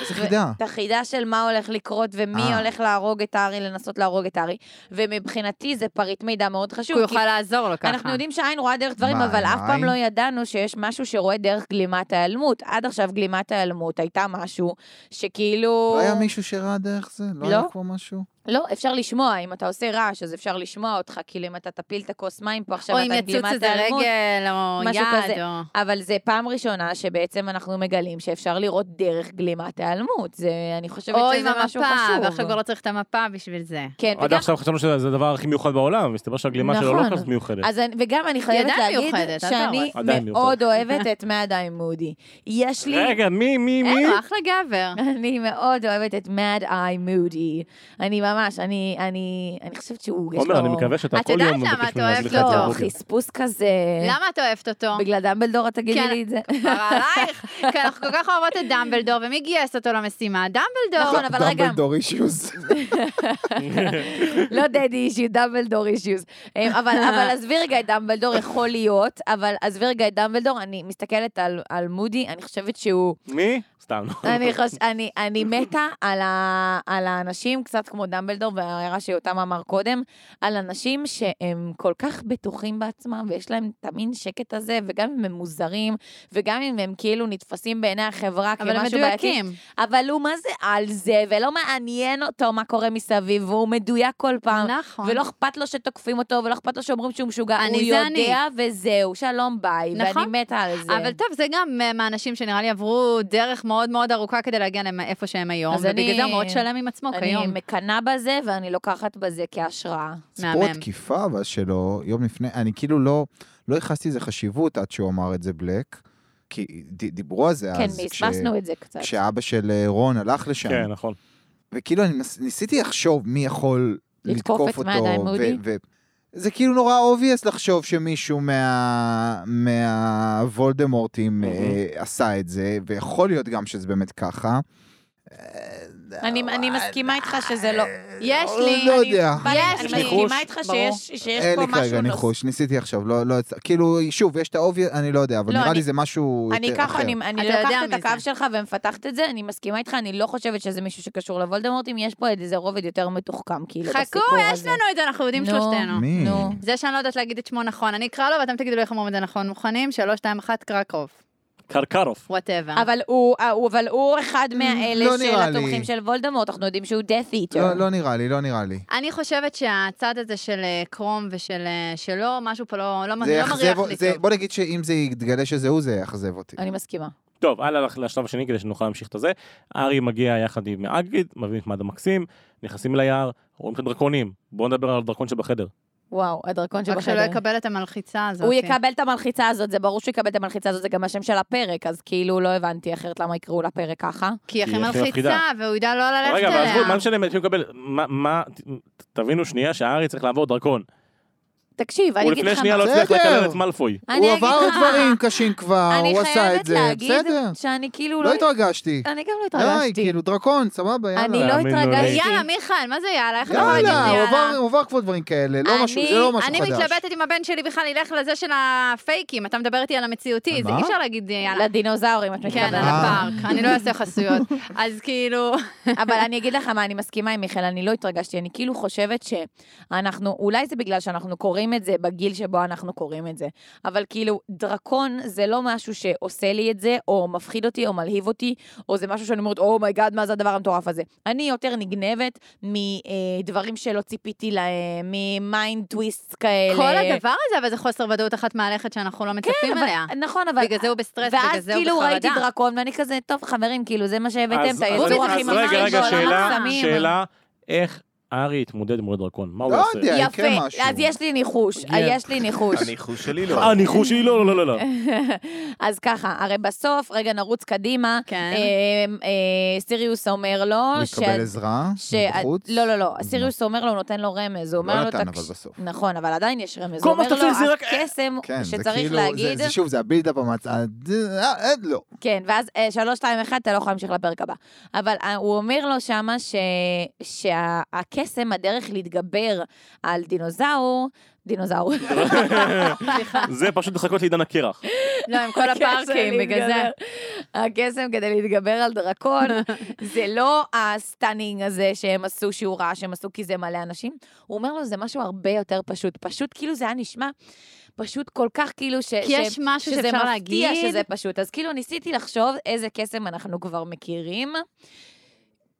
Speaker 3: איזה
Speaker 4: ו-
Speaker 3: חידה?
Speaker 4: את החידה של מה הולך לקרות ומי
Speaker 3: אה.
Speaker 4: הולך להרוג את הארי, לנסות להרוג את הארי. ומבחינתי זה פריט מידע מאוד
Speaker 5: שהוא
Speaker 4: חשוב. כי
Speaker 5: יוכל לעזור לו ככה.
Speaker 4: אנחנו יודעים שהעין רואה דרך דברים,
Speaker 3: מה,
Speaker 4: אבל
Speaker 3: עם
Speaker 4: אף פעם
Speaker 3: העין?
Speaker 4: לא ידענו שיש משהו שרואה דרך גלימת ההיעלמות. עד עכשיו גלימת ההיעלמות הייתה משהו שכאילו...
Speaker 3: לא היה מישהו שראה דרך זה? לא
Speaker 4: לא.
Speaker 3: היה כבר משהו?
Speaker 4: לא, אפשר לשמוע, אם אתה עושה רעש, אז אפשר לשמוע אותך, כאילו אם אתה תפיל את הכוס מים פה עכשיו,
Speaker 5: או
Speaker 4: אתה
Speaker 5: אם
Speaker 4: גלימת
Speaker 5: יצוץ
Speaker 4: ההיעלמות.
Speaker 5: איזה רגל, או
Speaker 4: משהו כזה.
Speaker 5: יד, או...
Speaker 4: אבל זה פעם ראשונה שבעצם אנחנו מגלים שאפשר לראות דרך גלימת ההיעלמות. זה, אני חושבת
Speaker 5: או עם
Speaker 4: שזה משהו
Speaker 5: המפה,
Speaker 4: חשוב.
Speaker 5: ועכשיו כבר לא צריך את המפה בשביל זה.
Speaker 4: כן,
Speaker 1: עד
Speaker 4: וגם,
Speaker 1: עכשיו חשבנו שזה הדבר הכי מיוחד בעולם, מסתבר שהגלימה שלו לא
Speaker 4: נכון.
Speaker 1: כזאת מיוחדת.
Speaker 4: אז אני, וגם אני חייבת
Speaker 5: עדיין
Speaker 4: להגיד
Speaker 5: מיוחדת, אל
Speaker 4: שאני
Speaker 5: תהרוס.
Speaker 1: עדיין
Speaker 4: מאוד אוהבת את מאה עדיין מודי. יש לי...
Speaker 1: רגע, מי, מי, מי?
Speaker 5: אין לו אחלה גבר.
Speaker 4: אני מאוד אוהבת את מד איי מודי. אני ממש, אני, אני, אני חושבת שהוא, יש לו...
Speaker 1: עומר, אני מקווה שאתה
Speaker 5: את
Speaker 1: כל
Speaker 5: יודעת
Speaker 1: יום
Speaker 5: למה
Speaker 1: מבקש
Speaker 5: את
Speaker 1: ממני
Speaker 5: אוהבת
Speaker 1: להזליך את זה
Speaker 4: לא,
Speaker 1: בבוקר.
Speaker 4: חספוס כזה.
Speaker 5: למה את אוהבת אותו?
Speaker 4: בגלל דמבלדור את תגידי
Speaker 5: כן.
Speaker 4: לי את זה.
Speaker 5: כבר עלייך, כי אנחנו כל כך אוהבות את דמבלדור, ומי גייס אותו למשימה? דמבלדור.
Speaker 4: נכון, אבל רגע.
Speaker 3: דמבלדור אישיוס.
Speaker 4: לא דדי אישיו, דמבלדור אישיוס. אמ, אבל אבל עזבי רגע את דמבלדור, יכול להיות, אבל עזבי רגע את דמבלדור, אני מסתכלת על- על מודי, אני חושבת שהוא...
Speaker 5: אוקיי.
Speaker 1: מי? סתם.
Speaker 4: אני, חוש... אני, אני מתה על, ה... על האנשים, קצת כמו דמבלדור וההערה שיותם אמר קודם, על אנשים שהם כל כך בטוחים בעצמם, ויש להם את המין שקט הזה, וגם אם הם מוזרים, וגם אם הם כאילו נתפסים בעיני החברה
Speaker 5: אבל הם
Speaker 4: כמשהו בעייתי.
Speaker 5: מדויקים.
Speaker 4: אבל הוא מה זה על זה, ולא מעניין אותו מה קורה מסביב, והוא מדויק כל פעם.
Speaker 5: נכון.
Speaker 4: ולא אכפת לו שתוקפים אותו, ולא אכפת לו שאומרים שהוא משוגע.
Speaker 5: אני
Speaker 4: הוא
Speaker 5: זה
Speaker 4: יודע,
Speaker 5: אני.
Speaker 4: וזהו, שלום ביי,
Speaker 5: נכון.
Speaker 4: ואני מתה על זה.
Speaker 5: אבל טוב, זה גם אה, מהאנשים שנראה לי עברו דרך מאוד מאוד ארוכה כדי להגיע למ- איפה שהם היום,
Speaker 4: אז
Speaker 5: ובגלל
Speaker 4: אני-
Speaker 5: זה הוא מאוד שלם עם עצמו
Speaker 3: אוקיי.
Speaker 4: אני
Speaker 5: כיום.
Speaker 4: מקנאה בזה, ואני לוקחת בזה כהשראה.
Speaker 3: סיפור
Speaker 5: מהמם.
Speaker 3: התקיפה אבל שלו, יום לפני, אני כאילו לא, לא ייחסתי לזה חשיבות עד שהוא אמר את זה בלק, כי ד- דיברו על זה
Speaker 4: כן,
Speaker 3: אז, כש-
Speaker 4: פספסנו את זה קצת.
Speaker 3: כשאבא של אה, רון הלך לשם.
Speaker 1: כן, נכון.
Speaker 3: וכאילו אני מס- ניסיתי לחשוב מי יכול
Speaker 4: לתקוף
Speaker 3: לתקוף,
Speaker 4: את
Speaker 3: אותו.
Speaker 4: מעדיים מודי?
Speaker 3: ו- זה כאילו נורא אובייס לחשוב שמישהו מה... מהוולדמורטים
Speaker 1: Mhm.
Speaker 3: אה, עשה את זה, ויכול להיות גם שזה באמת ככה.
Speaker 4: אני אני מסכימה איתך שזה לא...
Speaker 5: יש
Speaker 3: אה, לא
Speaker 5: לי,
Speaker 3: לא
Speaker 5: אני-
Speaker 3: יודע.
Speaker 4: בא לי-
Speaker 5: יש
Speaker 4: אני
Speaker 1: לי.
Speaker 4: מסכימה איתך
Speaker 5: ברור.
Speaker 4: שיש שיש
Speaker 3: אין
Speaker 4: פה
Speaker 3: לי
Speaker 4: משהו
Speaker 3: כרגע
Speaker 4: נוסף.
Speaker 3: ניחוש, ניסיתי עכשיו, לא, לא, יצא- כאילו, שוב, יש את האובייס, אני לא יודע, אבל
Speaker 4: לא,
Speaker 3: נראה
Speaker 4: אני-
Speaker 3: לי זה משהו
Speaker 4: אני
Speaker 3: יותר
Speaker 4: אקח,
Speaker 3: אחר. לא,
Speaker 4: אני, אני
Speaker 5: אתה יודע
Speaker 4: לוקחת את
Speaker 5: מי
Speaker 4: הקו
Speaker 5: זה.
Speaker 4: שלך ומפתחת את זה, אני מסכימה איתך, אני לא חושבת שזה מישהו שקשור לוולדמורטים, יש פה איזה רובד יותר מתוחכם, כאילו,
Speaker 5: חכו,
Speaker 4: בסיפור הזה.
Speaker 5: יש לנו את זה, אנחנו יודעים
Speaker 4: נו.
Speaker 5: שלושתנו.
Speaker 3: מי?
Speaker 4: נו.
Speaker 5: זה שאני לא יודעת להגיד את שמו נכון, אני אקרא לו ואתם תגידו לי איך אומרים את זה נכון. מוכנים? שלוש, שתיים, אחת, קרקוב.
Speaker 1: קרקרוף.
Speaker 5: וואטאבר.
Speaker 4: אבל הוא, אה, הוא- אבל הוא אחד מהאלה
Speaker 3: לא
Speaker 4: של
Speaker 3: נראה לי.
Speaker 4: התומכים של וולדמורט, אנחנו יודעים שהוא death eater.
Speaker 3: לא, לא נראה לי, לא נראה לי.
Speaker 5: אני חושבת שהצד הזה של אה, קרום ושל אה, שלו, משהו פה לא, לא, מ-
Speaker 3: זה
Speaker 5: לא מריח
Speaker 3: יאכזב,
Speaker 5: לי
Speaker 3: זה-
Speaker 5: טוב.
Speaker 3: בוא נגיד שאם זה יתגלה שזה הוא, זה יאכזב אותי.
Speaker 4: אני מסכימה.
Speaker 1: טוב, הלאה לך לשלב השני כדי שנוכל להמשיך את הזה. ארי מגיע יחד עם אגריד, מביאים את מד המקסים, נכנסים אל היער, רואים את הדרקונים. בואו נדבר על הדרקון שבחדר.
Speaker 4: וואו, הדרקון
Speaker 5: רק
Speaker 4: שבחדר.
Speaker 5: שלא יקבל את המלחיצה הזאת.
Speaker 4: הוא יקבל את המלחיצה הזאת, זה ברור שהוא יקבל את המלחיצה הזאת, זה גם השם של הפרק, אז כאילו לא הבנתי אחרת למה יקראו לפרק ככה.
Speaker 5: כי היא הכי
Speaker 1: היא הכי
Speaker 5: מלחיצה,
Speaker 1: מפחידה.
Speaker 5: והוא ידע לא ללכת
Speaker 1: רגע,
Speaker 5: אליה.
Speaker 1: אבל עזבו, מה משנה אם הוא יקבל? מה, מה- ת- תבינו שנייה שהארי צריך לעבור דרקון.
Speaker 4: תקשיב, אני
Speaker 1: הוא
Speaker 4: אגיד לך
Speaker 1: לפני
Speaker 4: מה.
Speaker 1: שנייה לא הצליח
Speaker 3: בסדר.
Speaker 1: לקלל את מאלפוי.
Speaker 4: אני
Speaker 3: הוא
Speaker 4: אגיד
Speaker 3: עבר
Speaker 4: לך-
Speaker 3: דברים קשים כבר,
Speaker 4: אני
Speaker 3: הוא עשה
Speaker 4: חייבת
Speaker 3: את זה,
Speaker 4: להגיד
Speaker 3: בסדר.
Speaker 4: שאני כאילו
Speaker 3: לא
Speaker 4: לא...
Speaker 3: התרגשתי.
Speaker 4: אני גם לא
Speaker 3: די,
Speaker 4: התרגשתי.
Speaker 3: כאילו, דרקון, סבבה, יאללה.
Speaker 4: אני לא
Speaker 1: תאמינו לי.
Speaker 4: התרגשתי.
Speaker 5: יאללה, מיכאל, מה זה יאללה? איך אתה יכול להגיד
Speaker 3: יאללה,
Speaker 5: לי
Speaker 3: הוא עבר-
Speaker 5: יאללה?
Speaker 3: הוא עבר כבר דברים כאלה, לא משהו, זה לא משהו
Speaker 5: אני
Speaker 3: חדש.
Speaker 5: מתלבטת אם הבן שלי בכלל ילך לזה של הפייקים, אתה מדבר איתי על המציאותי,
Speaker 3: על
Speaker 5: זה
Speaker 3: מה?
Speaker 5: אי אפשר להגיד יאללה.
Speaker 4: לדינוזאורים, את
Speaker 5: כן, על
Speaker 4: מתכוונת.
Speaker 3: אה.
Speaker 5: הפארק, אני לא אעשה חסויות. אז כאילו,
Speaker 4: אבל אני אגיד לך מה, אני מסכימה עם מיכאל, אני לא התרגשתי, אני כאילו חושבת שאנחנו, אולי זה בגלל שאנחנו קוראים את זה בגיל שבו אנחנו קוראים את זה, אבל כאילו, דרקון זה לא משהו שעושה לי את זה, או מפחיד אותי, או מלהיב אותי, או זה משהו שאני אומרת, אומייגאד, מה זה הדבר המטורף הזה? אני יותר נגנבת מדברים שלא ציפיתי להם, ממיינד טוויסט כאלה.
Speaker 5: כל הדבר הזה, אבל זה חוסר ודאות אחת מהלכת שאנחנו לא מצפים
Speaker 4: אבל-
Speaker 5: אליה.
Speaker 4: נכון, אבל...
Speaker 5: בגלל זה הוא בסטרס, בגלל
Speaker 4: ואז
Speaker 5: זה הוא
Speaker 4: כאילו ראיתי
Speaker 5: בחרדה.
Speaker 4: דרקון, ואני כזה, טוב חברים, כאילו זה מה שהבאתם,
Speaker 1: אז
Speaker 4: את היצור
Speaker 1: אז-
Speaker 4: הכי
Speaker 1: אז
Speaker 5: ממש
Speaker 1: רגע,
Speaker 4: לא,
Speaker 1: רגע,
Speaker 5: בעולם
Speaker 1: שאלה,
Speaker 5: הקסמים.
Speaker 1: שאלה, איך ארי התמודד מול דרקון? מה הוא
Speaker 3: לא
Speaker 1: עושה?
Speaker 3: יודע. יקרה
Speaker 4: יפה,
Speaker 3: משהו.
Speaker 4: אז יש לי ניחוש,
Speaker 1: כן.
Speaker 4: יש לי ניחוש.
Speaker 2: הניחוש שלי לא.
Speaker 1: אה, ניחוש שלי? לא, לא, לא, לא.
Speaker 4: אז ככה, הרי בסוף, רגע נרוץ קדימה,
Speaker 5: כן.
Speaker 4: אמ, אה, סיריוס אומר לו,
Speaker 3: הוא
Speaker 4: ש-
Speaker 3: יקבל עזרה?
Speaker 4: ש-
Speaker 3: בחוץ?
Speaker 4: לא, לא, לא, סיריוס אומר לו, הוא נותן לו רמז, הוא אומר
Speaker 3: לא
Speaker 4: לו,
Speaker 3: נתן, אבל
Speaker 4: "תקש-"
Speaker 3: בסוף.
Speaker 4: נכון, אבל עדיין יש רמז,
Speaker 1: כל
Speaker 4: הוא
Speaker 1: מה
Speaker 4: אומר
Speaker 1: שאתה צריך זה
Speaker 4: לו,
Speaker 1: רק-
Speaker 4: הקסם
Speaker 3: כן, זה
Speaker 4: שצריך
Speaker 3: כאילו,
Speaker 4: להגיד,
Speaker 3: זה- זה שוב, זה הבילדאפ המצע... אה, אין לו.
Speaker 4: כן, ואז אה, שלוש, שתיים, אחד, אתה לא יכול להמשיך לפרק הבא. אבל אה, הוא אומר לו שמה ש- שהקסם, הדרך להתגבר על דינוזאור, דינוזאור,
Speaker 1: זה פשוט לחכות לעידן הקרח.
Speaker 5: לא, עם כל
Speaker 4: הקסם
Speaker 5: הפארקים, בגלל זה.
Speaker 4: להתגבר- הקסם כדי להתגבר על דרקון, זה לא הסטאנינג הזה שהם עשו, שהוא רע, שהם עשו כי זה מלא אנשים. הוא אומר לו, זה משהו הרבה יותר פשוט. פשוט כאילו זה היה נשמע פשוט כל כך כאילו ש...
Speaker 5: כי יש משהו
Speaker 4: שזה
Speaker 5: שאפשר
Speaker 4: מפתיע
Speaker 5: להגיד.
Speaker 4: שזה פשוט. אז כאילו ניסיתי לחשוב איזה קסם אנחנו כבר מכירים.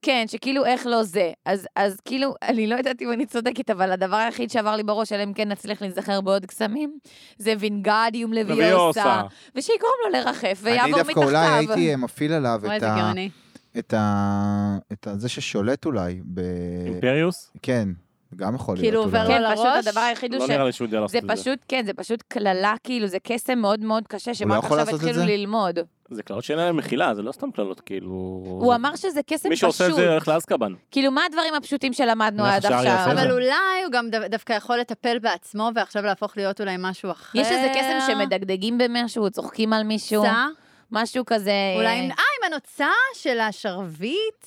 Speaker 4: כן, שכאילו איך לא זה. אז, אז כאילו, אני לא יודעת אם אני צודקת, אבל הדבר היחיד שעבר לי בראש, אלא אם כן נצליח להיזכר בעוד קסמים, זה וינגדיום לוויוסה.
Speaker 1: לוויוסה.
Speaker 4: ושיקרום לו לרחף
Speaker 3: אני
Speaker 4: ויעבור מתחתיו.
Speaker 3: דווקא אולי הייתי אה, מפעיל עליו
Speaker 5: אוי,
Speaker 3: את
Speaker 5: זה
Speaker 3: ה...
Speaker 5: גאוני.
Speaker 3: את ה... את ה... זה ששולט אולי ב...
Speaker 1: אוקיי. אימפריוס?
Speaker 3: כן, גם יכול להיות.
Speaker 5: כאילו
Speaker 3: אולי.
Speaker 5: עובר
Speaker 4: כן,
Speaker 5: לו
Speaker 4: פשוט
Speaker 5: לראש?
Speaker 4: הדבר היחיד הוא
Speaker 1: לא
Speaker 4: ש...
Speaker 1: נראה לי שהוא יודע
Speaker 4: זה
Speaker 1: לעשות את זה.
Speaker 4: פשוט, כן, זה פשוט קללה, כאילו, זה קסם מאוד מאוד קשה,
Speaker 3: לא
Speaker 4: שרק
Speaker 3: יכול
Speaker 4: עכשיו
Speaker 3: לעשות את
Speaker 4: התחילו
Speaker 3: זה?
Speaker 4: ללמוד.
Speaker 1: זה קללות שאין להן מחילה, זה לא סתם קללות, כאילו...
Speaker 4: הוא אמר שזה קסם
Speaker 1: מי שעושה את
Speaker 4: פשוט.
Speaker 1: זה הולך לאזקבן.
Speaker 4: כאילו, מה הדברים הפשוטים שלמדנו
Speaker 1: לך
Speaker 4: עד
Speaker 1: שהארי
Speaker 4: עכשיו?
Speaker 1: יעשה את זה.
Speaker 5: אבל אולי הוא גם דו- דווקא יכול לטפל בעצמו, ועכשיו להפוך להיות אולי משהו אחר.
Speaker 4: יש
Speaker 1: אה.
Speaker 4: איזה קסם שמדגדגים במשהו, צוחקים על מישהו,
Speaker 5: נוצה?
Speaker 4: משהו כזה...
Speaker 5: אולי
Speaker 4: אה,
Speaker 5: עם... אה, עם הנוצה של השרביט?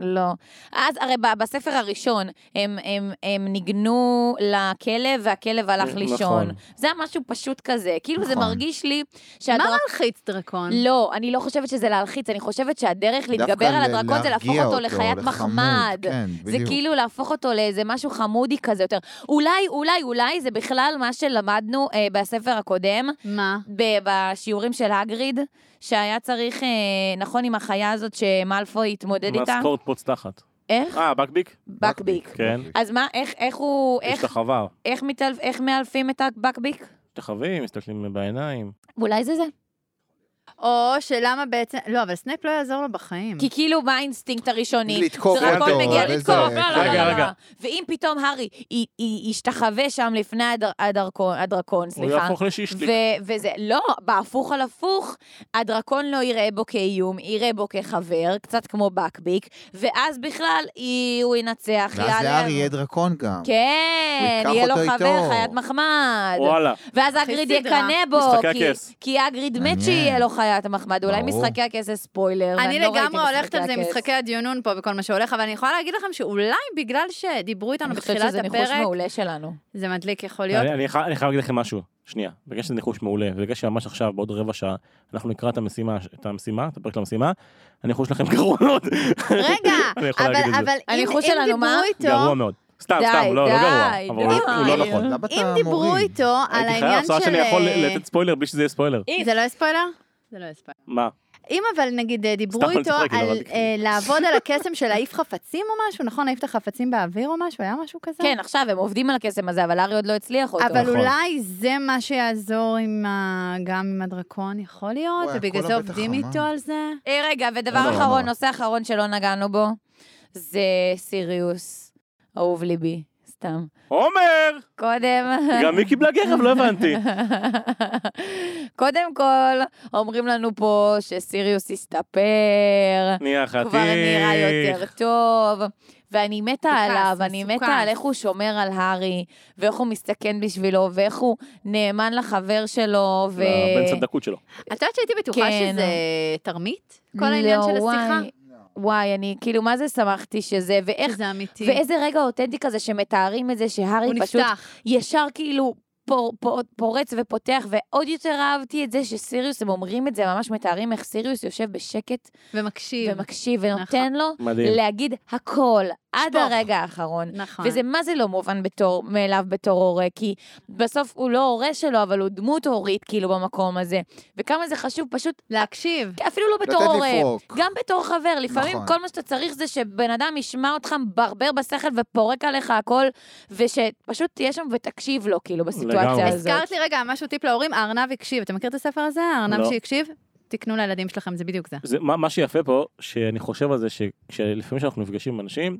Speaker 4: לא. אז הרי ב- בספר הראשון, הם, הם, הם ניגנו לכלב, והכלב הלך
Speaker 1: נכון.
Speaker 4: לישון. זה היה משהו פשוט כזה. כאילו, זה
Speaker 3: נכון.
Speaker 4: מרגיש לי
Speaker 5: מה
Speaker 4: שהדרק...
Speaker 5: מלחיץ דרקון?
Speaker 4: לא, אני לא חושבת שזה להלחיץ, אני חושבת שהדרך להתגבר
Speaker 3: דווקא
Speaker 4: על
Speaker 3: ל-
Speaker 4: הדרקון זה להפוך
Speaker 3: להרגיע
Speaker 4: אותו לחיית
Speaker 3: לחמוד,
Speaker 4: מחמד.
Speaker 3: כן,
Speaker 4: זה
Speaker 3: בדיוק.
Speaker 4: כאילו להפוך אותו לאיזה משהו חמודי כזה יותר. אולי, אולי, אולי זה בכלל מה שלמדנו אה, בספר הקודם,
Speaker 5: מה?
Speaker 4: ב- בשיעורים של הגריד, שהיה צריך, אה, נכון, עם החיה הזאת שמאלפוי התמודד איתה?
Speaker 1: מהסקורט פוץ תחת.
Speaker 4: איך?
Speaker 1: אה, בקביק?
Speaker 4: בקביק.
Speaker 1: כן.
Speaker 4: אז מה, איך, איך הוא,
Speaker 1: יש
Speaker 4: איך,
Speaker 1: את החווה.
Speaker 4: איך, מתעל- איך מאלפים את הבקביק?
Speaker 1: יש את החווים, מסתכלים בעיניים.
Speaker 4: אולי זה זה.
Speaker 5: או שלמה בעצם... לא, אבל סנייפ לא יעזור לו בחיים.
Speaker 4: כי כאילו מה האינסטינקט הראשוני?
Speaker 3: לתקוף
Speaker 4: זה
Speaker 1: אותו,
Speaker 4: דרקון מגיע
Speaker 1: וזה-
Speaker 4: לתקוף, לא,
Speaker 3: כן.
Speaker 4: לא, לא,
Speaker 1: רגע,
Speaker 4: לא,
Speaker 1: רגע.
Speaker 4: לא. ואם פתאום הארי היא- היא ישתחווה שם לפני הדר- הדרקון, הדרקון,
Speaker 1: הוא
Speaker 4: סליחה.
Speaker 1: יהפוך לשישליק.
Speaker 4: ו- וזה, לא, בהפוך על הפוך, הדרקון לא יראה בו כאיום, יראה בו כחבר, קצת כמו בקביק, ואז בכלל היא, הוא ינצח,
Speaker 3: ואז לארי יהיה דרקון גם.
Speaker 4: כן,
Speaker 3: הוא ייקח
Speaker 4: יהיה לו
Speaker 3: אותו
Speaker 4: חבר,
Speaker 3: איתו.
Speaker 4: חיית מחמד.
Speaker 1: וואלה.
Speaker 4: ואז
Speaker 5: אחי
Speaker 4: אגריד
Speaker 5: סדרה.
Speaker 4: יקנא בו,
Speaker 1: משחקי
Speaker 4: כי-
Speaker 1: הכס.
Speaker 4: כי אגריד מת
Speaker 3: מעניין.
Speaker 4: שיהיה לו חיית המחמד, אולי
Speaker 3: ברור.
Speaker 4: משחקי הכס זה ספוילר,
Speaker 5: אני
Speaker 4: ואני לא ראיתי
Speaker 5: לגמרי הולכת על זה עם
Speaker 4: הכס.
Speaker 5: משחקי הדיונון פה וכל מה שהולך, אבל אני יכולה להגיד לכם שאולי בגלל שדיברו איתנו
Speaker 4: אני חושבת
Speaker 5: בתחילת
Speaker 4: שזה ניחוש
Speaker 5: הפרק,
Speaker 4: מעולה שלנו.
Speaker 5: זה מדליק יכול להיות.
Speaker 1: אני אני חי- אני חייב להגיד לכם משהו. שנייה. בגלל שזה ניחוש מעולה, ובגלל שממש עכשיו, בעוד רבע שעה, אנחנו נקרא את המשימה, את המשימה, את הפרק של המשימה, הניחוש שלכם גרוע מאוד.
Speaker 5: רגע,
Speaker 1: אני יכול להגיד
Speaker 5: אבל
Speaker 1: את זה.
Speaker 5: אבל אם
Speaker 4: הניחוש
Speaker 5: אם
Speaker 4: שלנו,
Speaker 5: דיברו
Speaker 4: מה?
Speaker 1: גרוע
Speaker 5: איתו...
Speaker 1: מאוד. סתם,
Speaker 4: די,
Speaker 1: סתם, לא לא גרוע.
Speaker 4: די,
Speaker 1: אבל הוא הוא
Speaker 4: די.
Speaker 1: לא נכון.
Speaker 3: למה אתה
Speaker 5: אם דיברו
Speaker 3: מוריד?
Speaker 5: איתו על
Speaker 1: הייתי חייב,
Speaker 5: העניין
Speaker 1: עכשיו
Speaker 5: של...
Speaker 1: שאני יכול
Speaker 5: אה,
Speaker 1: לתת ספוילר בלי שזה יהיה ספוילר.
Speaker 5: זה לא יהיה ספוילר? זה לא יהיה ספוילר.
Speaker 1: מה?
Speaker 5: אם אבל נגיד אה, דיברו
Speaker 1: סתם, אני
Speaker 5: איתו
Speaker 1: צוחק, לא אבל
Speaker 5: על
Speaker 1: רק-
Speaker 5: אה, לעבוד על הקסם של להעיף חפצים או משהו, נכון? להעיף את החפצים באוויר או משהו? היה משהו כזה?
Speaker 4: כן, עכשיו הם עובדים על הקסם הזה, אבל ארי עוד לא הצליח אותו.
Speaker 5: אבל
Speaker 1: נכון.
Speaker 5: אולי זה מה שיעזור עם ה... גם עם הדרקון, יכול להיות,
Speaker 3: וואי,
Speaker 5: ובגלל
Speaker 3: הכל
Speaker 5: זה
Speaker 3: הבטח
Speaker 5: עובדים
Speaker 3: חמה.
Speaker 5: איתו על זה.
Speaker 4: אה, רגע, ודבר
Speaker 3: לא, לא,
Speaker 4: אחרון,
Speaker 3: לא.
Speaker 4: נושא אחרון שלא נגענו בו, זה סיריוס, אהוב ליבי, סתם.
Speaker 1: עומר!
Speaker 4: קודם...
Speaker 1: גם היא קיבלה גרב, לא הבנתי.
Speaker 4: קודם כל, אומרים לנו פה שסיריוס הסתפר,
Speaker 1: נהיה חתיך.
Speaker 4: כבר נראה יותר טוב, ואני מתה
Speaker 5: מסוכן,
Speaker 4: עליו, אני מתה
Speaker 5: מסוכן.
Speaker 4: על איך הוא שומר על הארי, ואיך הוא מסתכן בשבילו, ואיך הוא נאמן לחבר שלו, ו...
Speaker 1: לבן סנדקות לא, שלו.
Speaker 5: את יודעת שהייתי בטוחה
Speaker 4: כן.
Speaker 5: שזה תרמית? כל העניין של
Speaker 4: לא,
Speaker 5: השיחה?
Speaker 4: וואי, וואי, אני כאילו, מה זה שמחתי שזה, ואיך...
Speaker 5: שזה אמיתי.
Speaker 4: ואיזה רגע אותנטי כזה שמתארים את זה שהארי
Speaker 5: הוא
Speaker 4: פשוט
Speaker 5: נפתח.
Speaker 4: ישר כאילו פור, פור, פורץ ופותח, ועוד יותר אהבתי את זה שסיריוס, הם אומרים את זה, ממש מתארים איך סיריוס יושב בשקט
Speaker 5: ומקשיב.
Speaker 4: ומקשיב
Speaker 5: נכון.
Speaker 4: ונותן לו
Speaker 1: מדהים.
Speaker 4: להגיד הכל, עד
Speaker 5: שפוך.
Speaker 4: הרגע האחרון.
Speaker 5: נכון.
Speaker 4: וזה מה זה לא מובן בתור, מאליו בתור הורה, כי בסוף הוא לא הורה שלו, אבל הוא דמות הורית כאילו במקום הזה. וכמה זה חשוב פשוט,
Speaker 5: להקשיב.
Speaker 4: אפילו לא בתור
Speaker 3: לתת
Speaker 4: הורה,
Speaker 3: לפרוק.
Speaker 4: גם בתור חבר, לפעמים
Speaker 3: נכון.
Speaker 4: כל מה שאתה צריך זה שבן אדם ישמע אותך מברבר בשכל ופורק עליך הכל, ושפשוט תהיה שם ותקשיב לו, כאילו,
Speaker 1: לגמרי.
Speaker 4: בסיטואציה הזאת.
Speaker 5: הזכרת לי רגע משהו, טיפ להורים, הארנב הקשיב. אתה מכיר את הספר הזה? הארנב
Speaker 1: לא.
Speaker 5: שהקשיב? תקנו לילדים שלכם, זה בדיוק זה.
Speaker 1: זה, מה, מה שיפה פה, שאני חושב על זה שלפעמים כשאנחנו נפגשים עם אנשים,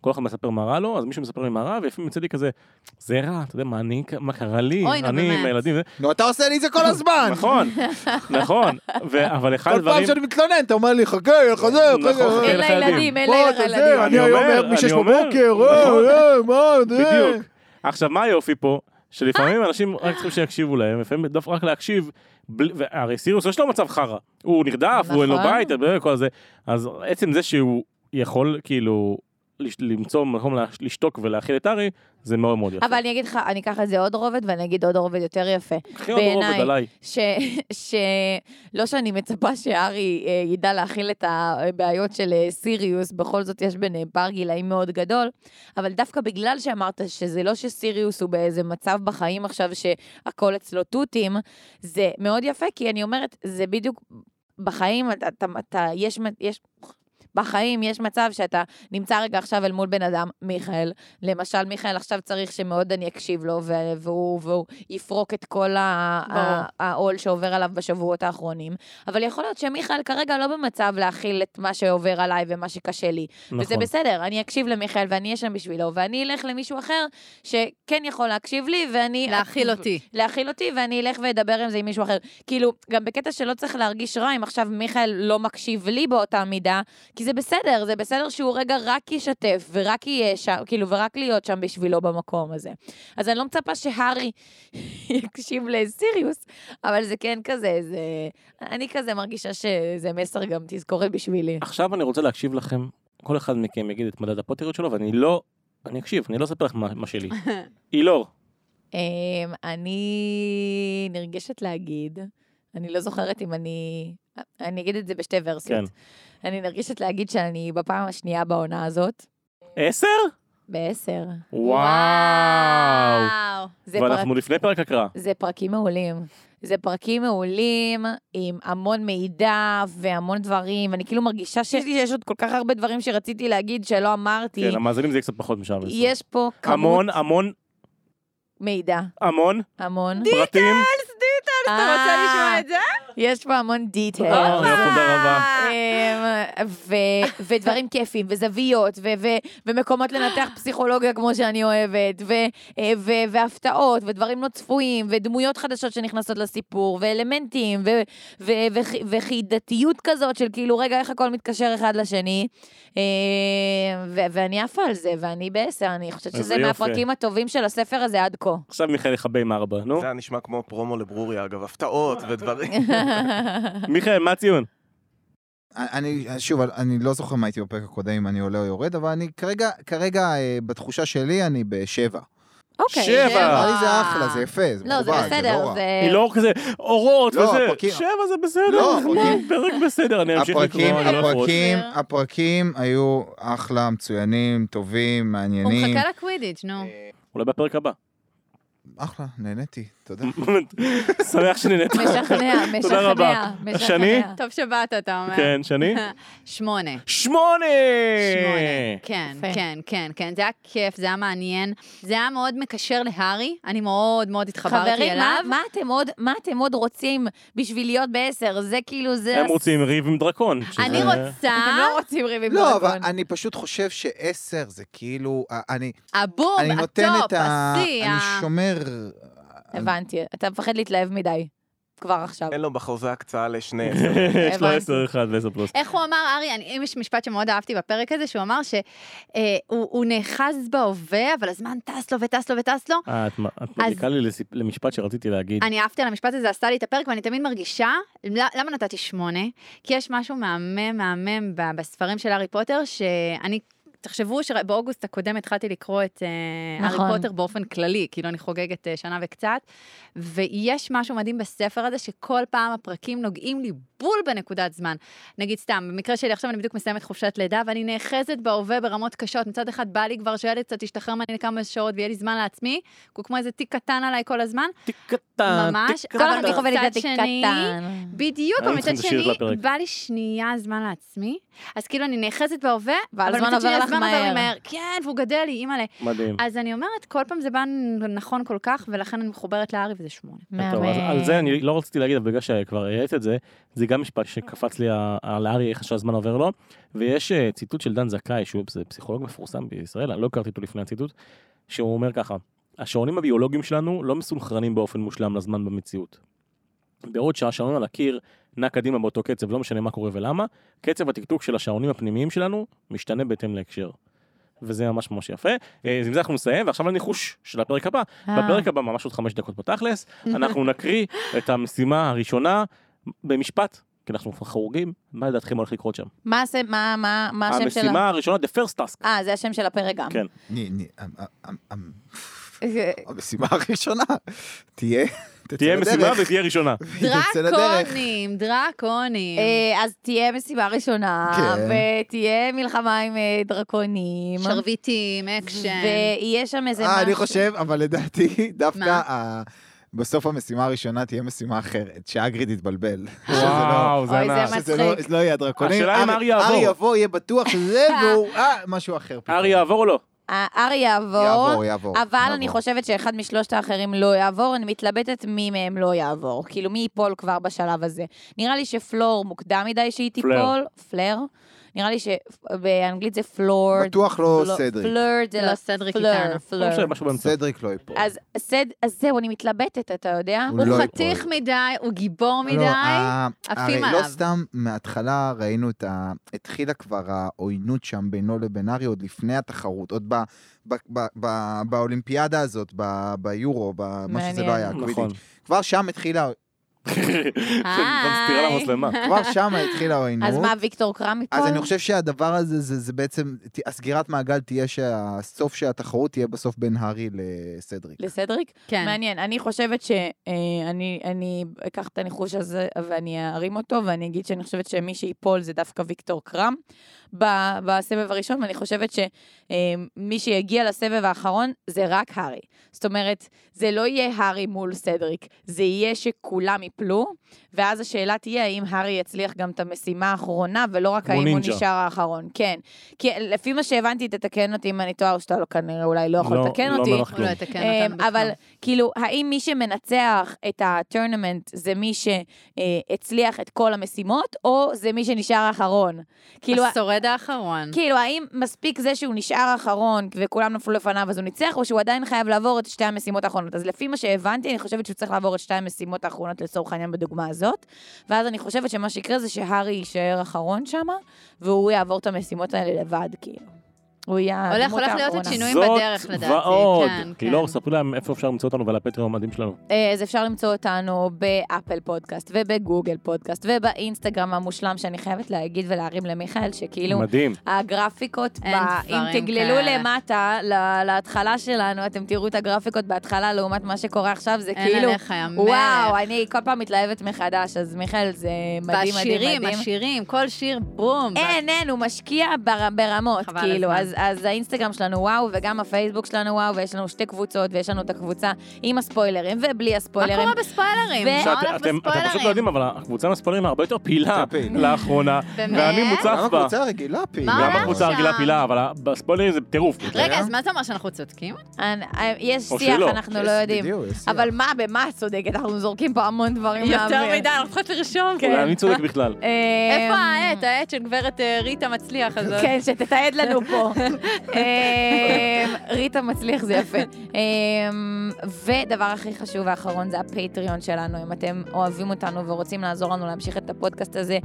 Speaker 1: כל אחד מספר מה רע לו, אז מישהו מספר לי מה רע, ולפעמים יוצא לי כזה, זה רע, אתה יודע מה אני, מה קרה לי,
Speaker 5: אוי, נו,
Speaker 1: אני
Speaker 5: באמת.
Speaker 1: עם הילדים, זה-"
Speaker 3: נו, אתה עושה לי את זה כל הזמן.
Speaker 1: נכון, נכון, ו- אבל אחד
Speaker 3: כל פעם
Speaker 1: הדברים,
Speaker 3: שאני מתלונן, אתה אומר לי, חכה, חוזר,
Speaker 1: נכון,
Speaker 3: חכה.
Speaker 1: חכה.
Speaker 4: אין
Speaker 1: לחיילים.
Speaker 4: לילדים, אין
Speaker 3: בוא, אתה זה,
Speaker 4: לילדים.
Speaker 3: אני
Speaker 1: אני
Speaker 3: היום
Speaker 1: אומר,
Speaker 3: מ-6
Speaker 1: אני אומר.
Speaker 3: בבוקר,
Speaker 1: נכון.
Speaker 3: אה, אה, מה, זה.
Speaker 1: בדיוק. עכשיו מה היופי פה, שלפעמים אנשים רק צריכים שיקשיבו להם, לפעמים דווקא רק להקשיב, בלי- והרי סיריוס יש לו מצב חרא, הוא נרדף, הוא אין לו
Speaker 4: נכון.
Speaker 1: בית, וכל זה, אז עצם זה שהוא יכול כאילו לש- למצוא מקום לה- לשתוק ולהכיל את ארי, זה מאוד מאוד יפה.
Speaker 4: אבל אני אגיד לך, אני אקח את זה עוד רובד, ואני אגיד עוד רובד יותר יפה.
Speaker 1: קחי עוד רובד
Speaker 4: בעיניי.
Speaker 1: עליי.
Speaker 4: ש... ש... לא שאני מצפה שארי אה, ידע להכיל את הבעיות של אה, סיריוס, בכל זאת יש ביניהם פער גילאים מאוד גדול, אבל דווקא בגלל שאמרת שזה לא שסיריוס הוא באיזה מצב בחיים עכשיו שהכל אצלו תותים, זה מאוד יפה, כי אני אומרת, זה בדיוק בחיים, אתה, אתה, אתה יש, יש, בחיים יש מצב שאתה נמצא רגע עכשיו אל מול בן אדם, מיכאל, למשל, מיכאל עכשיו צריך שמאוד אני אקשיב לו, ו- והוא, והוא יפרוק את כל ה-
Speaker 5: ברור.
Speaker 4: ה- העול שעובר עליו בשבועות האחרונים, אבל יכול להיות שמיכאל כרגע לא במצב להכיל את מה שעובר עליי ומה שקשה לי, וזה
Speaker 1: נכון.
Speaker 4: בסדר, אני אקשיב למיכאל ואני אהיה שם בשבילו, ואני אלך למישהו אחר שכן יכול להקשיב לי, ואני...
Speaker 5: להכיל אותי.
Speaker 4: להכיל אותי, ואני אלך ואדבר עם זה עם מישהו אחר. כאילו, גם בקטע שלא צריך להרגיש רע אם עכשיו מיכאל לא מקשיב לי באותה מידה, כי זה בסדר, זה בסדר שהוא רגע רק ישתף, ורק יהיה שם, כאילו, ורק להיות שם בשבילו במקום הזה. אז אני לא מצפה שהארי יקשיב לסיריוס, אבל זה כן כזה, זה... אני כזה מרגישה שזה מסר גם תזכורת בשבילי.
Speaker 1: עכשיו אני רוצה להקשיב לכם, כל אחד מכם יגיד את מדד הפוטריות שלו, ואני לא, אני אקשיב, אני לא אספר לך מה מה שלי. אילור,
Speaker 4: אמ, אני נרגשת להגיד, אני לא זוכרת אם אני... אני אגיד את זה בשתי
Speaker 1: כן.
Speaker 4: ורסיות. אני נרגשת להגיד שאני בפעם השנייה בעונה הזאת,
Speaker 1: עשר?
Speaker 4: בעשר.
Speaker 1: וואו.
Speaker 4: זה, פרק,
Speaker 1: ואנחנו לפני פרק הקראה.
Speaker 4: זה פרקים מעולים. זה פרקים מעולים עם המון מידע והמון דברים. אני כאילו
Speaker 5: כן.
Speaker 4: מרגישה שיש לי שיש עוד כל כך הרבה דברים שרציתי להגיד שלא אמרתי.
Speaker 1: כן, המאזינים זה יהיה קצת פחות משעה. ועשרים.
Speaker 4: יש פה כמות
Speaker 1: המון, המון,
Speaker 4: מידע,
Speaker 1: המון
Speaker 4: המון. אה,
Speaker 1: פרטים.
Speaker 5: אתה רוצה לשמוע את זה?
Speaker 4: יש פה המון דיטל.
Speaker 1: אה, יופי, תודה רבה.
Speaker 4: אמ, ו- ודברים כיפים, וזוויות, ו- ו- ומקומות לנתח פסיכולוגיה כמו שאני אוהבת, ו- אה, ו- והפתעות, ודברים לא צפויים, ודמויות חדשות שנכנסות לסיפור, ואלמנטים, ו- ו- וח- וחידתיות כזאת של כאילו, רגע, איך הכל מתקשר אחד לשני. אמ, ו- ואני עפה על זה, ואני בעשר, אני חושבת
Speaker 1: איזה
Speaker 4: שזה
Speaker 1: יופי.
Speaker 4: מהפרקים הטובים של הספר הזה עד כה.
Speaker 1: עכשיו מיכאל יכבה עם ארבע, נו.
Speaker 2: זה היה נשמע כמו פרומו לברוריה, אגב, הפתעות
Speaker 3: אה,
Speaker 2: ודברים.
Speaker 1: מיכאל, מה הציון?
Speaker 3: אני, שוב, אני לא זוכר מה הייתי בפרק הקודם, אם אני עולה או יורד, אבל אני כרגע, כרגע, אה, בתחושה שלי, אני בשבע.
Speaker 4: אוקיי.
Speaker 1: שבע.
Speaker 3: נראה לי זה אחלה, זה יפה, זה
Speaker 4: לא, זה
Speaker 3: מכובד, זה
Speaker 4: בסדר,
Speaker 3: לא רע.
Speaker 4: זה...
Speaker 1: היא לא כזה אורות
Speaker 3: לא,
Speaker 1: וזה.
Speaker 3: הפרקים-
Speaker 1: שבע זה בסדר.
Speaker 3: לא,
Speaker 1: מה,
Speaker 3: הפרקים-
Speaker 1: פרק בסדר, אני אמשיך לקרוא.
Speaker 3: הפרקים,
Speaker 1: אני לא אפרוץ.
Speaker 3: הפרקים,
Speaker 5: אפרוץ.
Speaker 3: הפרקים היו אחלה, מצוינים, טובים,
Speaker 5: הוא
Speaker 3: מעניינים.
Speaker 5: מחכה לקווידיץ', נו.
Speaker 1: אולי בפרק הבא.
Speaker 3: אחלה, נהניתי, תודה.
Speaker 1: שמח שנהנית.
Speaker 4: משכנע, משכנע,
Speaker 1: תודה רבה.
Speaker 4: משכנע.
Speaker 1: שני?
Speaker 5: טוב שבאת, אתה אומר.
Speaker 1: כן, שני?
Speaker 5: שמונה.
Speaker 1: שמונה!
Speaker 3: אה,
Speaker 5: שמונה. כן,
Speaker 4: יפה.
Speaker 5: כן, כן, כן. זה היה כיף, זה היה מעניין. זה היה מאוד מקשר להארי, אני מאוד מאוד התחברתי
Speaker 4: חברים,
Speaker 5: אליו.
Speaker 4: מה, מה, אתם עוד, מה אתם עוד רוצים בשביל להיות בעשר? זה כאילו, זה...
Speaker 1: הם רוצים ריב עם דרקון.
Speaker 5: אני
Speaker 1: שזה-
Speaker 5: רוצה...
Speaker 4: אתם לא רוצים ריב עם
Speaker 3: לא, אבל
Speaker 4: דרקון.
Speaker 3: אני פשוט חושב שעשר זה כאילו, אה, אני,
Speaker 5: הבום,
Speaker 3: אני נותן
Speaker 5: הטופ,
Speaker 3: את ה...
Speaker 5: השיא.
Speaker 3: אני
Speaker 5: ה-
Speaker 3: שומר...
Speaker 4: הבנתי, אתה מפחד להתלהב מדי. כבר עכשיו.
Speaker 2: אין לו בחוזה הקצאה לשני עשר.
Speaker 1: יש לו
Speaker 5: הבנתי.
Speaker 1: 10
Speaker 5: אה,
Speaker 1: 1 ו-10 פלוס.
Speaker 5: איך הוא אמר, ארי, אני, אם יש משפט שמאוד אהבתי בפרק הזה, שהוא אמר שהוא אה, הוא- הוא נאחז בהווה, אבל הזמן טס לו וטס לו וטס לו.
Speaker 1: אה, את מ- את
Speaker 5: אז-
Speaker 1: מדליקה לי לסיפ- למשפט שרציתי להגיד.
Speaker 5: אני אהבתי על המשפט הזה, עשתה לי את הפרק, ואני תמיד מרגישה, ל- למה נתתי שמונה? כי יש משהו מהמם מהמם ב- בספרים של הארי פוטר, שאני... תחשבו שבאוגוסט הקודם התחלתי לקרוא את אה, הארי
Speaker 4: נכון.
Speaker 5: פוטר באופן כללי, כאילו אני חוגגת אה, שנה וקצת, ויש משהו מדהים בספר הזה, שכל פעם הפרקים נוגעים לי בול בנקודת זמן. נגיד סתם, במקרה שלי עכשיו אני בדיוק מסיימת חופשת לידה, ואני נאחזת בהווה ברמות קשות. מצד אחד בא לי כבר שהילד קצת ישתחרר ממני לכמה שעות ויהיה לי זמן לעצמי, הוא כמו איזה תיק קטן עליי כל הזמן,
Speaker 1: תיק קטן,
Speaker 5: ממש,
Speaker 1: תיק
Speaker 5: כל
Speaker 4: כל
Speaker 1: קטן.
Speaker 4: אחד
Speaker 5: אבל
Speaker 4: מכוון את
Speaker 5: מצד
Speaker 4: זה
Speaker 5: שני-
Speaker 4: קטן.
Speaker 5: בדיוק,
Speaker 1: היינו
Speaker 5: אבל מצד
Speaker 1: צריכים את השיר
Speaker 5: שני,
Speaker 1: לפרק.
Speaker 5: בא לי שנייה זמן לעצמי, אז כאילו אני נאחזת בהווה,
Speaker 4: והזמן
Speaker 5: אבל מצד
Speaker 4: עובר
Speaker 5: שני
Speaker 4: לך
Speaker 5: הזמן עובר לי
Speaker 4: מהר.
Speaker 5: מהר. כן, והוא גדל לי, אימא'לה.
Speaker 1: מדהים.
Speaker 5: אז אני אומרת, כל פעם זה בא נכון כל כך, ולכן אני מחוברת לארי וזה שמונה.
Speaker 1: טוב, אז
Speaker 4: מהמם.
Speaker 1: על זה אני לא רציתי להגיד, אבל בגלל שכבר העלית את זה, זה גם משפט שקפץ לי ה- על הארי, איך שהזמן עובר לו, ויש אה, ציטוט של דן זכאי, שהוא זה פסיכולוג מפורסם בישראל, אני לא הכרתי אותו לפני הציטוט, שהוא אומר ככה, השעונים הביולוגיים שלנו לא מסונכרנים באופן מושלם לזמן במציאות. בעוד שהשעון על הקיר נע קדימה באותו קצב, לא משנה מה קורה ולמה, קצב התקתוק של השעונים הפנימיים שלנו משתנה בהתאם להקשר. וזה ממש ממש יפה. אה, אז עם זה אנחנו נסיים, ועכשיו לניחוש של הפרק הבא.
Speaker 4: אה.
Speaker 1: בפרק הבא, ממש עוד חמש דקות בתכלס, אנחנו נקריא את המשימה הראשונה במשפט, כי אנחנו חורגים, מה לדעתכם הולך לקרות שם?
Speaker 4: מה זה, מה, מה,
Speaker 3: אה,
Speaker 4: מה השם של ה...
Speaker 1: המשימה הראשונה, the first task.
Speaker 4: אה, זה השם של הפרק גם.
Speaker 1: כן.
Speaker 3: אני- אני- אמ- אמ- אמ- המשימה הראשונה תהיה... תצא
Speaker 1: תהיה
Speaker 3: לדרך.
Speaker 1: משימה ותהיה ראשונה.
Speaker 3: והיא תצא לדרך.
Speaker 5: דרקונים, דרקונים.
Speaker 4: אה, אז תהיה משימה ראשונה,
Speaker 3: כן.
Speaker 4: ותהיה מלחמה עם אה, דרקונים.
Speaker 5: שרביטים, אקשן.
Speaker 4: ויהיה שם איזה
Speaker 3: אה,
Speaker 4: משהו.
Speaker 3: אני חושב, אבל לדעתי, דווקא
Speaker 5: מה?
Speaker 3: ה- בסוף המשימה הראשונה תהיה משימה אחרת, שאגריד יתבלבל. שזה לא-
Speaker 1: וואו, זה
Speaker 4: אוי, זה
Speaker 1: ענק.
Speaker 4: מה-
Speaker 3: שזה לא-
Speaker 4: מצחיק.
Speaker 3: שזה לא יהיה הדרקונים.
Speaker 1: השאלה אם ארי
Speaker 3: ארי
Speaker 1: יעבור.
Speaker 3: יבוא, יהיה בטוח שזה, והוא... אה, משהו אחר. פתאום.
Speaker 1: ארי יעבור או לא?
Speaker 4: אה, ארי
Speaker 3: יעבור,
Speaker 4: יעבור.
Speaker 3: יעבור.
Speaker 4: אבל
Speaker 3: יעבור.
Speaker 4: אני חושבת שאחד משלושת האחרים לא יעבור, אני מתלבטת מי מהם לא יעבור. כאילו, מי ייפול כבר בשלב הזה. נראה לי שפלור מוקדם מדי שהיא
Speaker 1: פלר.
Speaker 4: תיפול. פלר. נראה לי שבאנגלית זה פלור.
Speaker 3: בטוח לא סדריק.
Speaker 4: פלרד זה
Speaker 5: לא,
Speaker 4: לא
Speaker 5: סדריק
Speaker 4: פלר.
Speaker 5: איתנו.
Speaker 1: לא
Speaker 4: פלר.
Speaker 1: משנה, משהו באמצע.
Speaker 3: סדריק לא ייפול.
Speaker 4: אז סד... אז זהו, אני מתלבטת, אתה יודע?
Speaker 3: הוא
Speaker 5: הוא
Speaker 3: לא
Speaker 5: חתיך
Speaker 3: ייפול.
Speaker 5: מדי, הוא גיבור
Speaker 3: לא,
Speaker 5: מדי.
Speaker 3: ה-
Speaker 5: עפים
Speaker 3: הרי
Speaker 5: עליו.
Speaker 3: לא סתם מההתחלה ראינו את ה... התחילה כבר העוינות שם בינו לבין ארי עוד לפני התחרות, עוד ב... ב... ב... ב... באולימפיאדה הזאת, ב... ביורו, ב... מה שזה
Speaker 4: מעניין.
Speaker 3: לא היה,
Speaker 1: נכון.
Speaker 3: קווידיץ'. כבר שם התחילה,
Speaker 1: גם סתירה למצלמה.
Speaker 3: כבר שם התחילה העוינות.
Speaker 4: אז מה, ויקטור קרם ייפול?
Speaker 3: אז אני חושב שהדבר הזה, זה, זה בעצם, ת- הסגירת מעגל תהיה שהסוף של התחרות תהיה בסוף בין הארי לסדריק.
Speaker 4: לסדריק?
Speaker 5: כן.
Speaker 4: מעניין, אני חושבת שאני אני אקח את הניחוש הזה ואני ארים אותו, ואני אגיד שאני חושבת שמי שיפול זה דווקא ויקטור קרם ב- בסבב הראשון, ואני חושבת שמי שיגיע לסבב האחרון זה רק הארי. זאת אומרת, זה לא יהיה הארי מול סדריק, זה יהיה שכולם ייפלו, ואז השאלה תהיה האם הארי יצליח גם את המשימה האחרונה, ולא רק
Speaker 1: כמו
Speaker 4: האם הוא
Speaker 1: נינג'ה.
Speaker 4: נשאר האחרון. כן, כי לפי מה שהבנתי, תתקן אותי אם אני טועה, או שאתה לא כנראה אולי לא יכול
Speaker 1: לא-
Speaker 4: לתקן
Speaker 1: לא
Speaker 4: אותי.
Speaker 1: מלח
Speaker 5: הוא לא
Speaker 1: כלום.
Speaker 5: יתקן אותנו
Speaker 4: אמ, אבל
Speaker 5: בכלל.
Speaker 4: כאילו, האם מי שמנצח את הטורנמנט זה מי שהצליח את כל המשימות, או זה מי שנשאר האחרון? כאילו,
Speaker 5: השורד האחרון.
Speaker 4: כאילו, האם מספיק זה שהוא נשאר האחרון וכולם נפלו לפניו אז הוא ניצח, או שהוא עדיין חייב לעבור את שתי המשימות האחרונות? אז לפי מה שהבנתי, אני חושבת שהוא צריך לעבור את שתי המשימות האחרונות לצורך העניין בדוגמה הזאת, ואז אני חושבת שמה שיקרה זה שהארי יישאר אחרון שמה, והוא יעבור את המשימות האלה לבד, כאילו. הוא יהיה
Speaker 5: הולך-
Speaker 4: הדמות
Speaker 5: הולך להיות עוד
Speaker 4: האחרונה.
Speaker 5: שינוי. שינויים בדרך,
Speaker 1: זאת
Speaker 5: לדעתי,
Speaker 1: ועוד.
Speaker 5: כן, כן.
Speaker 1: לילור, ספרי להם איפה אפשר למצוא אותנו ועל הפטריון המדהים שלנו.
Speaker 4: אה, אז אפשר למצוא אותנו באפל פודקאסט ובגוגל פודקאסט ובאינסטגרם המושלם שאני חייבת להגיד ולהרים למיכאל
Speaker 5: כאילו,
Speaker 4: שכאילו
Speaker 1: מדהים.
Speaker 5: אה,
Speaker 4: הגרפיקות, ב-
Speaker 5: אין
Speaker 4: אם
Speaker 5: דברים
Speaker 4: תגללו
Speaker 5: כאלה.
Speaker 4: למטה ל- להתחלה שלנו אתם תראו את הגרפיקות בהתחלה לעומת מה שקורה עכשיו זה
Speaker 5: אין
Speaker 4: כאילו
Speaker 5: עליך, יא מלך.
Speaker 4: וואו אני כל פעם מתלהבת מחדש אז מיכאל זה מדהים מדהים
Speaker 5: והשירים,
Speaker 4: מדהים. אה,
Speaker 5: השירים, כל שיר, בום.
Speaker 4: אין, אין, הוא משקיע בר, ברמות,
Speaker 5: חבל
Speaker 4: כאילו,
Speaker 5: הזמן.
Speaker 4: אז, אז האינסטגרם שלנו וואו, וגם הפייסבוק שלנו וואו, ויש לנו שתי קבוצות, ויש לנו את הקבוצה עם הספוילרים ובלי
Speaker 5: מה
Speaker 4: הספוילרים.
Speaker 5: קורה בספוילרים?
Speaker 4: ו-
Speaker 5: מה
Speaker 1: שאת-
Speaker 5: הולך
Speaker 1: אתם אתם פשוט לא
Speaker 5: בספוילרים?
Speaker 1: יודעים, אבל הקבוצה עם הספוילרים הרבה יותר פעילה
Speaker 3: יותר פעילה.
Speaker 1: לאחרונה,
Speaker 5: באמת?
Speaker 1: ואני מוצף
Speaker 3: גם
Speaker 1: בה.
Speaker 3: הקבוצה הרגילה פעילה.
Speaker 5: מה
Speaker 1: גם
Speaker 5: הולך
Speaker 1: הקבוצה הרגילה
Speaker 5: שם?
Speaker 1: פעילה, אבל בספוילרים זה טירוף.
Speaker 5: רגע,
Speaker 1: כן.
Speaker 5: אז מה זה אומר שאנחנו צודקים?
Speaker 4: אנ- אה, יש
Speaker 1: או
Speaker 4: שיח,
Speaker 1: שלא.
Speaker 4: אנחנו לא יודעים.
Speaker 3: בדיוק, יש שיח.
Speaker 4: אבל מה, במה את צודקת? אנחנו זורקים פה המון דברים
Speaker 5: יותר
Speaker 4: לאוויר.
Speaker 5: מדי, אנחנו צריכות לרשום.
Speaker 1: אולי אה, אני צודק בכלל.
Speaker 4: אה,
Speaker 5: איפה העט? העט של גברת אה, ריטה מצליח. אז-
Speaker 4: כן, שתתעד לנו פה. אמ, ריטה מצליח זה יפה. אמ, ודבר הכי חשוב והאחרון זה הפטריון שלנו, אם אתם אוהבים אותנו ורוצים לעזור לנו להמשיך את הפודקאסט הזה.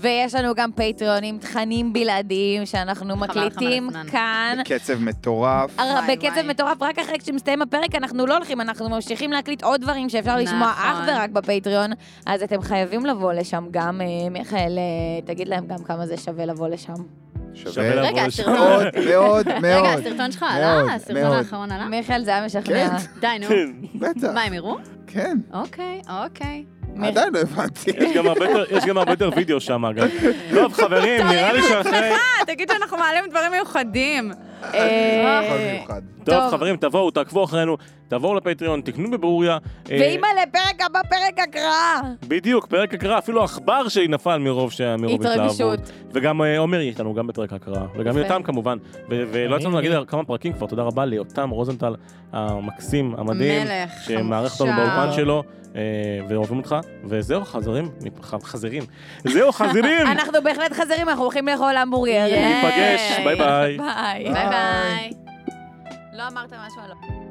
Speaker 4: ויש לנו גם פטריונים, תכנים בלעדיים שאנחנו
Speaker 5: חבל לך על
Speaker 4: מקליטים
Speaker 5: הזמן.
Speaker 4: כאן.
Speaker 3: קצב מטורף.
Speaker 4: הר-
Speaker 5: וואי,
Speaker 4: בקצב
Speaker 5: וואי.
Speaker 4: מטורף, רק אחרי שמסתיים הפרק אנחנו לא הולכים, אנחנו ממשיכים להקליט עוד דברים שאפשר לשמוע
Speaker 5: נכון.
Speaker 4: אך ורק בפטריון, אז אתם חייבים לבוא לשם גם, אה, מיכאל, אה, תגיד להם גם כמה זה שווה לבוא לשם.
Speaker 1: שווה
Speaker 3: שווה
Speaker 1: לבוא
Speaker 5: רגע,
Speaker 1: לשם.
Speaker 5: הסרטון-
Speaker 3: מאוד מאוד
Speaker 5: רגע,
Speaker 3: מאוד.
Speaker 5: הסרטון שלך
Speaker 3: מאוד,
Speaker 5: עלה? הסרטון
Speaker 3: מאוד.
Speaker 5: האחרון עלה?
Speaker 4: מיכאל, זה היה משכנע.
Speaker 3: כן.
Speaker 5: די, נו.
Speaker 3: בטח,
Speaker 5: מה, הם יראו?
Speaker 3: כן.
Speaker 5: אוקיי, אוקיי.
Speaker 3: עדיין לא הבנתי.
Speaker 1: יש גם הרבה יותר- יש גם הרבה יותר וידאו שם, אגב. טוב, חברים, נראה לי שאחרי...
Speaker 5: אה, תגיד שאנחנו מעלים דברים מיוחדים.
Speaker 4: אה,
Speaker 3: הכל מיוחד.
Speaker 1: טוב,
Speaker 4: טוב.
Speaker 1: חברים, תבואו, תעקבו אחרינו, תבואו לפטריון, תקנו בברוריה. אה,
Speaker 4: ואימא לפרק הבא, פרק הקראה.
Speaker 1: בדיוק, פרק הקראה, אפילו עכבר שנפל מרוב שה- מרוב
Speaker 4: התרגשות.
Speaker 1: וגם אה, עומר יהיה איתנו גם בפרק הקראה, וגם
Speaker 4: יפה.
Speaker 1: יותם כמובן. ו- ולא יצא לנו להגיד כמה פרקים כבר, תודה רבה ליותם רוזנטל המקסים, המדהים,
Speaker 5: המלך,
Speaker 1: שמארח אותנו
Speaker 5: המוכשר.
Speaker 1: באולפן שלו, אה, ואוהבים אותך, וזהו חזרים, ח- חזירים, זהו חזירים,
Speaker 4: אנחנו בהחלט חזרים, אנחנו הולכים לאכול המבורגר. אה,
Speaker 5: ייי.
Speaker 1: ניפגש, ביי ביי.
Speaker 4: ביי.
Speaker 5: ביי ביי. לא אמרת משהו על...